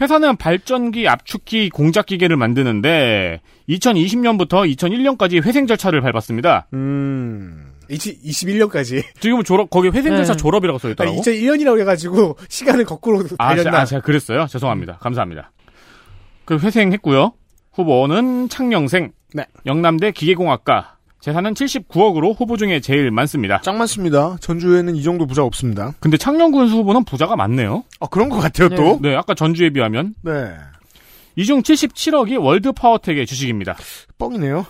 Speaker 5: 회사는 발전기, 압축기, 공작 기계를 만드는데 2020년부터 2001년까지 회생 절차를 밟았습니다.
Speaker 2: 음.
Speaker 4: 21년까지.
Speaker 5: 지금 졸업 거기 회생 절차
Speaker 4: 네.
Speaker 5: 졸업이라고 써 있더라고.
Speaker 4: 2001년이라고 해가지고 시간을 거꾸로
Speaker 5: 아, 제-
Speaker 4: 달렸나.
Speaker 5: 아, 제가 그랬어요. 죄송합니다. 감사합니다. 그 회생했고요. 후보는 창녕생, 영남대 기계공학과. 재산은 79억으로 후보 중에 제일 많습니다.
Speaker 2: 짱 많습니다. 전주에는 이 정도 부자 없습니다.
Speaker 5: 근데 창녕군수 후보는 부자가 많네요.
Speaker 2: 아, 그런 것 같아요, 또.
Speaker 5: 네, 아까 전주에 비하면
Speaker 2: 네.
Speaker 5: 이 중 77억이 월드파워텍의 주식입니다.
Speaker 2: 뻥이네요.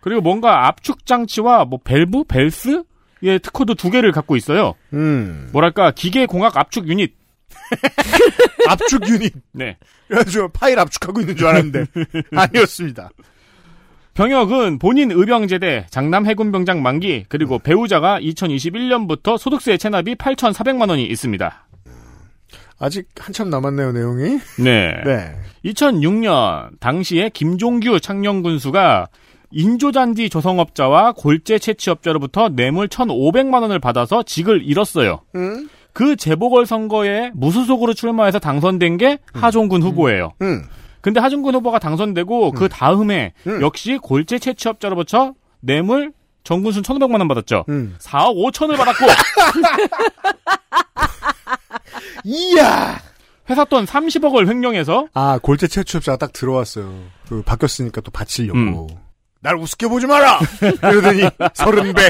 Speaker 5: 그리고 뭔가 압축 장치와 뭐 밸브, 벨스 예 특허도 두 개를 갖고 있어요.
Speaker 2: 음.
Speaker 5: 뭐랄까 기계 공학 압축 유닛.
Speaker 2: 압축 유닛.
Speaker 5: 네.
Speaker 2: 그래가지고 파일 압축하고 있는 줄 알았는데.
Speaker 5: *laughs*
Speaker 2: 아니었습니다.
Speaker 5: 병역은 본인 의병제대, 장남 해군병장 만기, 그리고 배우자가 2021년부터 소득세 체납이 8,400만 원이 있습니다.
Speaker 2: 아직 한참 남았네요, 내용이.
Speaker 5: 네.
Speaker 2: 네.
Speaker 5: 2006년 당시에 김종규 창녕군수가 인조잔디 조성업자와 골재 채취업자로부터 뇌물 1,500만 원을 받아서 직을 잃었어요.
Speaker 2: 음.
Speaker 5: 그 재보궐선거에 무소속으로 출마해서 당선된 게 하종군 후보예요. 근데 하종군 후보가 당선되고 그 다음에 역시 골재 채취업자로부터 뇌물 정군순 1,500만 원 받았죠.
Speaker 2: 음.
Speaker 5: 4억 5천을 받았고 *laughs*
Speaker 4: 이야!
Speaker 5: 회사 돈 30억을 횡령해서
Speaker 2: 아, 골재 채취업자가 딱 들어왔어요. 그, 바뀌었으니까 또 바치려고.
Speaker 5: 음.
Speaker 2: 날 우습게 보지 마라! 이러더니, *laughs* 서른 배.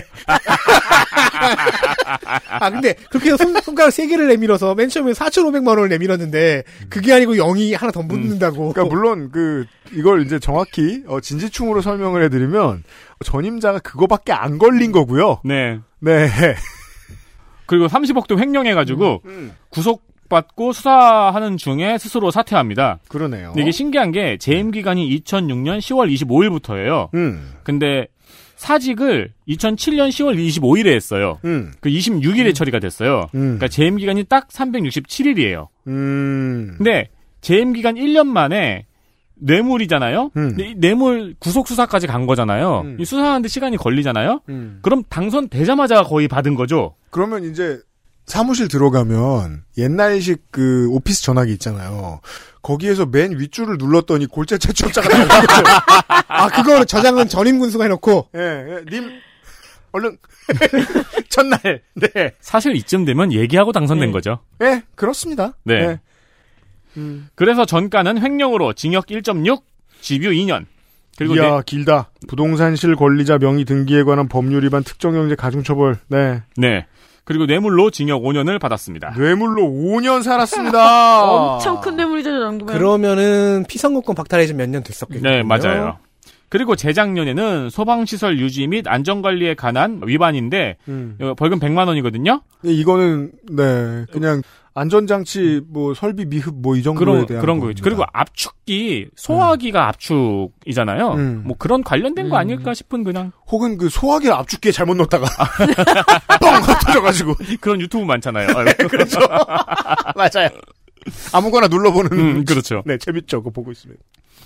Speaker 4: 아, 근데 그렇게 해서 손, 가락세 개를 내밀어서 맨 처음에 4,500만 원을 내밀었는데 그게 아니고 0이 하나 더 붙는다고.
Speaker 2: 그러니까 물론 그 이걸 이제 정확히 어, 진지충으로 설명을 해드리면 전임자가 그거밖에 안 걸린 거고요.
Speaker 5: 네.
Speaker 2: 네. *laughs*
Speaker 5: 그리고 30억도 횡령해가지고 구속받고 수사하는 중에 스스로 사퇴합니다.
Speaker 2: 그러네요.
Speaker 5: 근데 이게 신기한 게 재임 기간이 2006년 10월 25일부터예요.
Speaker 2: 음.
Speaker 5: 근데 사직을 2007년 10월 25일에 했어요.
Speaker 2: 음.
Speaker 5: 그 26일에 처리가 됐어요. 그러니까 재임 기간이 딱 367일이에요.
Speaker 2: 음.
Speaker 5: 근데 재임 기간 1년 만에 뇌물이잖아요. 근데 이 뇌물 구속 수사까지 간 거잖아요. 이 수사하는데 시간이 걸리잖아요. 그럼 당선되자마자 거의 받은 거죠.
Speaker 2: 그러면 이제 사무실 들어가면 옛날식 그 오피스 전화기 있잖아요. 거기에서 맨 윗줄을 눌렀더니 골재 채취업자가
Speaker 14: *laughs*
Speaker 2: 나오는 거예요.
Speaker 4: 아, 그거 저장은 전임 군수가 해놓고.
Speaker 2: 예, 예, 님 얼른 *laughs* 첫날 네.
Speaker 5: 사실 이쯤 되면 얘기하고 당선된 거죠.
Speaker 2: 예, 그렇습니다.
Speaker 5: 네.
Speaker 2: 예.
Speaker 5: 그래서 전가는 횡령으로 징역 1.6, 집유 2년. 그리고 네.
Speaker 2: 이야
Speaker 5: 뇌-
Speaker 2: 길다. 부동산실 권리자 명의 등기에 관한 법률 위반 특정형제 가중처벌. 네.
Speaker 5: 네. 그리고 뇌물로 징역 5년을 받았습니다. 네,
Speaker 2: 뇌물로 5년
Speaker 14: *laughs*
Speaker 2: 살았습니다.
Speaker 5: 아.
Speaker 14: 엄청 큰 뇌물이죠, 저 정도면.
Speaker 4: 그러면은 피선거권 박탈해 지몇 년 됐었겠군요.
Speaker 5: 네, 맞아요. 그리고 재작년에는 소방시설 유지 및 안전관리에 관한 위반인데
Speaker 2: 음.
Speaker 5: 어, 벌금 100만 원이거든요.
Speaker 2: 네, 이거는 네 그냥 안전장치 뭐 설비 미흡 뭐 이 정도에
Speaker 5: 그런
Speaker 2: 대한
Speaker 5: 그런 거죠. 그리고 압축기 소화기가 압축이잖아요.
Speaker 2: 음.
Speaker 5: 뭐 그런 관련된 거 아닐까
Speaker 2: *laughs*
Speaker 5: 싶은 그냥
Speaker 2: 혹은 그 소화기를 압축기에 잘못 넣었다가 *laughs* 뻥 터져가지고
Speaker 5: 그런 유튜브 많잖아요.
Speaker 2: *laughs* 그렇죠. 맞아요. 아무거나 눌러보는
Speaker 5: 음, 그렇죠.
Speaker 2: *laughs* 네 재밌죠. 그거 보고 있으면.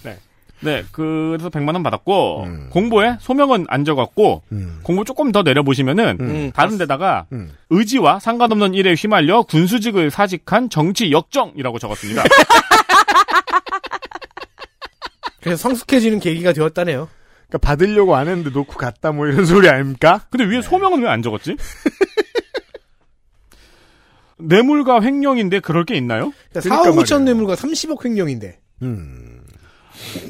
Speaker 2: 네.
Speaker 5: 네, 그래서 100만 원 받았고
Speaker 2: 음.
Speaker 5: 공보에 소명은 안 적었고 공보 조금 더 내려보시면은
Speaker 2: 음.
Speaker 5: 다른 데다가
Speaker 2: 음.
Speaker 5: 의지와 상관없는 일에 휘말려 군수직을 사직한 정치 역정이라고
Speaker 2: *laughs*
Speaker 5: 적었습니다.
Speaker 4: 그래서 성숙해지는 계기가 되었다네요.
Speaker 2: 그러니까 받으려고 안 했는데 놓고 갔다 뭐 이런 소리 아닙니까?
Speaker 5: 근데 위에 소명은 왜 안 적었지? 뇌물과 횡령인데 그럴 게 있나요?
Speaker 4: 그러니까 4억 5천 뇌물과 30억 횡령인데.
Speaker 2: 음.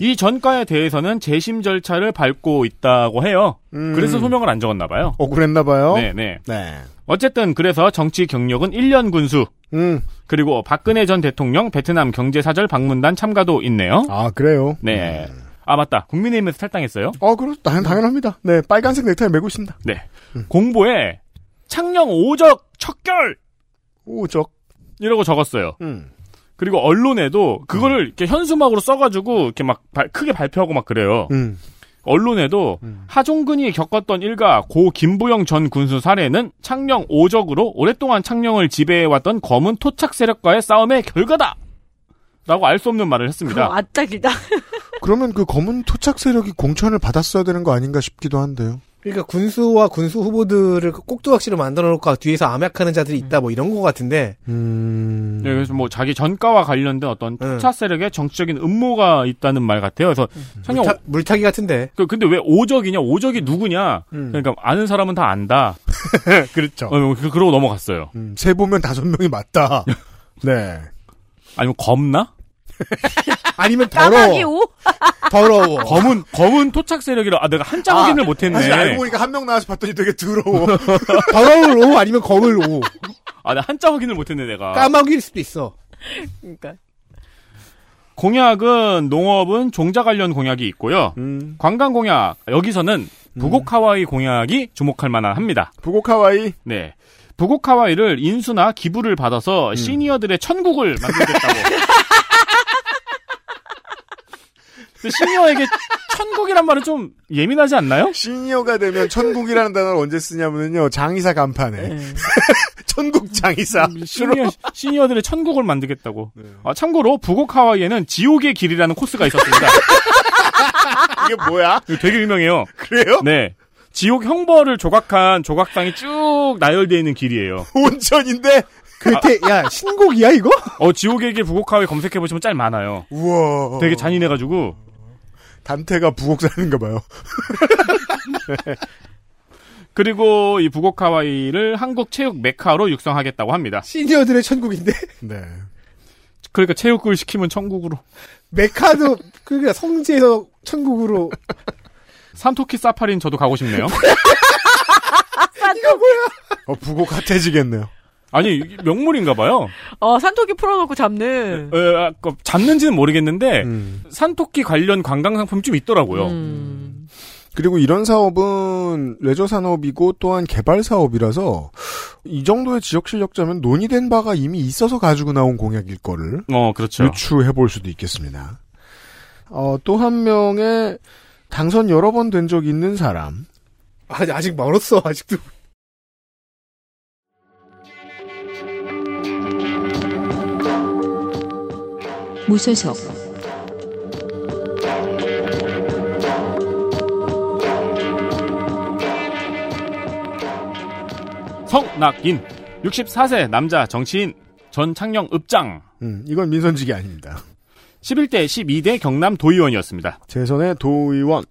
Speaker 5: 이 전가에 대해서는 재심 절차를 밟고 있다고 해요.
Speaker 2: 음.
Speaker 5: 그래서 소명을 안 적었나 봐요.
Speaker 2: 억울했나 봐요.
Speaker 5: 네, 네.
Speaker 2: 네.
Speaker 5: 어쨌든 그래서 정치 경력은 1년 군수.
Speaker 2: 음.
Speaker 5: 그리고 박근혜 전 대통령 베트남 경제사절 방문단 참가도 있네요.
Speaker 2: 아 그래요.
Speaker 5: 네. 아 맞다. 국민의힘에서 탈당했어요.
Speaker 2: 어, 그렇, 당, 당연합니다. 네, 빨간색 넥타이 메고 있습니다.
Speaker 5: 네. 공보에 창녕 오적 척결
Speaker 2: 오적
Speaker 5: 이라고 적었어요.
Speaker 2: 음.
Speaker 5: 그리고
Speaker 2: 음.
Speaker 5: 언론에도 그거를 이렇게 현수막으로 써가지고 이렇게 막 발- 크게 발표하고 막 그래요. 언론에도 하종근이 겪었던 일가 고 김부영 전 군수 사례는 창녕 오적으로 오랫동안 창녕을 지배해왔던 검은 토착 세력과의 싸움의 결과다! 라고 알 수 없는 말을 했습니다.
Speaker 14: 왔다 길다.
Speaker 2: 그러면 그 검은 토착 세력이 공천을 받았어야 되는 거 아닌가 싶기도 한데요.
Speaker 4: 그러니까 군수와 군수 후보들을 그 꼭두각시로 만들어 놓고 뒤에서 암약하는 자들이 있다 뭐 이런 거 같은데
Speaker 2: 음. 예.
Speaker 5: 네, 그래서 뭐 자기 전가와 관련된 어떤 토착 세력의 정치적인 음모가 있다는 말 같아요. 그래서
Speaker 2: 음.
Speaker 5: 창녕
Speaker 4: 물타- 물타기 같은데 *laughs*
Speaker 5: 그 근데 왜 오적이냐? 오적이 누구냐?
Speaker 2: 음.
Speaker 5: 그러니까 아는 사람은 다 안다.
Speaker 2: *laughs* 그렇죠.
Speaker 5: 어, 그- 그러고 넘어갔어요.
Speaker 2: 음, 세 보면 다섯 명이 *laughs* 맞다. 네.
Speaker 5: 아니면 겁나?
Speaker 2: 아니면
Speaker 14: 까마귀 오?
Speaker 4: 더러워.
Speaker 2: 아.
Speaker 5: 검은 검은 토착 세력이라 아 내가 한자 확인을 못했네.
Speaker 2: 사실 알고 보니까 한 명 나와서 봤더니 되게 더러워.
Speaker 5: *laughs*
Speaker 4: 더러울 오 아니면 검을 오
Speaker 5: 아, 나 한자 확인을 못했네, 내가.
Speaker 4: 까마귀일 수도 있어.
Speaker 14: 그러니까
Speaker 5: 공약은, 농업은 종자 관련 공약이 있고요.
Speaker 2: 음.
Speaker 5: 관광 공약, 여기서는 부곡 하와이 공약이 주목할 만한 합니다.
Speaker 2: 부곡 하와이?
Speaker 5: 네. 부곡 하와이를 인수나 기부를 받아서 시니어들의 천국을 만들겠다고. *laughs* 근데 시니어에게 천국이란 말은 좀 예민하지 않나요?
Speaker 2: 시니어가 되면 천국이라는 단어를 언제 쓰냐면요. 장의사
Speaker 5: 네.
Speaker 14: 예.
Speaker 2: 간판에. 천국 장의사.
Speaker 5: 시니어, 시니어들의 천국을 만들겠다고. 아, 참고로 부곡 하와이에는 지옥의 길이라는 코스가 있었습니다.
Speaker 2: *laughs* 이게 뭐야?
Speaker 5: 이거 되게 유명해요.
Speaker 2: 그래요?
Speaker 5: 네. 지옥 형벌을 조각한 조각상이 쭉 나열되어 있는 길이에요.
Speaker 2: 온천인데?
Speaker 4: 그때 야 신곡이야 이거?
Speaker 5: 어, 지옥의 길 부곡 하와이 검색해보시면 짤 많아요.
Speaker 2: 우와.
Speaker 5: 되게 잔인해가지고.
Speaker 2: 단태가 부곡 사는가 봐요.
Speaker 5: 그리고 이 부곡 하와이를 한국 체육 메카로 육성하겠다고 합니다.
Speaker 4: 시니어들의 천국인데
Speaker 2: 네.
Speaker 5: 그러니까 체육을 시키면 천국으로.
Speaker 4: 메카도 그러니까 성지에서 천국으로
Speaker 5: 산토끼 사파린 저도 가고
Speaker 2: *laughs*
Speaker 5: 싶네요.
Speaker 4: 이거 뭐야?
Speaker 2: 어, 부곡 핫해지겠네요.
Speaker 5: 아니, 명물인가봐요.
Speaker 14: 어 산토끼 풀어놓고
Speaker 2: 네.
Speaker 14: 잡는.
Speaker 5: 에, 아, 그, 잡는지는 모르겠는데
Speaker 2: 음.
Speaker 5: 산토끼 관련 관광 상품이 좀 있더라고요.
Speaker 14: 음.
Speaker 3: 음.
Speaker 2: 그리고 이런 사업은 레저 산업이고 또한 개발 사업이라서 이 정도의 지역 실력자면 논의된 바가 이미 있어서 가지고 나온 공약일 거를
Speaker 5: 어, 그렇죠.
Speaker 2: 유추해 볼 수도 있겠습니다. 어, 또 한 명의 당선 여러 번 된 적 있는 사람.
Speaker 4: 아, 아직 멀었어 아직도.
Speaker 1: 무소속
Speaker 5: 성낙인 64세 남자 정치인 전창령 읍장
Speaker 2: 음, 이건 민선직이 아닙니다.
Speaker 5: 11대 12대 경남 도의원이었습니다.
Speaker 2: 재선의 도의원.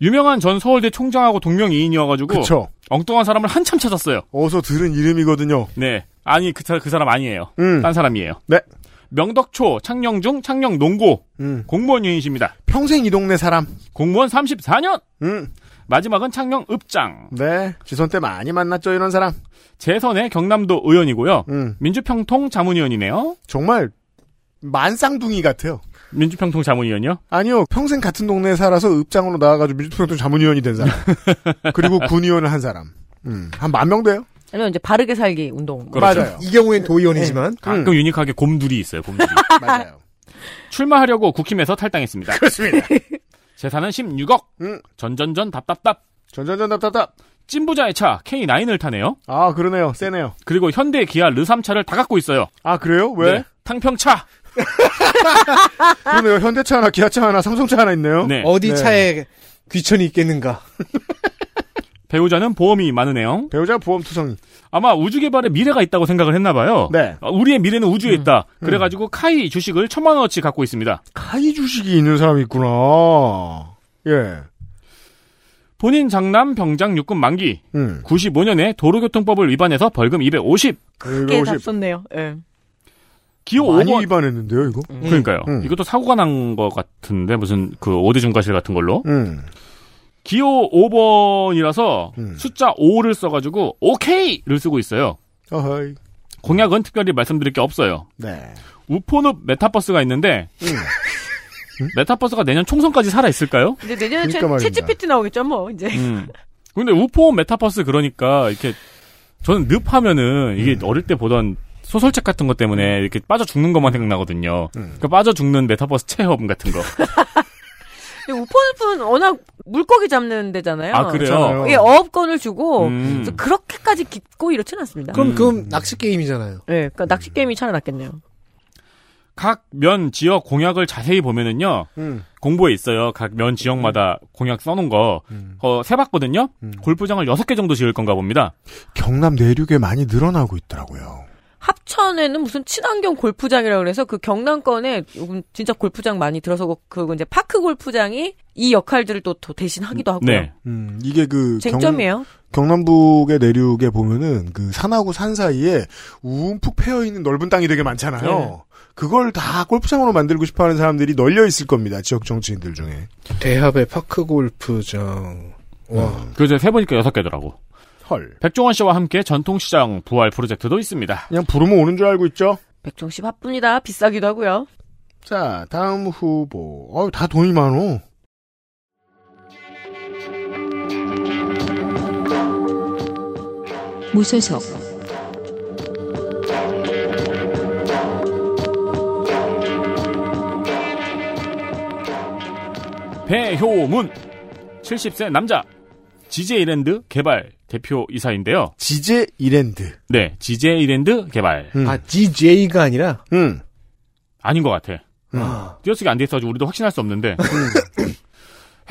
Speaker 5: 유명한 전 서울대 총장하고 동명이인이어가지고
Speaker 2: 그쵸.
Speaker 5: 엉뚱한 사람을 한참 찾았어요.
Speaker 2: 어서 들은 이름이거든요.
Speaker 5: 네, 아니 그, 사- 그 사람 아니에요.
Speaker 2: 음.
Speaker 5: 딴 사람이에요.
Speaker 2: 네.
Speaker 5: 명덕초 창령중 창령농고
Speaker 2: 음.
Speaker 5: 공무원 유인십니다.
Speaker 2: 평생 이 동네 사람.
Speaker 5: 공무원 34년
Speaker 2: 음.
Speaker 5: 마지막은 창령 읍장
Speaker 2: 네. 지선 때 많이 만났죠, 이런 사람.
Speaker 5: 재선의 경남도 의원이고요.
Speaker 2: 음.
Speaker 5: 민주평통 자문위원이네요.
Speaker 2: 정말 만쌍둥이 같아요.
Speaker 5: 민주평통 자문위원이요?
Speaker 2: 아니요. 평생 같은 동네에 살아서 읍장으로 나와가지고 민주평통 자문위원이 된
Speaker 5: *laughs*
Speaker 2: 사람. 그리고 군의원을 한 사람. 음, 한 만 명 돼요?
Speaker 3: 아니면 이제 바르게 살기 운동.
Speaker 5: 그렇죠.
Speaker 2: 맞아요.
Speaker 4: 이 경우엔 도의원이지만
Speaker 2: 음.
Speaker 5: 가끔 유니크하게 곰돌이
Speaker 2: *laughs*
Speaker 5: 있어요. 곰돌이. *laughs*
Speaker 2: 맞아요.
Speaker 5: 출마하려고 국힘에서 탈당했습니다.
Speaker 2: 그렇습니다.
Speaker 5: 재산은 16억.
Speaker 2: 음.
Speaker 5: 전전전 답답답.
Speaker 2: 전전전 답답답.
Speaker 5: 찐부자의 차 K9을 타네요.
Speaker 2: 아, 그러네요. 세네요.
Speaker 5: 그리고 현대 기아 르삼차를 다 갖고 있어요.
Speaker 2: 아, 그래요? 왜?
Speaker 5: 네, 탕평차.
Speaker 2: 그러네요. 현대차 하나, 기아차 하나, 삼성차 하나 있네요.
Speaker 5: 네.
Speaker 4: 어디
Speaker 2: 네.
Speaker 4: 차에 귀천이 있겠는가?
Speaker 5: 배우자는 보험이 많으네요.
Speaker 2: 배우자 보험투성이.
Speaker 5: 아마 우주 개발에 미래가 있다고 생각을 했나
Speaker 14: 어.
Speaker 5: 봐요.
Speaker 2: 네.
Speaker 5: 아, 우리의 미래는 우주에 있다.
Speaker 2: 음.
Speaker 5: 그래가지고 카이 주식을 천만 원어치 갖고 있습니다.
Speaker 2: 카이 주식이 있는 사람이 있구나. 예.
Speaker 5: 본인 장남 병장 육군 만기.
Speaker 2: 음.
Speaker 5: 95년에 도로교통법을 위반해서 벌금 250.
Speaker 14: 그게 다 썼네요. 예.
Speaker 5: 기호
Speaker 2: 많이
Speaker 5: 5번.
Speaker 2: 위반했는데요, 이거?
Speaker 5: 그러니까요.
Speaker 2: 음.
Speaker 5: 이것도 사고가 난 것 같은데 무슨 그 5대 중과실 같은 걸로.
Speaker 2: 음.
Speaker 5: 기호 5번이라서
Speaker 2: 음.
Speaker 5: 숫자 5를 써가지고 오케이를 쓰고 있어요.
Speaker 2: 어허이.
Speaker 5: 공약은 특별히 말씀드릴 게 없어요.
Speaker 2: 네.
Speaker 5: 우포늪 메타버스가 있는데
Speaker 2: 음.
Speaker 5: 메타버스가 내년 총선까지 살아 있을까요?
Speaker 14: 이제 내년에
Speaker 2: 그러니까 말입니다.
Speaker 14: 채, 찌피티 나오겠죠 뭐 이제.
Speaker 5: 음. *laughs* 근데 우포 메타버스 그러니까 이렇게 저는 늪 하면은 이게 어릴 때 보던 소설책 같은 것 때문에 그러니까 이렇게 빠져 죽는 것만 생각나거든요. 그 빠져 죽는 메타버스 체험 같은 거.
Speaker 14: 근데 우퍼는 워낙 물고기 잡는 데잖아요.
Speaker 5: 아, 그래요?
Speaker 14: 예, 어업권을 주고
Speaker 5: 음.
Speaker 14: 그래서 그렇게까지 깊고 이렇진 않습니다.
Speaker 2: 음.
Speaker 4: 그럼 그럼 낚시 게임이잖아요.
Speaker 14: 예, 그러니까 낚시 게임이 차라리 낫겠네요.
Speaker 5: 각 면 지역 공약을 자세히 보면은요 공보에 있어요 각 면 지역마다 공약 써놓은 거 어, 세봤거든요 골프장을 6개 정도 지을 건가 봅니다
Speaker 2: 경남 내륙에 많이 늘어나고 있더라고요.
Speaker 14: 합천에는 무슨 친환경 골프장이라고 그래서 그 경남권에 요즘 진짜 골프장 많이 들어서고 그리고 이제 파크 골프장이 이 역할들을 또, 더 대신하기도 하고요.
Speaker 5: 네.
Speaker 2: 음, 이게 그
Speaker 14: 쟁점이에요.
Speaker 2: 경, 남북의 내륙에 보면은 그 산하고 산 사이에 움푹 패여 있는 넓은 땅이 되게 많잖아요.
Speaker 4: 네.
Speaker 2: 그걸 다 골프장으로 만들고 싶어하는 사람들이 널려 있을 겁니다. 지역 정치인들 중에.
Speaker 4: 대합의 파크 골프장. 와.
Speaker 5: 그래서 세보니까 6개더라고
Speaker 2: 헐
Speaker 5: 백종원 씨와 함께 전통시장 부활 프로젝트도 있습니다
Speaker 2: 그냥 부르면 오는 줄 알고 있죠.
Speaker 14: 백종씨 바쁩니다. 비싸기도 하고요.
Speaker 2: 자 다음 후보. 어다 돈이 많어.
Speaker 1: 무소속
Speaker 5: 배효문 70세 남자 지제이랜드 개발 대표 이사인데요
Speaker 2: 지제 이랜드.
Speaker 5: 네 지제이랜드 개발
Speaker 4: 아, DJ가 아니라?
Speaker 2: 음.
Speaker 5: 아닌 것 같아
Speaker 4: 아.
Speaker 5: 띄어쓰기 안 돼 있어가지고 우리도 확신할 수 없는데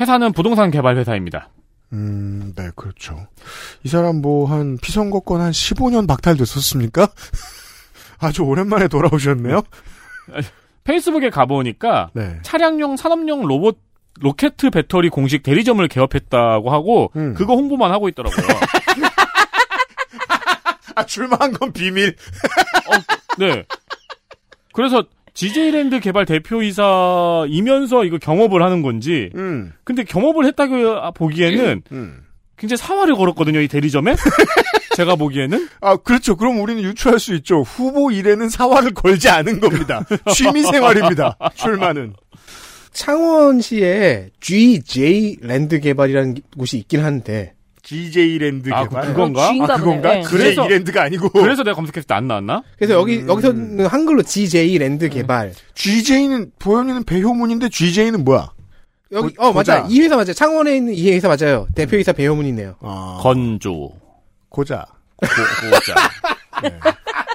Speaker 5: 회사는 부동산 개발 회사입니다
Speaker 2: 음, 네, 그렇죠. 이 사람 뭐, 한, 피선거권 한 15년 박탈됐었습니까? *laughs* 아주 오랜만에 돌아오셨네요?
Speaker 5: 페이스북에 가보니까
Speaker 2: 네.
Speaker 5: 차량용 산업용 로봇 로켓 배터리 공식 대리점을 개업했다고 하고 그거 홍보만 하고 있더라고요.
Speaker 2: 아 출마한 건 비밀.
Speaker 5: 네. 그래서 GJ랜드 개발 대표이사이면서 이거 경업을 하는 건지.
Speaker 2: 음,
Speaker 5: 근데 경업을 했다고 보기에는 굉장히 사활을 걸었거든요 이 대리점에. *laughs* 제가 보기에는
Speaker 2: 아, 그렇죠. 그럼 우리는 유추할 수 있죠. 후보 일에는 사활을 걸지 않은 겁니다. 취미
Speaker 5: *laughs*
Speaker 2: 생활입니다. 출마는.
Speaker 4: 창원시에 GJ 랜드 개발이라는 기- 곳이 있긴 한데.
Speaker 2: GJ 랜드
Speaker 5: 아,
Speaker 2: 개발.
Speaker 5: 그- 그건가?
Speaker 4: G인가
Speaker 5: 아, 그건가?
Speaker 4: 보네. 네.
Speaker 2: 그래서
Speaker 4: GJ
Speaker 2: 랜드가 아니고.
Speaker 5: 그래서 내가 검색했을 때 안 나왔나?
Speaker 4: 그래서 여기
Speaker 2: 음.
Speaker 4: 여기서는 한글로 GJ 랜드 개발.
Speaker 2: GJ는 보현이는 배효문인데 GJ는 뭐야?
Speaker 4: 여기
Speaker 2: 보-
Speaker 4: 어 맞아
Speaker 2: 보자.
Speaker 4: 이 회사 맞아요. 창원에 있는 이 회사 맞아요. 대표이사
Speaker 2: 음.
Speaker 4: 배효문이네요.
Speaker 5: 건조.
Speaker 2: 어, 고자.
Speaker 5: 고자. *laughs*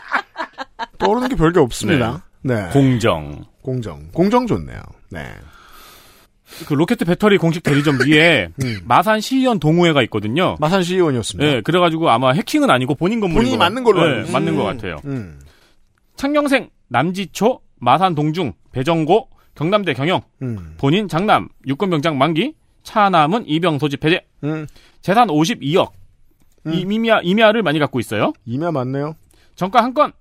Speaker 2: 떠오르는 게 별게 없습니다. 네.
Speaker 5: 공정.
Speaker 2: 공정. 공정 좋네요. 네.
Speaker 5: 그 로켓 배터리 공식 대리점 위에 마산 시의원 동호회가 있거든요.
Speaker 2: 음. 마산 E 시의원이었습니다.
Speaker 5: 음. 네, 그래가지고 아마 해킹은 아니고 본인 건물
Speaker 2: 본인이 맞는 걸로 알고 있어요.
Speaker 5: 맞는
Speaker 2: 음.
Speaker 5: 것 같아요.
Speaker 2: 음.
Speaker 5: 창경생 남지초 마산 동중 배정고 경남대 경영
Speaker 2: 음.
Speaker 5: 본인 장남 육군병장 만기 차남은 이병 소집 해제
Speaker 2: 음.
Speaker 5: 재산 52억 이미야 임야를 많이 갖고 있어요.
Speaker 2: 임야 맞네요.
Speaker 5: 정가 한 건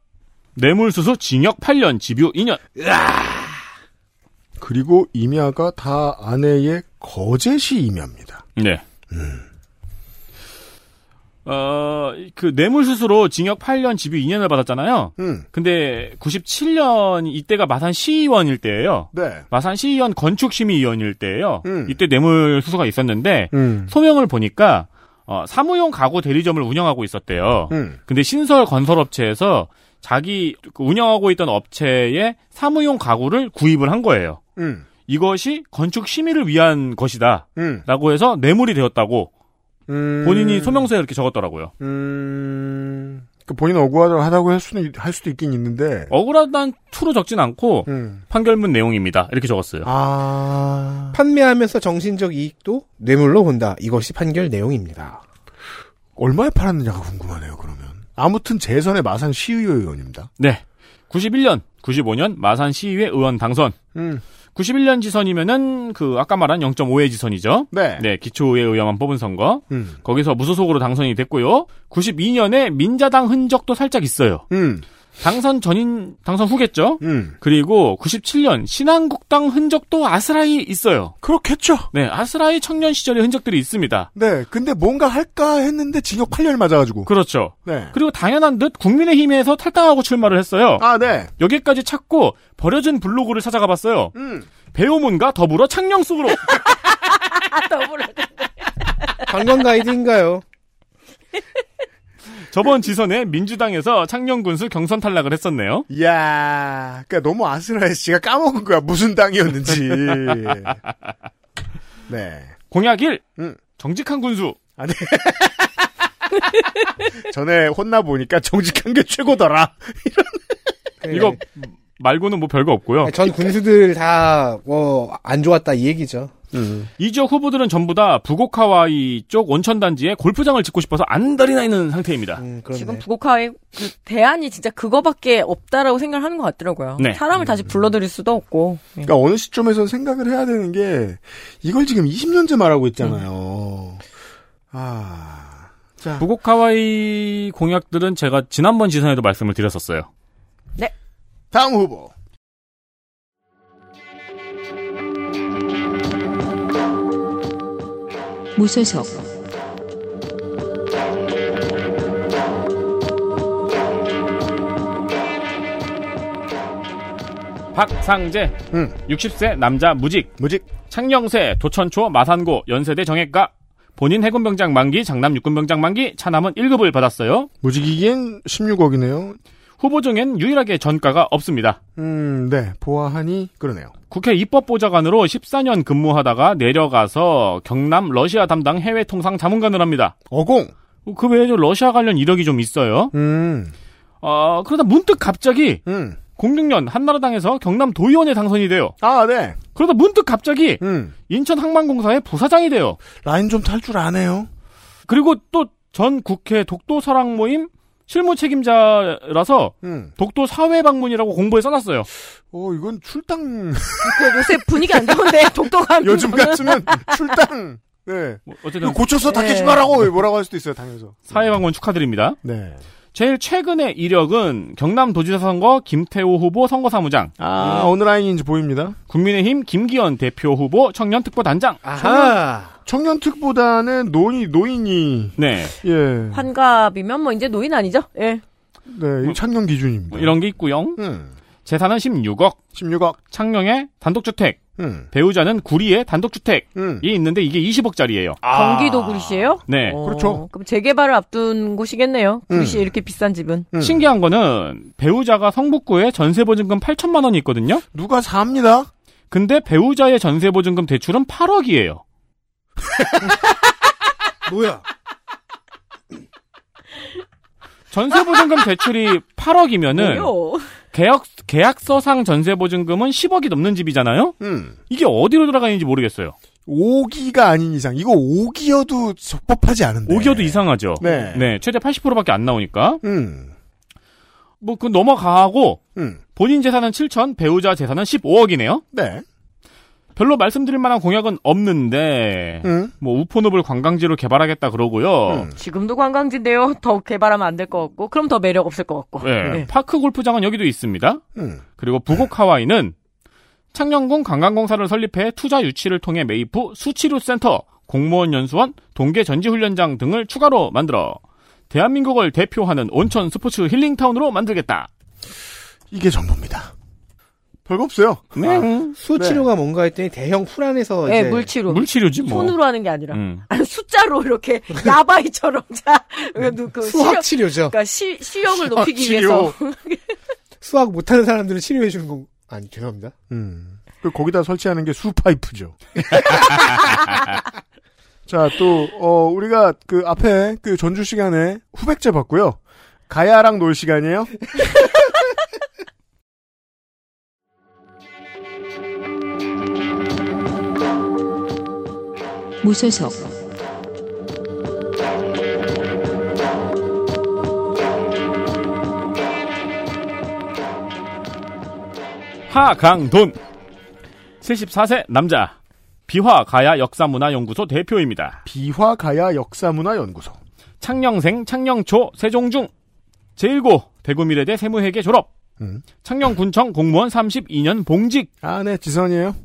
Speaker 5: 뇌물수수 징역 8년 집유 2년.
Speaker 2: 그리고 임야가 다 아내의 거제시 E 임야입니다.
Speaker 5: 네. 어, 그 뇌물수수로 징역 8년 집유 2년을 받았잖아요.
Speaker 2: 음.
Speaker 5: 근데 97년 이때가 마산 시의원일 때예요.
Speaker 2: 네.
Speaker 5: 마산 시의원 건축심의위원일 때예요.
Speaker 2: 음.
Speaker 5: 이때 뇌물수수가 있었는데
Speaker 2: 음.
Speaker 5: 소명을 보니까 어, 사무용 가구 대리점을 운영하고 있었대요.
Speaker 2: 음.
Speaker 5: 근데 신설 건설업체에서 자기 그 운영하고 있던 업체에 사무용 가구를 구입을 한 거예요.
Speaker 2: 음.
Speaker 5: 이것이 건축 심의를 위한 것이다.
Speaker 2: 음.
Speaker 5: 라고 해서 뇌물이 되었다고
Speaker 2: 음.
Speaker 5: 본인이 소명서에 이렇게 적었더라고요.
Speaker 2: 음. 그 본인 억울하다고 할 수는 할 수도 있긴 있는데.
Speaker 5: 어.
Speaker 2: 음.
Speaker 5: 억울하다는 투로 적진 않고
Speaker 2: 네.
Speaker 5: 판결문 내용입니다. 이렇게 적었어요.
Speaker 2: 아.
Speaker 4: 판매하면서 정신적 이익도 뇌물로 본다. 이것이 판결 내용입니다.
Speaker 2: 얼마에 팔았느냐가 궁금하네요. 그러면 아무튼 재선의 마산 시의회의원입니다.
Speaker 5: 네. 91년, 95년 마산 시의회 의원 당선.
Speaker 2: 음.
Speaker 5: 91년 지선이면은 그 아까 말한 0.5회 지선이죠.
Speaker 2: 네.
Speaker 5: 기초의회 의원만 뽑은 선거.
Speaker 2: 음.
Speaker 5: 거기서 무소속으로 당선이 됐고요. 92년에 민자당 흔적도 살짝 있어요.
Speaker 2: 음.
Speaker 5: 당선 전인 당선 후겠죠.
Speaker 2: 음.
Speaker 5: 그리고 97년 신한국당 흔적도 아스라이 있어요.
Speaker 2: 그렇겠죠.
Speaker 5: 네, 아스라이 청년 시절의 흔적들이 있습니다.
Speaker 2: 네, 근데 뭔가 할까 했는데 징역 8년 맞아가지고.
Speaker 5: 그렇죠.
Speaker 2: 네.
Speaker 5: 그리고 당연한 듯 국민의힘에서 탈당하고 출마를 했어요.
Speaker 2: 아, 네.
Speaker 5: 여기까지 찾고 버려진 블로그를 찾아가 봤어요.
Speaker 2: 음.
Speaker 5: 배우문과 더불어 창녕 속으로.
Speaker 2: *laughs*
Speaker 4: 관광 가이드인가요?
Speaker 5: 저번 지선에 민주당에서 창녕 군수 경선 탈락을 했었네요.
Speaker 2: 그러니까
Speaker 5: *laughs*
Speaker 2: 이야, 그니까 너무 아스라엘 씨가 까먹은 거야. 무슨 당이었는지. 네.
Speaker 5: 공약 1.
Speaker 2: 음. 정직한 군수. 아, 네. 전에 혼나 보니까 정직한 게 최고더라. 예.
Speaker 4: 네.
Speaker 5: 이거 말고는 뭐 별거 없고요.
Speaker 2: 그렇죠.
Speaker 4: 전 군수들 다, 어, 안 좋았다 이 얘기죠.
Speaker 5: 이 지역 후보들은 전부 다 부곡하와이 쪽 온천단지에 골프장을 짓고 싶어서 안달이 나 있는
Speaker 2: 음.
Speaker 5: 상태입니다.
Speaker 4: 음,
Speaker 14: 지금 부곡화의 그 대안이 진짜 그거밖에 없다라고 생각하는 것 같더라고요.
Speaker 2: 네.
Speaker 14: 사람을 다시 불러들일 수도 없고. 예.
Speaker 2: 그러니까 어느 시점에서 생각을 해야 되는 게 이걸 지금 20년째 말하고 있잖아요. 아. 자.
Speaker 5: 부곡하와이 공약들은 제가 지난번 지선에도 말씀을 드렸었어요.
Speaker 14: 네.
Speaker 2: 다음 후보.
Speaker 1: 무소속
Speaker 5: 박상재
Speaker 2: 음.
Speaker 5: 60세 남자 무직
Speaker 2: 무직
Speaker 5: 창녕세 도천초 마산고 연세대 정액과 본인 해군병장 만기 장남 육군병장 만기 차남은 1급을 받았어요.
Speaker 2: 무직이기엔 16억이네요.
Speaker 5: 후보 중엔 유일하게 전과가 없습니다.
Speaker 2: 음, 네. 보아하니 그러네요.
Speaker 5: 국회 입법보좌관으로 14년 근무하다가 내려가서 경남 러시아 담당 해외 통상 자문관을 합니다.
Speaker 2: 어공.
Speaker 5: 그 외에도 러시아 관련 이력이 좀 있어요.
Speaker 2: 음.
Speaker 5: 어, 그러다 문득 갑자기
Speaker 2: 음.
Speaker 5: 06년 한나라당에서 경남 도의원에 당선이 돼요.
Speaker 2: 아, 네.
Speaker 5: 그러다 문득 갑자기
Speaker 2: 음.
Speaker 5: 인천 항만공사의 부사장이 돼요.
Speaker 2: 라인 좀 탈 줄 아네요.
Speaker 5: 그리고 또 전 국회 독도 사랑 모임 실무 책임자라서
Speaker 2: 음.
Speaker 5: 독도 사회 방문이라고 공부에 써놨어요.
Speaker 2: 어, 이건 출당.
Speaker 14: 요새 분위기 안 좋은데 독도가
Speaker 2: *laughs* 요즘 같으면 출당. 네.
Speaker 5: 뭐 어쨌든
Speaker 2: 고쳐서 닦이지 말라고 뭐라고 할 수도 있어요, 당에서.
Speaker 5: 사회 방문 축하드립니다.
Speaker 2: 네.
Speaker 5: 제일 최근의 이력은 경남도지사 선거 김태호 후보 선거사무장.
Speaker 2: 아, 어느 라인인지 보입니다.
Speaker 5: 국민의힘 김기현 대표 후보 청년특보단장.
Speaker 2: 청년특보다는 노인, 노인이.
Speaker 5: 네.
Speaker 2: 예.
Speaker 14: 환갑이면 뭐 이제 노인 아니죠? 예.
Speaker 2: 네, 이 창녕 기준입니다. 음.
Speaker 5: 뭐 이런 게 있고요. 재산은 16억.
Speaker 2: 16억.
Speaker 5: 창녕의 단독주택.
Speaker 2: 음.
Speaker 5: 배우자는 구리의 단독주택이 있는데 이게 20억짜리예요.
Speaker 3: 아.
Speaker 14: 경기도 구리시에요?
Speaker 5: 네. 그렇죠.
Speaker 14: 어, 그럼 재개발을 앞둔 곳이겠네요. 구리시
Speaker 5: 음.
Speaker 14: 이렇게 비싼 집은.
Speaker 5: 신기한 거는 배우자가 성북구에 전세보증금 8천만 원이 있거든요.
Speaker 2: 누가 삽니다.
Speaker 5: 근데 배우자의 전세보증금 대출은 8억이에요.
Speaker 4: 뭐야?
Speaker 5: 전세보증금 대출이 8억이면은
Speaker 14: 뭐요?
Speaker 5: 계약 계약서상 전세보증금은 10억이 넘는 집이잖아요.
Speaker 2: 음.
Speaker 5: 이게 어디로 들어가는지 모르겠어요.
Speaker 2: 오기가 아닌 이상 이거 오기여도 적법하지 않은데.
Speaker 5: 오기어도 이상하죠.
Speaker 2: 네.
Speaker 5: 최대 80%밖에 안 나오니까.
Speaker 2: 음.
Speaker 5: 뭐 그 넘어가고
Speaker 2: 음.
Speaker 5: 본인 재산은 7천, 배우자 재산은 15억이네요.
Speaker 2: 네.
Speaker 5: 별로 말씀드릴 만한 공약은 없는데
Speaker 2: 음.
Speaker 5: 뭐 우포늪을 관광지로 개발하겠다 그러고요.
Speaker 14: 지금도 관광지인데요. 더 개발하면 안 될 것 같고, 그럼 더 매력 없을 것 같고.
Speaker 5: 예,
Speaker 14: 네.
Speaker 5: 파크 골프장은 여기도 있습니다.
Speaker 2: 음.
Speaker 5: 그리고 부곡 하와이는 창녕군 관광공사를 설립해 투자 유치를 통해 매입 후 수치료센터, 공무원 연수원, 동계 전지훈련장 등을 추가로 만들어 대한민국을 대표하는 온천 스포츠 힐링타운으로 만들겠다.
Speaker 2: 이게 전부입니다. 별거 없어요.
Speaker 5: 네.
Speaker 4: 아, 수치료가 뭔가 했더니 대형 풀 안에서
Speaker 14: 예,
Speaker 4: 어,
Speaker 3: 네,
Speaker 4: 이제
Speaker 14: 물치료.
Speaker 5: 물치료지 뭐.
Speaker 14: 손으로 하는 게 아니라.
Speaker 5: 음.
Speaker 14: 아니, 숫자로
Speaker 4: *laughs*
Speaker 14: 이렇게 야바이처럼 자. 그
Speaker 4: 음.
Speaker 14: 시력-
Speaker 4: 수학 치료죠.
Speaker 14: 그러니까 시, 시력을
Speaker 4: 수학
Speaker 14: 높이기
Speaker 4: 치료.
Speaker 14: 위해서.
Speaker 4: 수학 못하는 사람들을 치료해 주는 건 아니 죄송합니다.
Speaker 2: 음. 그 거기다 설치하는 게 수파이프죠. *laughs* 자, 또, 어, 우리가 그 앞에 그 전주 시간에 후백제 봤고요. 가야랑 놀 시간이에요.
Speaker 1: 무소속
Speaker 5: 하강돈 74세 남자 비화 가야 역사문화연구소 대표입니다.
Speaker 2: 비화 가야 역사문화 연구소.
Speaker 5: 창녕생 창녕초 세종중 제1고 대구미래대 세무회계 졸업
Speaker 2: 음.
Speaker 5: 창녕군청 공무원 32년 봉직
Speaker 2: 아, 네, 지선이에요.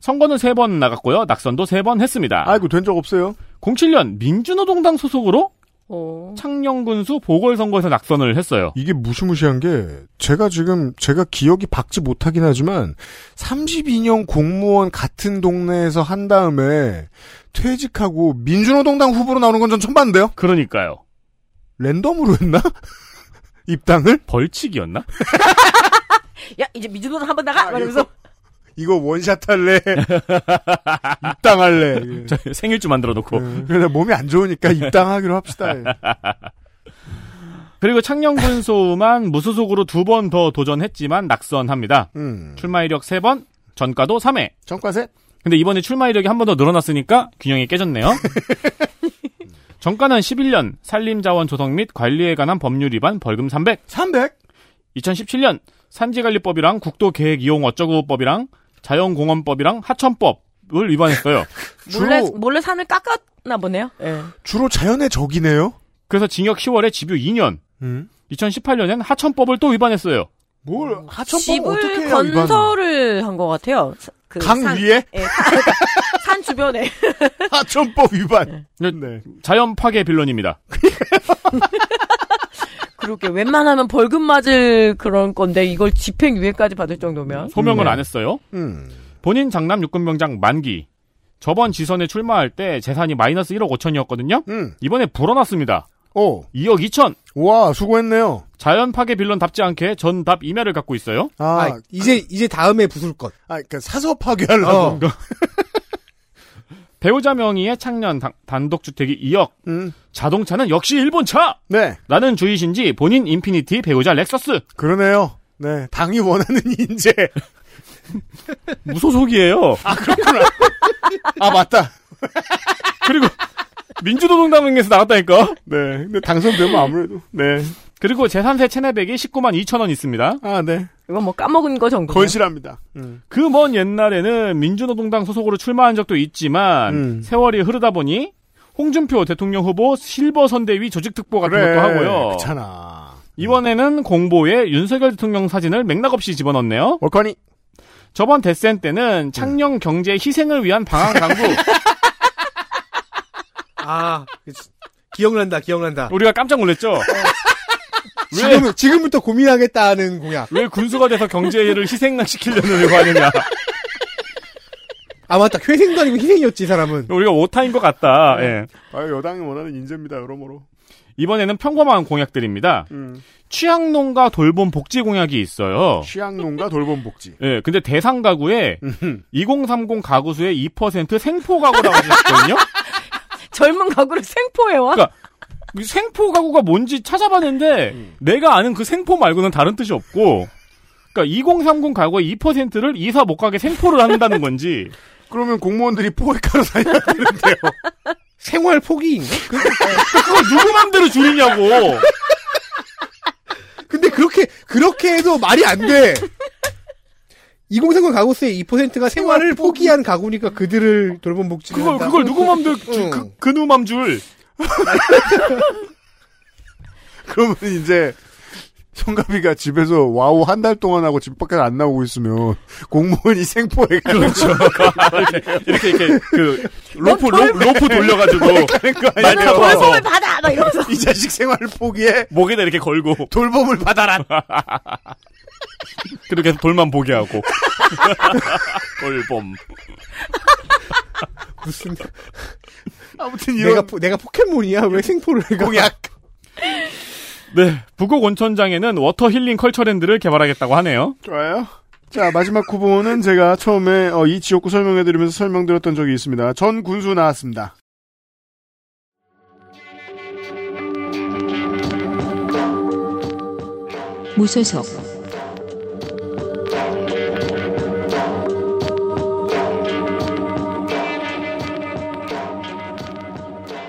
Speaker 5: 선거는 3번 나갔고요. 낙선도 3번 했습니다.
Speaker 2: 아이고, 된 적 없어요.
Speaker 5: 07년 민주노동당 소속으로
Speaker 14: 어.
Speaker 5: 창녕군수 보궐선거에서 낙선을 했어요.
Speaker 2: 이게 무시무시한 게 제가 지금 제가 기억이 박지 못하긴 하지만 32년 공무원 같은 동네에서 한 다음에 퇴직하고 민주노동당 후보로 나오는 건 전 처음 봤는데요.
Speaker 5: 그러니까요.
Speaker 2: 랜덤으로 했나? *laughs* 입당을?
Speaker 5: 벌칙이었나? *laughs*
Speaker 4: 아,
Speaker 14: 야, 이제 민주노동 한번 나가! 이러면서.
Speaker 2: 이거 원샷 할래. *laughs* 입당할래. 예.
Speaker 5: 저 생일주 만들어 놓고.
Speaker 14: 뭐.
Speaker 2: 그래, 몸이 안 좋으니까 입당하기로 합시다. 예.
Speaker 5: 그리고 창녕군소만 무소속으로 두 번 더 도전했지만 낙선합니다.
Speaker 2: 음.
Speaker 5: 출마 이력 세번 전과도 삼회
Speaker 2: 전과 셋.
Speaker 5: 근데 이번에 출마 이력이 한 번 더 늘어났으니까 균형이 깨졌네요. 전과는 11년 산림자원 조성 및 관리에 관한 법률 위반 벌금 300.
Speaker 2: 300.
Speaker 5: 2017년 산지관리법이랑 국도계획이용어쩌구법이랑 자연공원법이랑 하천법을 위반했어요.
Speaker 14: 몰래 몰래 산을 깎았나 보네요. 예.
Speaker 2: 주로 자연의 적이네요. 음.
Speaker 5: 그래서 징역 10월에 집유 2년. 2018년엔 하천법을 또 위반했어요.
Speaker 2: 뭘
Speaker 14: 음,
Speaker 4: 뭐
Speaker 14: 집을 건설을 한 것 같아요. 사- 그
Speaker 5: 강
Speaker 14: 산- *laughs*
Speaker 5: 위에?
Speaker 14: 예, 산, 산 주변에.
Speaker 2: 하천법 위반.
Speaker 14: 네.
Speaker 2: 네.
Speaker 5: 자연 파괴 빌런입니다.
Speaker 14: 그렇게 웬만하면 벌금 맞을 그런 건데 이걸 집행유예까지 받을 정도면
Speaker 2: 네.
Speaker 5: 소명을 안 했어요.
Speaker 2: 음.
Speaker 5: 본인 장남 육군병장 만기. 저번 지선에 출마할 때 재산이 마이너스 1억 5천이었거든요. 이번에 불어났습니다.
Speaker 2: 오.
Speaker 5: 2억 2천.
Speaker 2: 와 수고했네요.
Speaker 5: 자연 파괴 빌런답지 않게 전답 임야를 갖고 있어요.
Speaker 2: 아,
Speaker 4: 이제 이제 다음에 부술 것.
Speaker 2: 아, 그러니까 사서 파괴하려고.
Speaker 5: 아, *laughs* 배우자 명의의 창년 당- 단독주택이 2억. 자동차는 역시 일본 차.
Speaker 2: 음. 네.
Speaker 5: 라는 주의신지 본인 인피니티 배우자 렉서스.
Speaker 2: 그러네요. 네, 당이 원하는 인재. *laughs*
Speaker 5: 무소속이에요.
Speaker 2: 아, 그렇구나. 아, 맞다.
Speaker 5: 그리고 민주노동당에서 나왔다니까.
Speaker 2: 네. 근데 당선되면 아무래도 네.
Speaker 5: 그리고 재산세 체내백이 19만 2천 원 있습니다.
Speaker 2: 아, 네.
Speaker 14: 이건 뭐 까먹은 거 정도.
Speaker 2: 건실합니다. 음.
Speaker 5: 그 먼 옛날에는 민주노동당 소속으로 출마한 적도 있지만
Speaker 2: 음.
Speaker 5: 세월이 흐르다 보니 홍준표 대통령 후보 실버 선대위 조직특보 같은
Speaker 2: 그래,
Speaker 5: 것도 하고요.
Speaker 2: 그렇잖아.
Speaker 5: 이번에는 공보에 윤석열 대통령 사진을 맥락 없이 집어넣네요.
Speaker 2: 월커니.
Speaker 5: 저번 데센 때는 창녕 경제 희생을 위한 방한 강구.
Speaker 4: 아 기억난다 기억난다.
Speaker 5: *laughs* 우리가 깜짝 놀랐죠.
Speaker 4: 지금 지금부터 고민하겠다는 공약.
Speaker 5: 왜 군수가 돼서 경제를 희생시키려는 거 아니냐.
Speaker 4: 아 맞다 회생도 아니고 희생이었지 이 사람은.
Speaker 5: 우리가 오타인 것 같다. 예.
Speaker 2: 아, 여당이 원하는 인재입니다. 여러모로.
Speaker 5: 이번에는 평범한 공약들입니다.
Speaker 2: 음.
Speaker 5: 취향농가 돌봄 복지 공약이 있어요.
Speaker 2: 취향농가 돌봄 복지.
Speaker 5: 예, 근데 대상 가구에 2030 가구 수의 2% 생포 가구라고 하셨거든요.
Speaker 14: 젊은 가구를 아, 생포해와.
Speaker 5: 그러니까 그 생포 가구가 뭔지 찾아봤는데 내가 아는 그 생포 말고는 다른 뜻이 없고 그러니까 2030 가구의 2%를 이사 못 가게 생포를 한다는 건지
Speaker 2: 그러면 공무원들이 포획하러 다녀야 되는데요.
Speaker 4: 생활 포기인가?
Speaker 5: 그걸 누구 맘대로 줄이냐고.
Speaker 4: 근데 그렇게 그렇게 해도 말이 안 돼. 2030 가구수의 2%가 생활을 포기한 가구니까 그들을 돌봄 복지.
Speaker 5: 그걸 그걸 누구 맘대로 줄- 그, 그누 맘줄
Speaker 2: 그러면 이제 성가비가 집에서 와우 한 달 동안 하고 집 밖에 안 나오고 있으면 공무원이 생포해
Speaker 5: 그렇죠. 이렇게 이렇게 그 로프 로, 로프 돌려가지고
Speaker 2: 그렇죠. 아니에요. 어.
Speaker 5: 날 잡아서
Speaker 14: 받아 막 이러면서
Speaker 2: 이 자식 생활을 포기해
Speaker 5: 목에다 이렇게 걸고
Speaker 2: 돌봄을 받아라.
Speaker 5: *laughs* 그리고 계속 돌만 보게 하고
Speaker 2: *laughs*
Speaker 5: 돌봄.
Speaker 4: 무슨
Speaker 2: 아무튼
Speaker 4: 내가
Speaker 2: 이런
Speaker 4: 포- 내가 포켓몬이야 왜 생포를 해가?
Speaker 2: 공약.
Speaker 5: 네, 북옥 온천장에는 워터 힐링 컬처랜드를 개발하겠다고 하네요.
Speaker 2: 좋아요. 자 마지막 후보는 제가 처음에 어, 이 지역구 설명해드리면서 설명드렸던 적이 있습니다. 전 군수 나왔습니다.
Speaker 1: 무소속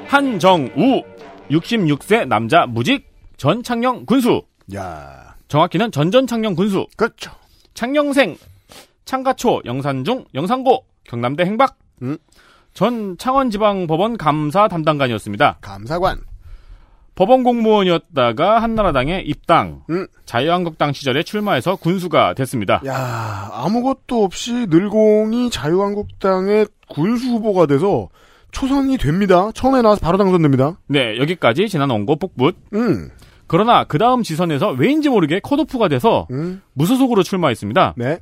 Speaker 5: 한정우 66세 남자 무직 전창령 군수.
Speaker 2: 야
Speaker 5: 정확히는 전전창령 군수.
Speaker 2: 그렇죠.
Speaker 5: 창령생 창가초 영산중 영산고 경남대 행박. 전 창원지방법원 감사 담당관이었습니다.
Speaker 2: 감사관.
Speaker 5: 법원 공무원이었다가 한나라당에 입당.
Speaker 2: 음.
Speaker 5: 자유한국당 시절에 출마해서 군수가 됐습니다.
Speaker 2: 야 아무것도 없이 늘공이 자유한국당의 군수 후보가 돼서 초선이 됩니다. 처음에 나와서 바로 당선됩니다.
Speaker 5: 네, 여기까지 지난 원고 복붙.
Speaker 2: 음.
Speaker 5: 그러나 그 다음 지선에서 왜인지 모르게 컷오프가 돼서 무소속으로 출마했습니다.
Speaker 2: 음, 네.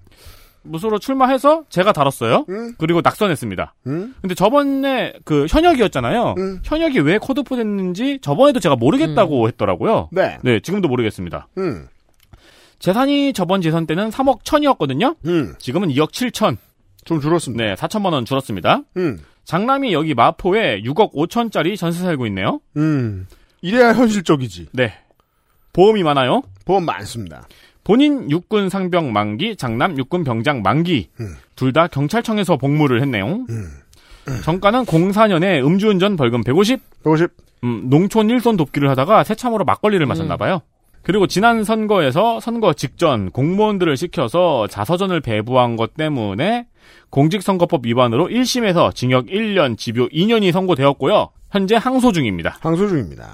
Speaker 5: 무소로 출마해서 제가 다뤘어요. 그리고 낙선했습니다.
Speaker 2: 음.
Speaker 5: 근데 저번에 그 현역이었잖아요. 현역이 왜 컷오프 됐는지 저번에도 제가 모르겠다고 했더라고요.
Speaker 2: 네.
Speaker 5: 네, 지금도 모르겠습니다.
Speaker 2: 음.
Speaker 5: 재산이 저번 재선 때는 3억 1000이었거든요. 지금은 2억 7천.
Speaker 2: 좀 줄었습니다.
Speaker 5: 네, 4천만 원 줄었습니다.
Speaker 2: 네.
Speaker 5: 장남이 여기 마포에 6억 5천짜리 전세 살고 있네요.
Speaker 2: 음. 이래야 현실적이지.
Speaker 5: 네. 보험이 많아요.
Speaker 2: 보험 많습니다.
Speaker 5: 본인 육군 상병 만기, 장남 육군 병장 만기. 둘 다 경찰청에서 복무를 했네요. 정가는 04년에 음주운전 벌금 150.
Speaker 2: 150.
Speaker 5: 음, 농촌 일손 돕기를 하다가 새참으로 막걸리를 마셨나 봐요. 그리고 지난 선거에서 선거 직전 공무원들을 시켜서 자서전을 배부한 것 때문에 공직선거법 위반으로 1심에서 징역 1년, 집요 2년이 선고되었고요. 현재 항소 중입니다.
Speaker 2: 항소 중입니다.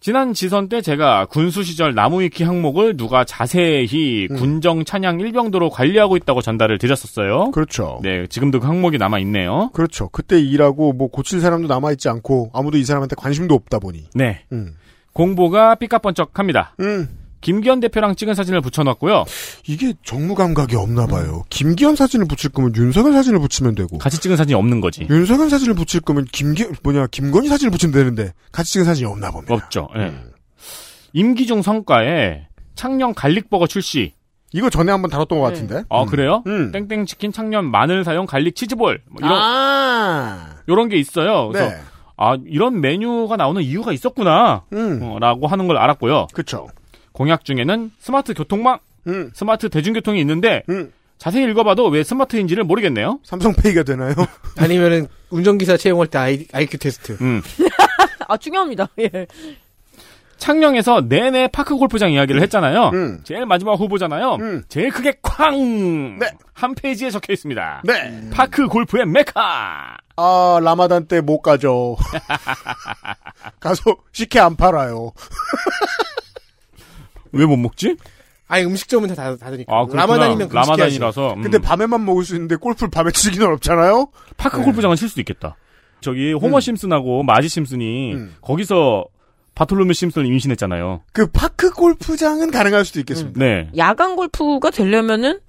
Speaker 5: 지난 지선 때 제가 군수 시절 나무위키 항목을 누가 자세히 군정 찬양 일병도로 관리하고 있다고 전달을 드렸었어요.
Speaker 2: 그렇죠.
Speaker 5: 네, 지금도 그 항목이 남아 있네요.
Speaker 2: 그렇죠. 그때 일하고 뭐 고칠 사람도 남아 있지 않고 아무도 이 사람한테 관심도 없다 보니.
Speaker 5: 네.
Speaker 2: 음.
Speaker 5: 공보가 삐까뻔쩍합니다.
Speaker 2: 음.
Speaker 5: 김기현 대표랑 찍은 사진을 붙여놨고요.
Speaker 2: 이게 정무 감각이 없나 봐요. 김기현 사진을 붙일 거면 윤석열 사진을 붙이면 되고.
Speaker 5: 같이 찍은 사진이 없는 거지.
Speaker 2: 윤석열 사진을 붙일 거면 김기 뭐냐 김건희 사진을 붙이면 되는데 같이 찍은 사진이 없나 봅니다.
Speaker 5: 없죠. 예. 임기중 성과에 창녕 갈릭버거 출시.
Speaker 2: 이거 전에 한번 다뤘던 것 같은데.
Speaker 5: 아 그래요?
Speaker 2: 음.
Speaker 5: 땡땡 치킨 창녕 마늘 사용 갈릭 치즈볼 뭐 이런
Speaker 2: 아.
Speaker 5: 이런 게 있어요. 그래서
Speaker 2: 네.
Speaker 5: 아 이런 메뉴가 나오는 이유가 있었구나.
Speaker 2: 음.
Speaker 5: 어, 라고 하는 걸 알았고요.
Speaker 2: 그렇죠.
Speaker 5: 공약 중에는 스마트 교통망, 스마트 대중교통이 있는데
Speaker 2: 음.
Speaker 5: 자세히 읽어봐도 왜 스마트인지를 모르겠네요.
Speaker 2: 삼성페이가 되나요?
Speaker 4: 아니면은 운전기사 채용할 때 아이, IQ 테스트.
Speaker 5: 음.
Speaker 14: 아 중요합니다. 예.
Speaker 5: 창녕에서 내내 파크 골프장 이야기를 했잖아요.
Speaker 2: 음.
Speaker 5: 제일 마지막 후보잖아요. 제일 크게 쾅! 한 페이지에 적혀
Speaker 2: *laughs* *laughs*
Speaker 5: 있습니다.
Speaker 2: 네.
Speaker 5: 파크 골프의 메카!
Speaker 2: 아 라마단 때 못
Speaker 5: *laughs*
Speaker 2: 가죠. 가서 식혜 안 팔아요.
Speaker 5: 왜 못 먹지?
Speaker 4: 아니 음식점은 다 다- 다르니까.
Speaker 5: 아, 그렇구나.
Speaker 4: 라마단이면 금식해야지.
Speaker 5: 라마단이라서, 음.
Speaker 2: 근데 밤에만 먹을 수 있는데 골프를 밤에 치기는 없잖아요.
Speaker 5: 파크 골프장은 쉴 수도 있겠다. 저기 호머 심슨하고 마지 심슨이 거기서 바톨로메 심슨을 임신했잖아요.
Speaker 2: 그 파크 골프장은 가능할 수도 있겠습니다.
Speaker 5: 네.
Speaker 14: 야간 골프가 되려면은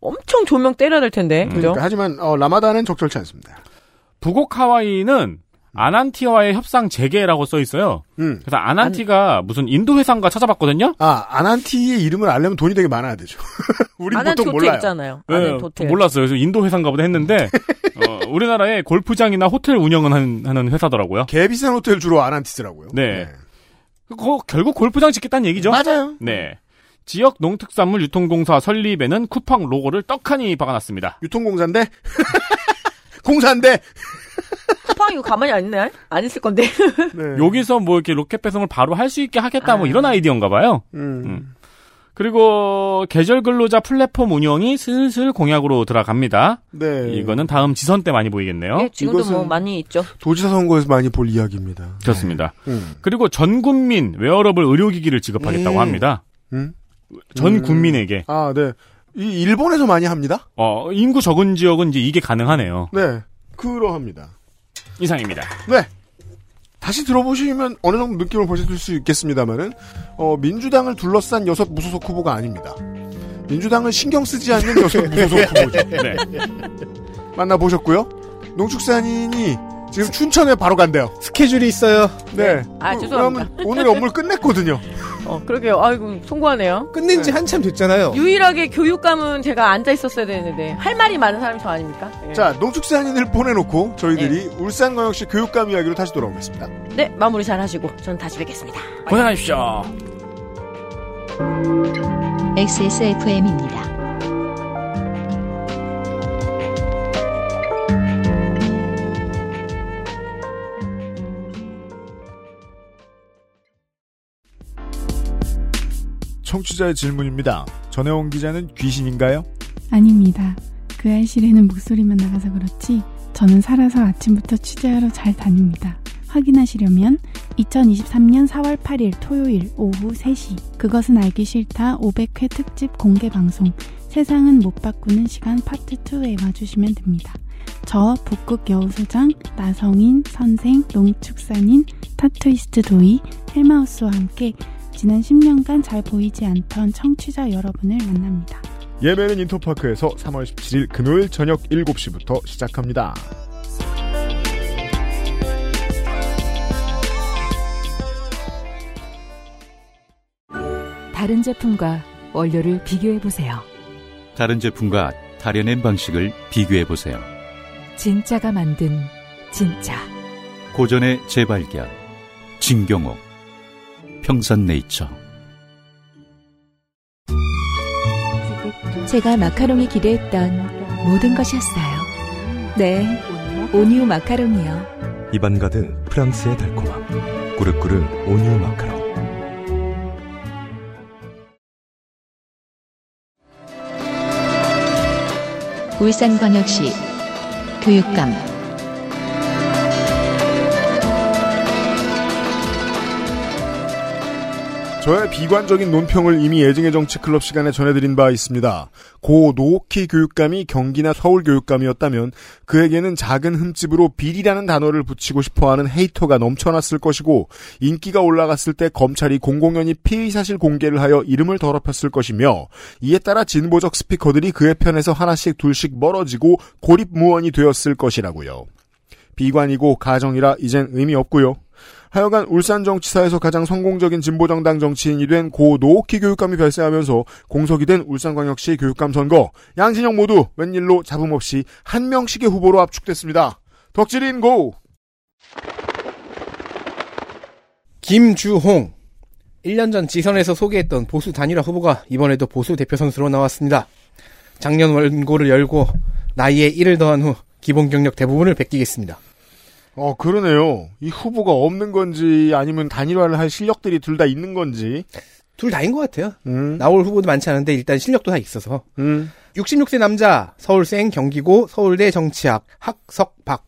Speaker 14: 엄청 조명 때려야 될 텐데. 그죠?
Speaker 2: 그러니까 하지만 어, 라마단은 적절치 않습니다.
Speaker 5: 북옥 하와이는 아난티와의 협상 재개라고 써 있어요. 그래서 아난티가 무슨 인도 회사인가 찾아봤거든요.
Speaker 2: 음. 아 아난티의 이름을 알려면 돈이 되게 많아야 되죠. *laughs* 우리
Speaker 14: 아난
Speaker 2: 보통
Speaker 14: 도텔
Speaker 2: 몰라요.
Speaker 14: 있잖아요.
Speaker 5: 네,
Speaker 14: 아난 도텔.
Speaker 5: 몰랐어요. 그래서 인도 회사인가 보다 했는데 어, 우리나라에 골프장이나 호텔 운영은 한- 하는 회사더라고요.
Speaker 2: 개비싼 호텔 주로 아난티스라고요.
Speaker 5: 네. 그거 결국 골프장 짓겠다는 얘기죠.
Speaker 2: 맞아요.
Speaker 5: 네. 지역 농특산물 유통공사 설립에는 쿠팡 로고를 떡하니 박아놨습니다.
Speaker 2: 유통공사인데? *laughs* 공사인데?
Speaker 14: 쿠팡이 이거 가만히 안 있네. 안 있을 건데.
Speaker 2: 네.
Speaker 5: *laughs* 여기서 뭐 이렇게 로켓 배송을 바로 할 수 있게 하겠다 뭐 이런 아이디어인가 봐요. 음. 그리고 계절 근로자 플랫폼 운영이 슬슬 공약으로 들어갑니다.
Speaker 2: 네.
Speaker 5: 이거는 다음 지선 때 많이 보이겠네요.
Speaker 14: 예, 지금도 뭐
Speaker 2: 어? 이것은-
Speaker 14: 많이 있죠.
Speaker 2: 도지사 선거에서 많이 볼 이야기입니다.
Speaker 5: 그렇습니다.
Speaker 2: 음.
Speaker 5: 그리고 전 국민 웨어러블 의료기기를 지급하겠다고
Speaker 2: 음.
Speaker 5: 합니다.
Speaker 2: 음.
Speaker 5: 전
Speaker 2: 음.
Speaker 5: 국민에게
Speaker 2: 아, 네. 이 일본에서 많이 합니다.
Speaker 5: 어, 인구 적은 지역은 이제 이게 가능하네요.
Speaker 2: 네. 그러합니다.
Speaker 5: 이상입니다.
Speaker 2: 네. 다시 들어보시면 어느 정도 느낌을 보실 수 있겠습니다만은 어, 민주당을 둘러싼 여섯 무소속 후보가 아닙니다. 민주당을 신경 쓰지
Speaker 14: *laughs*
Speaker 2: 않는 여섯 무소속 후보죠.
Speaker 5: 네.
Speaker 2: 만나 보셨고요. 농축산인이 지금 춘천에 바로 간대요.
Speaker 4: 스케줄이 있어요.
Speaker 2: 네.
Speaker 14: 아,
Speaker 2: 그-
Speaker 14: 죄송합니다.
Speaker 2: 그러면 오늘의 업무를 끝냈거든요.
Speaker 14: 어, 그러게요. 아이고, 송구하네요.
Speaker 4: 끝낸 지 한참 됐잖아요.
Speaker 14: 유일하게 교육감은 제가 앉아 있었어야 되는데 할 말이 많은 사람이 저 아닙니까? 예.
Speaker 2: 자, 농축산인을 보내놓고 저희들이 울산광역시 교육감 이야기로 다시 돌아오겠습니다.
Speaker 14: 네, 마무리 잘 하시고 저는 다시 뵙겠습니다.
Speaker 5: 고생하십시오.
Speaker 1: XSFM입니다.
Speaker 2: 청취자의 질문입니다. 전혜원 기자는 귀신인가요?
Speaker 15: 아닙니다. 그 알실에는 목소리만 나가서 그렇지 저는 살아서 아침부터 취재하러 잘 다닙니다. 확인하시려면 2023년 4월 8일 토요일 오후 3시 그것은 알기 싫다 500회 특집 공개 방송 세상은 못 바꾸는 시간 파트 2에 와주시면 됩니다. 저 북극 여우소장, 나성인, 선생, 농축산인, 타투이스트 도이, 헬마우스와 함께 지난 10년간 잘 보이지 않던 청취자 여러분을 만납니다.
Speaker 2: 예매는 인터파크에서 3월 17일 금요일 저녁 7시부터 시작합니다.
Speaker 11: 다른 제품과 원료를 비교해 보세요.
Speaker 12: 다른 제품과 다려낸 방식을 비교해 보세요.
Speaker 11: 진짜가 만든 진짜.
Speaker 12: 고전의 재발견. 진경옥. 평산네이처.
Speaker 9: 제가 마카롱이 기대했던 모든 것이었어요. 네, 온유 마카롱이요.
Speaker 10: 입안 가득 프랑스의 달콤함. 꾸르꾸르 온유 마카롱.
Speaker 1: 울산광역시 교육감
Speaker 2: 저의 비관적인 논평을 이미 예증의 정치 클럽 시간에 전해드린 바 있습니다. 고 노오키 교육감이 경기나 서울 교육감이었다면 그에게는 작은 흠집으로 비리라는 단어를 붙이고 싶어하는 헤이터가 넘쳐났을 것이고 인기가 올라갔을 때 검찰이 공공연히 피의 사실 공개를 하여 이름을 더럽혔을 것이며 이에 따라 진보적 스피커들이 그의 편에서 하나씩 둘씩 멀어지고 고립무원이 되었을 것이라고요. 비관이고 가정이라 이젠 의미 없고요. 하여간 울산 정치사에서 가장 성공적인 진보정당 정치인이 된 고 노오키 교육감이 별세하면서 공석이 된 울산광역시 교육감 선거 양진영 모두 웬일로 잡음 없이 한 명씩의 후보로 압축됐습니다. 덕질인 고!
Speaker 4: 김주홍. 1년 전 지선에서 소개했던 보수 단일화 후보가 이번에도 보수 대표 선수로 나왔습니다. 작년 원고를 열고 나이에 1을 더한 후 기본 경력 대부분을 베끼겠습니다.
Speaker 2: 어 그러네요. 이 후보가 없는 건지 아니면 단일화를 할 실력들이 둘 다 있는 건지 음,
Speaker 4: 둘 다인 것 같아요. 나올 후보도 많지 않은데 일단 실력도 다 있어서. 66세 남자, 서울생 경기고 서울대 정치학 학석박.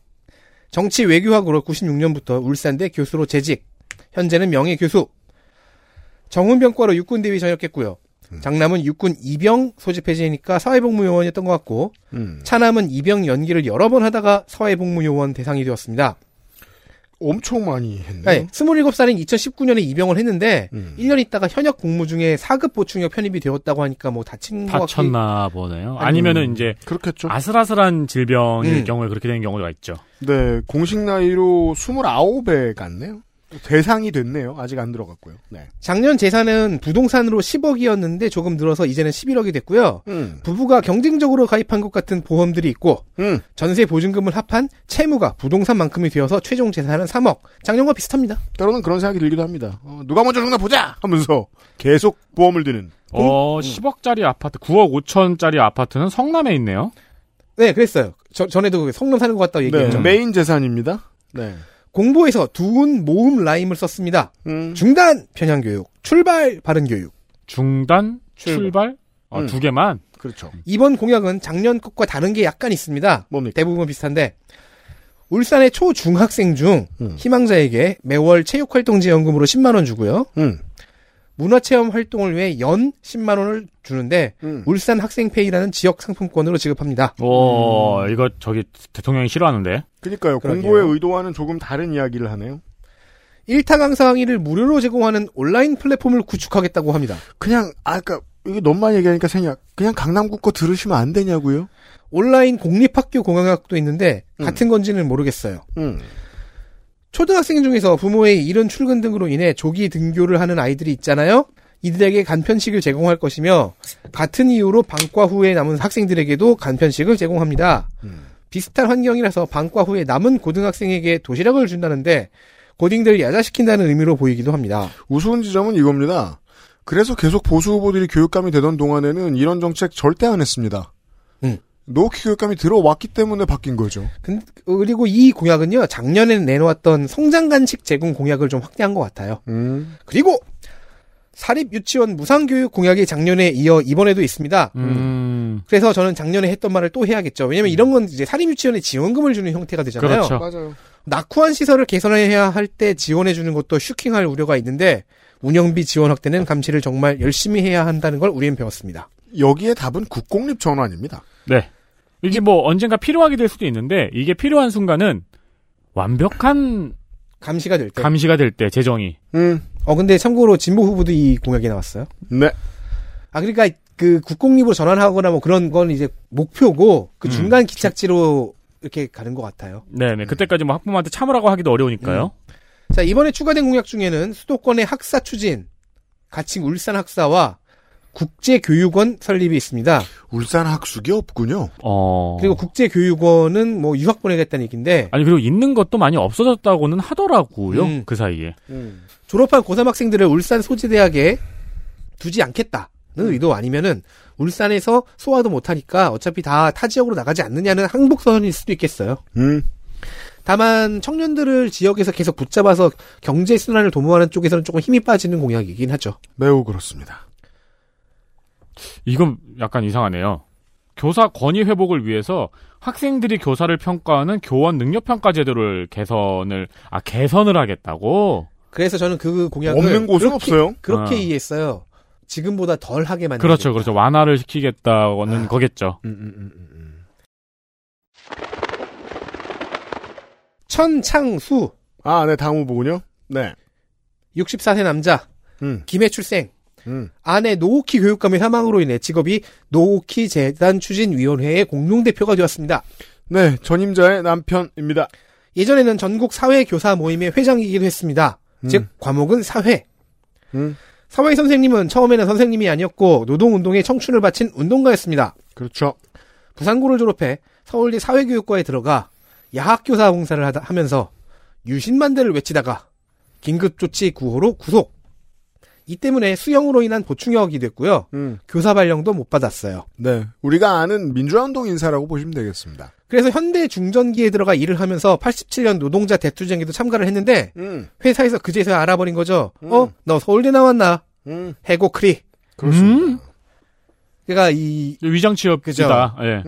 Speaker 4: 정치 외교학으로 96년부터 울산대 교수로 재직. 현재는 명예 교수. 정훈병과로 육군 대위 전역했고요. 장남은 육군 이병 소집해지니까 사회복무요원이었던 것 같고
Speaker 2: 음.
Speaker 4: 차남은 이병 연기를 여러 번 하다가 사회복무요원 대상이 되었습니다.
Speaker 2: 엄청 많이 했네요.
Speaker 4: 네, 27살인 2019년에 입영을 했는데 1년 있다가 현역 복무 중에 4급 보충역 편입이 되었다고 하니까 뭐 다친 것 같기
Speaker 13: 다쳤나 보네요.
Speaker 4: 아니,
Speaker 13: 아니면은 이제 아슬아슬한
Speaker 4: 네.
Speaker 13: 질병일 경우에 그렇게 되는 경우가 있죠.
Speaker 2: 네, 공식 나이로 29에 갔네요. 대상이 됐네요. 아직 안 들어갔고요. 네.
Speaker 4: 작년 재산은 부동산으로 10억이었는데 조금 늘어서 이제는 11억이 됐고요.
Speaker 2: 음.
Speaker 4: 부부가 경쟁적으로 가입한 것 같은 보험들이 있고 전세 보증금을 합한 채무가 부동산만큼이 되어서 최종 재산은 3억. 작년과 비슷합니다.
Speaker 2: 때로는 그런 생각이 들기도 합니다. 어, 누가 먼저 죽나 보자 하면서 계속 보험을 드는.
Speaker 13: 어, 10억짜리 아파트, 9억 5천짜리 아파트는 성남에 있네요.
Speaker 4: 네, 그랬어요. 저- 전에도 그 성남 사는 것 같다고 얘기했죠.
Speaker 2: 네. 메인 재산입니다. 네.
Speaker 4: 공보에서 두운 모음 라임을 썼습니다.
Speaker 2: 음.
Speaker 4: 중단 편향 교육, 출발 바른 교육.
Speaker 13: 중단 출발 아,
Speaker 4: 음.
Speaker 13: 두 개만
Speaker 2: 그렇죠.
Speaker 4: 이번 공약은 작년 것과 다른 게 약간 있습니다. 네. 대부분 비슷한데 울산의 초중학생 중 희망자에게 매월 체육활동지원금으로 10만 원 주고요.
Speaker 2: 음.
Speaker 4: 문화체험 활동을 위해 연 10만 원을 주는데
Speaker 2: 음.
Speaker 4: 울산 학생페이라는 지역 상품권으로 지급합니다.
Speaker 13: 오,
Speaker 4: 음.
Speaker 13: 이거 저기 대통령이 싫어하는데.
Speaker 2: 그러니까요. 공보의 의도와는 조금 다른 이야기를 하네요.
Speaker 4: 1타 강사항를 무료로 제공하는 온라인 플랫폼을 구축하겠다고 합니다.
Speaker 2: 그냥 아까 이게 너무 많이 얘기하니까 생각. 그냥 강남구 거 들으시면 안 되냐고요?
Speaker 4: 온라인 공립학교 공항학도 있는데 같은 건지는 모르겠어요.
Speaker 2: 음.
Speaker 4: 초등학생 중에서 부모의 이런 출근 등으로 인해 조기 등교를 하는 아이들이 있잖아요. 이들에게 간편식을 제공할 것이며 같은 이유로 방과 후에 남은 학생들에게도 간편식을 제공합니다. 비슷한 환경이라서 방과 후에 남은 고등학생에게 도시락을 준다는데 고딩들을 야자시킨다는 의미로 보이기도 합니다.
Speaker 2: 우스운 지점은 이겁니다. 그래서 계속 보수 후보들이 교육감이 되던 동안에는 이런 정책 절대 안 했습니다. 음. 노키 교육감이 들어왔기 때문에 바뀐 거죠.
Speaker 4: 근- 그리고 이 공약은요 작년에 내놓았던 성장 간식 제공 공약을 좀 확대한 것 같아요.
Speaker 2: 음.
Speaker 4: 그리고 사립 유치원 무상 교육 공약이 작년에 이어 이번에도 있습니다.
Speaker 13: 음,
Speaker 4: 그래서 저는 작년에 했던 말을 또 해야겠죠. 왜냐면 이런 건 이제 사립 유치원에 지원금을 주는 형태가 되잖아요.
Speaker 2: 음. 그렇죠. 맞아요.
Speaker 4: 낙후한 시설을 개선해야 할 때 지원해 주는 것도 슈킹할 우려가 있는데 운영비 지원 확대는 감시를 정말 열심히 해야 한다는 걸 우리는 배웠습니다.
Speaker 2: 여기에 답은 국공립 전환입니다.
Speaker 13: 네. 이게 뭐 언젠가 필요하게 될 수도 있는데 이게 필요한 순간은 완벽한
Speaker 4: 감시가 될 때.
Speaker 13: 감시가 될 때 재정이
Speaker 2: 음.
Speaker 4: 어 근데 참고로 진보 후보도 이 공약이 나왔어요.
Speaker 2: 네.
Speaker 4: 아 그러니까 그 국공립으로 전환하거나 뭐 그런 건 이제 목표고
Speaker 2: 음.
Speaker 4: 그 중간 기착지로 이렇게 가는 것 같아요.
Speaker 13: 네네 그때까지 뭐 학부모한테 참으라고 하기도 어려우니까요.
Speaker 4: 음. 자 이번에 추가된 공약 중에는 수도권의 학사 추진, 가칭 울산 학사와 국제교육원 설립이 있습니다.
Speaker 2: 울산 학숙이 없군요.
Speaker 13: 어.
Speaker 4: 그리고 국제교육원은 뭐 유학 보내겠다는 얘기인데
Speaker 13: 예. 아니 그리고 있는 것도 많이 없어졌다고는 하더라고요.
Speaker 4: 음.
Speaker 13: 그 사이에.
Speaker 4: 졸업한 고3 학생들을 울산 소재대학에 두지 않겠다는 의도 아니면은 울산에서 소화도 못하니까 어차피 다 타 지역으로 나가지 않느냐는 항복선일 수도 있겠어요.
Speaker 2: 음.
Speaker 4: 다만 청년들을 지역에서 계속 붙잡아서 경제 순환을 도모하는 쪽에서는 조금 힘이 빠지는 공약이긴 하죠.
Speaker 2: 매우 그렇습니다.
Speaker 13: 이건 약간 이상하네요. 교사 권위 회복을 위해서 학생들이 교사를 평가하는 교원 능력 평가 제도를 개선을 아 개선을 하겠다고.
Speaker 4: 그래서 저는 그 공약을
Speaker 13: 없는 곳은
Speaker 4: 그렇게,
Speaker 13: 없어요?
Speaker 4: 그렇게
Speaker 13: 아.
Speaker 4: 이해했어요. 지금보다 덜 하게 음, 만드는
Speaker 13: 그렇죠, 그렇죠. 완화를 시키겠다는
Speaker 2: 아.
Speaker 13: 거겠죠.
Speaker 4: 1 천창수.
Speaker 2: 아, 네, 다음 후보군요. 네.
Speaker 4: 64세 남자. 김해 출생. 아내 노오키 교육감의 사망으로 인해 직업이 노오키 재단 추진위원회의 공동대표가 되었습니다.
Speaker 2: 네, 전임자의 남편입니다.
Speaker 4: 예전에는 전국 사회교사 모임의 회장이기도 했습니다.
Speaker 13: 음.
Speaker 4: 즉, 과목은 사회. 사회 선생님은 처음에는 선생님이 아니었고, 노동운동에 청춘을 바친 운동가였습니다.
Speaker 2: 그렇죠.
Speaker 4: 부산고를 졸업해 서울대 사회교육과에 들어가 야학교사 봉사를 하다- 하면서 유신만대를 외치다가 긴급조치 구호로 구속. 이 때문에 수형으로 인한 보충역이 됐고요. 교사 발령도 못 받았어요.
Speaker 2: 네, 우리가 아는 민주화운동 인사라고 보시면 되겠습니다.
Speaker 4: 그래서 현대 중전기에 들어가 일을 하면서 87년 노동자 대투쟁에도 참가를 했는데 회사에서 그제서야 알아버린 거죠. 어? 너 서울대 나왔나?
Speaker 2: 음.
Speaker 4: 해고크리.
Speaker 13: 그렇습니다.
Speaker 4: 그러니까 이
Speaker 13: 위장 취업이다. 예.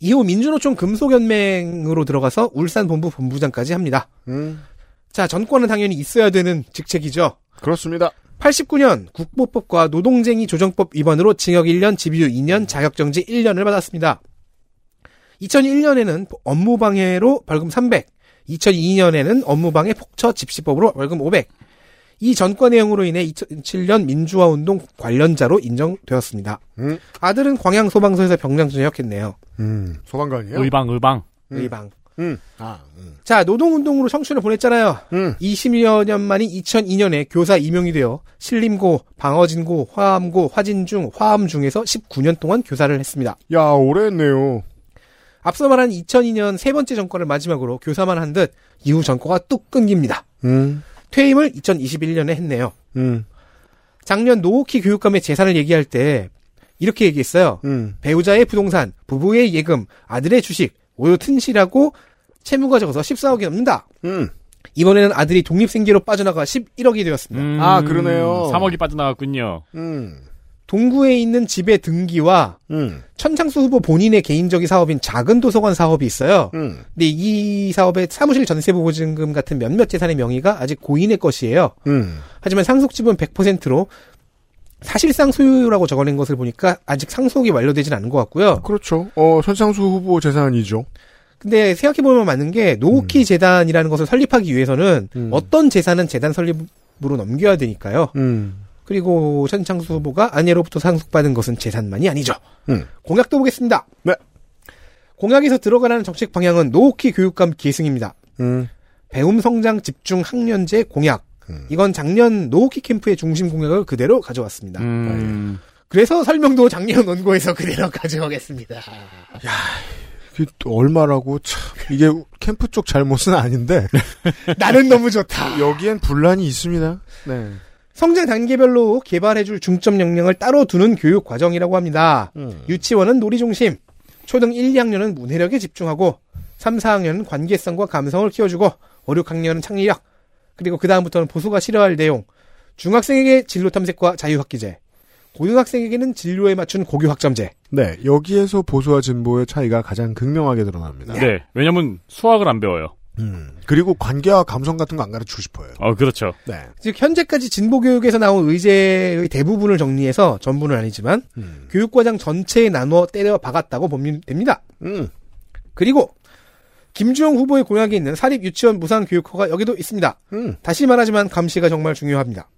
Speaker 4: 이후 민주노총 금속연맹으로 들어가서 울산 본부 본부장까지 합니다. 자, 전권은 당연히 있어야 되는 직책이죠.
Speaker 2: 그렇습니다.
Speaker 4: 89년 국보법과 노동쟁이 조정법 위반으로 징역 1년, 집유 2년, 자격정지 1년을 받았습니다. 2001년에는 업무방해로 벌금 300, 2002년에는 업무방해 폭처 집시법으로 벌금 500. 이 전과 내용으로 인해 2007년 민주화운동 관련자로 인정되었습니다. 아들은 광양소방서에서 병장 전역했네요.
Speaker 2: 음, 소방관이에요?
Speaker 13: 의방, 의방.
Speaker 4: 의방.
Speaker 2: 음. 아, 음.
Speaker 4: 자, 노동운동으로 청춘을 보냈잖아요. 20여 년 만인 2002년에 교사 임용이 되어 신림고, 방어진고, 화암고, 화진중, 화암중에서 19년 동안 교사를 했습니다.
Speaker 2: 야, 오래 했네요.
Speaker 4: 앞서 말한 2002년 세 번째 정권을 마지막으로 교사만 한 듯 이후 정권과 뚝 끊깁니다.
Speaker 2: 음.
Speaker 4: 퇴임을 2021년에 했네요.
Speaker 2: 음.
Speaker 4: 작년 노오키 교육감의 재산을 얘기할 때 이렇게 얘기했어요. 배우자의 부동산, 부부의 예금, 아들의 주식, 모두 튼실하고 채무가 적어서 14억이 넘는다. 이번에는 아들이 독립생계로 빠져나가 11억이
Speaker 5: 음.
Speaker 4: 되었습니다.
Speaker 2: 아, 그러네요.
Speaker 13: 3억이 음. 빠져나갔군요.
Speaker 2: 음.
Speaker 4: 동구에 있는 집의 등기와 천창수 후보 본인의 개인적인 사업인 작은 도서관 사업이 있어요.
Speaker 2: 음.
Speaker 4: 근데 이 사업의 사무실 전세 보증금 같은 몇몇 재산의 명의가 아직 고인의 것이에요.
Speaker 2: 음.
Speaker 4: 하지만 상속집은 100%로 사실상 소유라고 적어낸 것을 보니까 아직 상속이 완료되진 않은 것 같고요.
Speaker 2: 그렇죠. 어, 천창수 후보 재산이죠.
Speaker 4: 근데 생각해보면 맞는 게 노후키 재단이라는 것을 설립하기 위해서는 어떤 재산은 재단 설립으로 넘겨야 되니까요. 그리고 천창수 후보가 아내로부터 상속받은 것은 재산만이 아니죠.
Speaker 2: 음.
Speaker 4: 공약도 보겠습니다. 공약에서 들어가라는 정책 방향은 노후키 교육감 계승입니다.
Speaker 2: 음.
Speaker 4: 배움 성장 집중 학년제 공약. 이건 작년 노후키 캠프의 중심 공약을 그대로
Speaker 2: 아,
Speaker 4: 가져왔습니다.
Speaker 5: 음.
Speaker 13: 음.
Speaker 4: 그래서 설명도 작년 원고에서 *laughs* 그대로 가져오겠습니다.
Speaker 2: 이게 또 얼마라고 참 이게 캠프 쪽 잘못은 아닌데
Speaker 4: 나는 너무 좋다.
Speaker 2: 여기엔 분란이 있습니다. 네.
Speaker 4: 성장 단계별로 개발해줄 중점 역량을 따로 두는 교육 과정이라고 합니다.
Speaker 5: 음.
Speaker 4: 유치원은 놀이 중심, 초등 1, 2학년은 문해력에 집중하고, 3, 4학년은 관계성과 감성을 키워주고, 5, 6학년은 창의력, 그리고 그 다음부터는 보수가 싫어할 내용, 중학생에게 진로 탐색과 자유학기제, 고등학생에게는 진로에 맞춘 고교 학점제.
Speaker 2: 네, 여기에서 보수와 진보의 차이가 가장 극명하게 드러납니다.
Speaker 13: 네. 왜냐면 수학을 안 배워요.
Speaker 2: 그리고 관계와 감성 같은 거 안 가르치고 싶어요.
Speaker 13: 어, 그렇죠.
Speaker 2: 네.
Speaker 4: 즉 현재까지 진보 교육에서 나온 의제의 대부분을 정리해서 전부는 아니지만 교육 과정 전체에 나누어 때려 박았다고 보면 됩니다.
Speaker 5: 음,
Speaker 4: 그리고 김주영 후보의 공약에
Speaker 5: 음.
Speaker 4: 있는 사립 유치원 무상 교육허가 여기도 있습니다. 다시 말하지만 감시가 정말 중요합니다.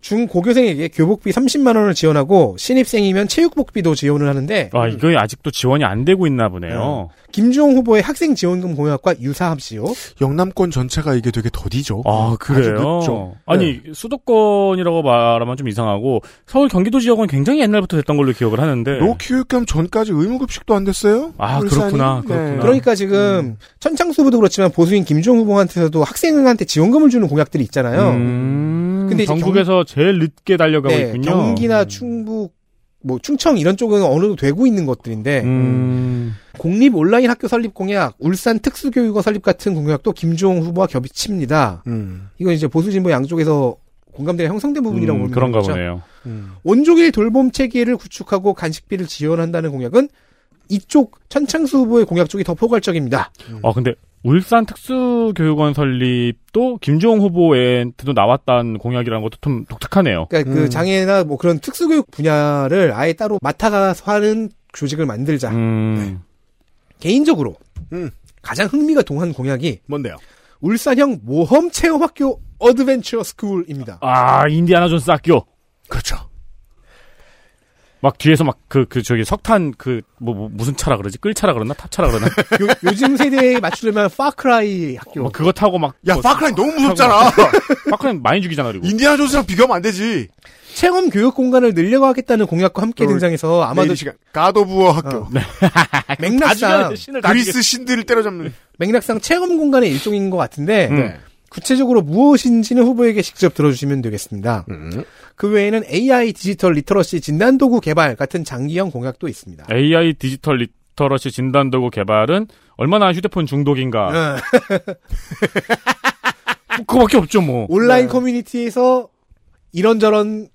Speaker 4: 중고교생에게 교복비 30만 원을 지원하고 신입생이면 체육복비도 지원을 하는데
Speaker 2: 음.
Speaker 5: 아, 이거 아직도 지원이 안 되고 있나 보네요.
Speaker 4: 김주홍 후보의 학생 지원금 공약과 유사합시요.
Speaker 2: 영남권 전체가 이게 되게 더디죠.
Speaker 5: 아,
Speaker 2: 아주
Speaker 5: 그래요?
Speaker 2: 늦죠.
Speaker 5: 아니,
Speaker 4: 네.
Speaker 5: 수도권이라고 말하면 좀 이상하고, 서울 경기도 지역은 굉장히 옛날부터 됐던 걸로 기억을 하는데.
Speaker 2: 노교육감 전까지 의무급식도 안 됐어요?
Speaker 5: 네. 아,
Speaker 2: 울산이?
Speaker 5: 그렇구나,
Speaker 2: 네.
Speaker 5: 그렇구나.
Speaker 4: 그러니까 지금
Speaker 5: 음.
Speaker 4: 천창수부도 그렇지만 보수인 김종 후보한테서도 학생한테 지원금을 주는 공약들이 있잖아요.
Speaker 5: 음,
Speaker 4: 근데 이제
Speaker 5: 전국에서 제일 늦게 달려가고
Speaker 4: 네,
Speaker 5: 있군요. 음.
Speaker 4: 경기나 충북, 뭐 충청 이런 쪽은 어느 정도 되고 있는 것들인데
Speaker 5: 음.
Speaker 4: 공립 온라인 학교 설립 공약, 울산 특수교육원 설립 같은 공약도 김종 후보와 겹칩니다.
Speaker 2: 음.
Speaker 4: 이건 이제 보수 진보 양쪽에서 공감대가 형성된 부분이라고
Speaker 5: 음,
Speaker 4: 보면 그렇죠.
Speaker 5: 그런가
Speaker 4: 되죠.
Speaker 5: 보네요. 음.
Speaker 4: 온종일 돌봄 체계를 구축하고 간식비를 지원한다는 공약은 이쪽 천창수 후보의 공약 쪽이 더 포괄적입니다.
Speaker 5: 아, 근데 울산 특수교육원 설립도 김종 후보한테도 나왔다는 공약이라는 것도 좀 독특하네요.
Speaker 4: 그러니까 그 장애나 뭐 그런 특수교육 분야를 아예 따로 맡아가서 하는 조직을 만들자. 네.
Speaker 5: 음.
Speaker 4: 개인적으로 가장 흥미가 동한 공약이
Speaker 2: 뭔데요?
Speaker 4: 울산형 모험 체험학교 어드벤처 스쿨입니다.
Speaker 5: 아, 인디아나 존스 학교.
Speaker 2: 그렇죠.
Speaker 5: 막 뒤에서 막 그, 그, 저기 석탄 그, 뭐, 뭐 무슨 차라 그러지? 끌차라 그러나?
Speaker 4: *laughs*
Speaker 5: 탑차라 그러나?
Speaker 4: 요, 즘 세대에 맞추려면 파크라이 학교.
Speaker 5: 막 그거 타고 막.
Speaker 4: 야,
Speaker 5: 뭐
Speaker 4: 파크라인 너무
Speaker 5: 타고
Speaker 4: 무섭잖아.
Speaker 5: 막- 파크라인 많이 죽이잖아, 그리고.
Speaker 2: 인디아나 존스랑 비교하면 안 되지.
Speaker 4: 체험 교육 공간을 늘려가겠다는 공약과 함께 등장해서 아마도
Speaker 2: 내일 네, 시간. 가도부어 학교.
Speaker 5: 네,
Speaker 4: 맥락상
Speaker 2: 그리스 신들을 때려잡는.
Speaker 4: 맥락상 체험 공간의 일종인 것 같은데
Speaker 2: 네.
Speaker 4: 구체적으로 무엇인지는 후보에게 직접 들어주시면 되겠습니다. 그 외에는 AI 디지털 리터러시 진단도구 개발 같은 장기형 공약도 있습니다.
Speaker 5: AI 디지털 리터러시 진단도구 개발은 얼마나 휴대폰 중독인가. 그거밖에 없죠, *laughs* 뭐.
Speaker 4: 온라인 커뮤니티에서 이런저런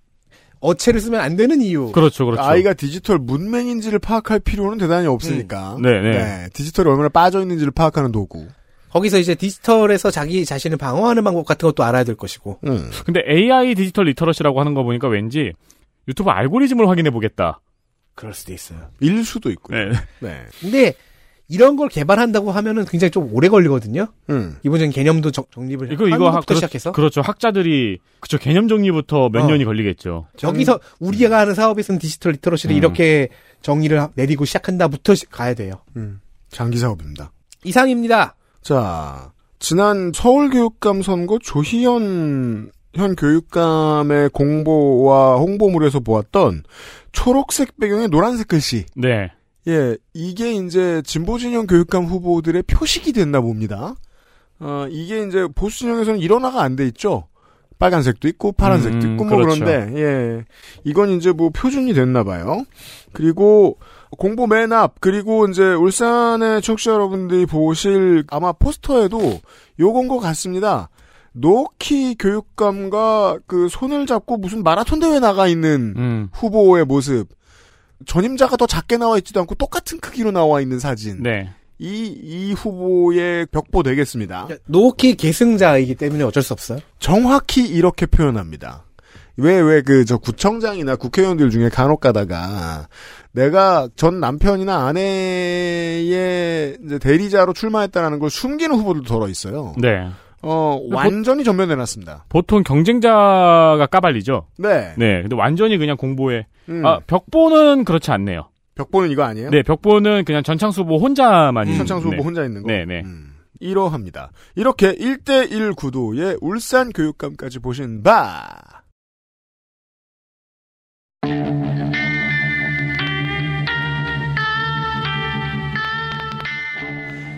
Speaker 4: 어체를 쓰면 안 되는 이유.
Speaker 5: 그렇죠, 그렇죠.
Speaker 2: 아이가 디지털 문맹인지를 파악할 필요는 대단히 없으니까.
Speaker 5: 음. 네, 네.
Speaker 2: 디지털이 얼마나 빠져 있는지를 파악하는 도구.
Speaker 4: 거기서 이제 디지털에서 자기 자신을 방어하는 방법 같은 것도 알아야 될 것이고.
Speaker 2: 음.
Speaker 5: 근데 AI 디지털 리터러시라고 하는 거 보니까 왠지 유튜브 알고리즘을 확인해 보겠다.
Speaker 4: 그럴 수도 있어요.
Speaker 2: 일 수도 있고요.
Speaker 5: 네.
Speaker 2: 네.
Speaker 4: 근데 이런 걸 개발한다고 하면은 굉장히 좀 오래 걸리거든요.
Speaker 2: 음,
Speaker 4: 이번엔 개념도 정, 립을
Speaker 5: 이거 이거 하-
Speaker 4: 부터
Speaker 5: 그렇-
Speaker 4: 시작해서
Speaker 5: 그렇죠. 학자들이 그쵸 개념 정리부터 몇
Speaker 4: 어.
Speaker 5: 년이 걸리겠죠.
Speaker 7: 음.
Speaker 4: 여기서 우리가 하는 사업에서는 디지털 리터러시를 이렇게 정의를 하- 내리고 시작한다부터 시- 가야 돼요.
Speaker 2: 음. 장기 사업입니다.
Speaker 4: 이상입니다.
Speaker 2: 자, 지난 서울교육감 선거 조희연 현 교육감의 공보와 홍보물에서 보았던 초록색 배경에 노란색 글씨.
Speaker 5: 네.
Speaker 2: 예, 이게 이제 진보진영 교육감 후보들의 표식이 됐나 봅니다. 어, 이게 이제 보수진영에서는 일어나가 안 돼 있죠. 빨간색도 있고 파란색도
Speaker 5: 음,
Speaker 2: 있고 뭐
Speaker 5: 그렇죠.
Speaker 2: 그런데 예 이건 이제 뭐 표준이 됐나 봐요. 그리고 공보 맨 앞 그리고 이제 울산의 청취자 여러분들이 보실 아마 포스터에도 요건 것 같습니다. 노키 교육감과 그 손을 잡고 무슨 마라톤 대회 나가 있는
Speaker 5: 음.
Speaker 2: 후보의 모습. 전임자가 더 작게 나와 있지도 않고 똑같은 크기로 나와 있는 사진.
Speaker 5: 네.
Speaker 2: 이, 이 후보의 벽보 되겠습니다.
Speaker 4: 네. 노키 계승자이기 때문에 어쩔 수 없어요.
Speaker 2: 정확히 이렇게 표현합니다. 왜, 왜, 그, 저, 구청장이나 국회의원들 중에 간혹 가다가, 내가 전 남편이나 아내의 이제 대리자로 출마했다라는 걸 숨기는 후보들도 덜어 있어요.
Speaker 5: 네.
Speaker 2: 어, 완전히 전면해놨습니다.
Speaker 5: 보통 경쟁자가 까발리죠.
Speaker 2: 네.
Speaker 5: 네. 근데 완전히 그냥 공부에
Speaker 2: 음.
Speaker 5: 아 벽보는 그렇지 않네요.
Speaker 2: 벽보는 이거 아니에요?
Speaker 5: 네. 벽보는 그냥 전창수 후보 혼자만 있는.
Speaker 2: 현창수 후보
Speaker 5: 네.
Speaker 2: 혼자 음. 있는 거.
Speaker 5: 네, 네.
Speaker 2: 이러합니다. 이렇게 1대1 구도의 울산 교육감까지 보신 바.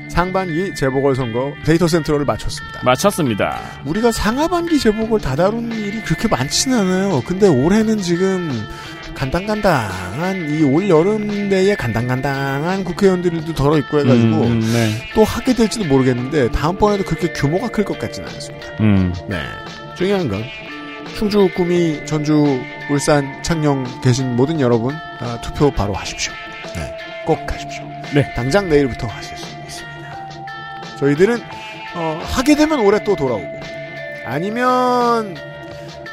Speaker 2: 상반기 재보궐선거 데이터 센트럴을 마쳤습니다.
Speaker 5: 마쳤습니다.
Speaker 2: 우리가 상하반기 재보궐 다 다루는 일이 그렇게 많지는 않아요. 근데 올해는 지금 간당간당한 이 올 여름 내에 간당간당한 국회의원들도 덜어 있고 해가지고
Speaker 5: 음, 네.
Speaker 2: 또 하게 될지도 모르겠는데 다음번에도 그렇게 규모가 클 것 같지는 않습니다.
Speaker 5: 음.
Speaker 2: 네. 중요한 건 충주, 구미, 전주, 울산, 창녕 계신 모든 여러분 아, 투표 바로 하십시오. 네. 꼭 하십시오.
Speaker 5: 네.
Speaker 2: 당장 내일부터 하실 수 있습니다. 저희들은 어, 하게 되면 올해 또 돌아오고 아니면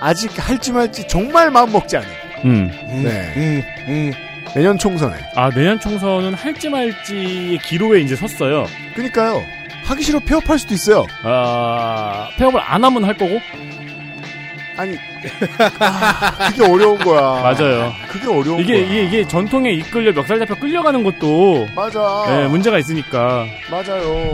Speaker 2: 아직 할지 말지 정말 마음 먹지 않은
Speaker 5: 음.
Speaker 2: 네. 내년 총선에
Speaker 5: 아 내년 총선은 할지 말지의 기로에 이제 섰어요.
Speaker 2: 그러니까요. 하기 싫어 폐업할 수도 있어요.
Speaker 5: 아 폐업을 안 하면 할 거고
Speaker 2: 아니 아, 그게 어려운 거야.
Speaker 5: 맞아요.
Speaker 2: 그게 어려운
Speaker 5: 이게,
Speaker 2: 거야.
Speaker 5: 이게, 이게 전통에 이끌려 멱살 잡혀 끌려가는 것도.
Speaker 2: 맞아.
Speaker 5: 네, 문제가 있으니까.
Speaker 2: 맞아요.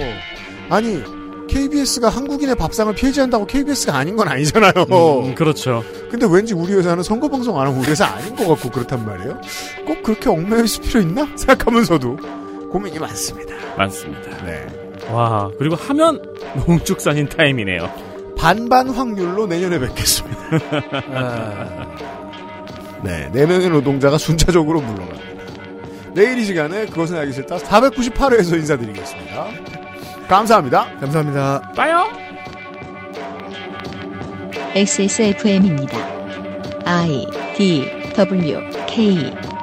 Speaker 2: 아니 KBS가 한국인의 밥상을 폐지한다고 KBS가 아닌 건 아니잖아요. 어.
Speaker 5: 음, 그렇죠.
Speaker 2: 근데 왠지 우리 회사는 선거 방송 안 하고 우리 회사 아닌 것 같고 그렇단 말이에요. 꼭 그렇게 얽매일 필요 있나 생각하면서도 고민이 많습니다.
Speaker 5: 많습니다.
Speaker 2: 네.
Speaker 5: 와, 그리고 하면 농축산인 타임이네요.
Speaker 2: 반반 확률로 내년에 뵙겠습니다. 아. 네, 네 명의 노동자가 순차적으로 물러갑니다. 내일 이 시간에 그것은 알기 싫다 498회에서 인사드리겠습니다. 감사합니다.
Speaker 16: 감사합니다.
Speaker 5: 빠요.
Speaker 1: XSFM입니다. I D W K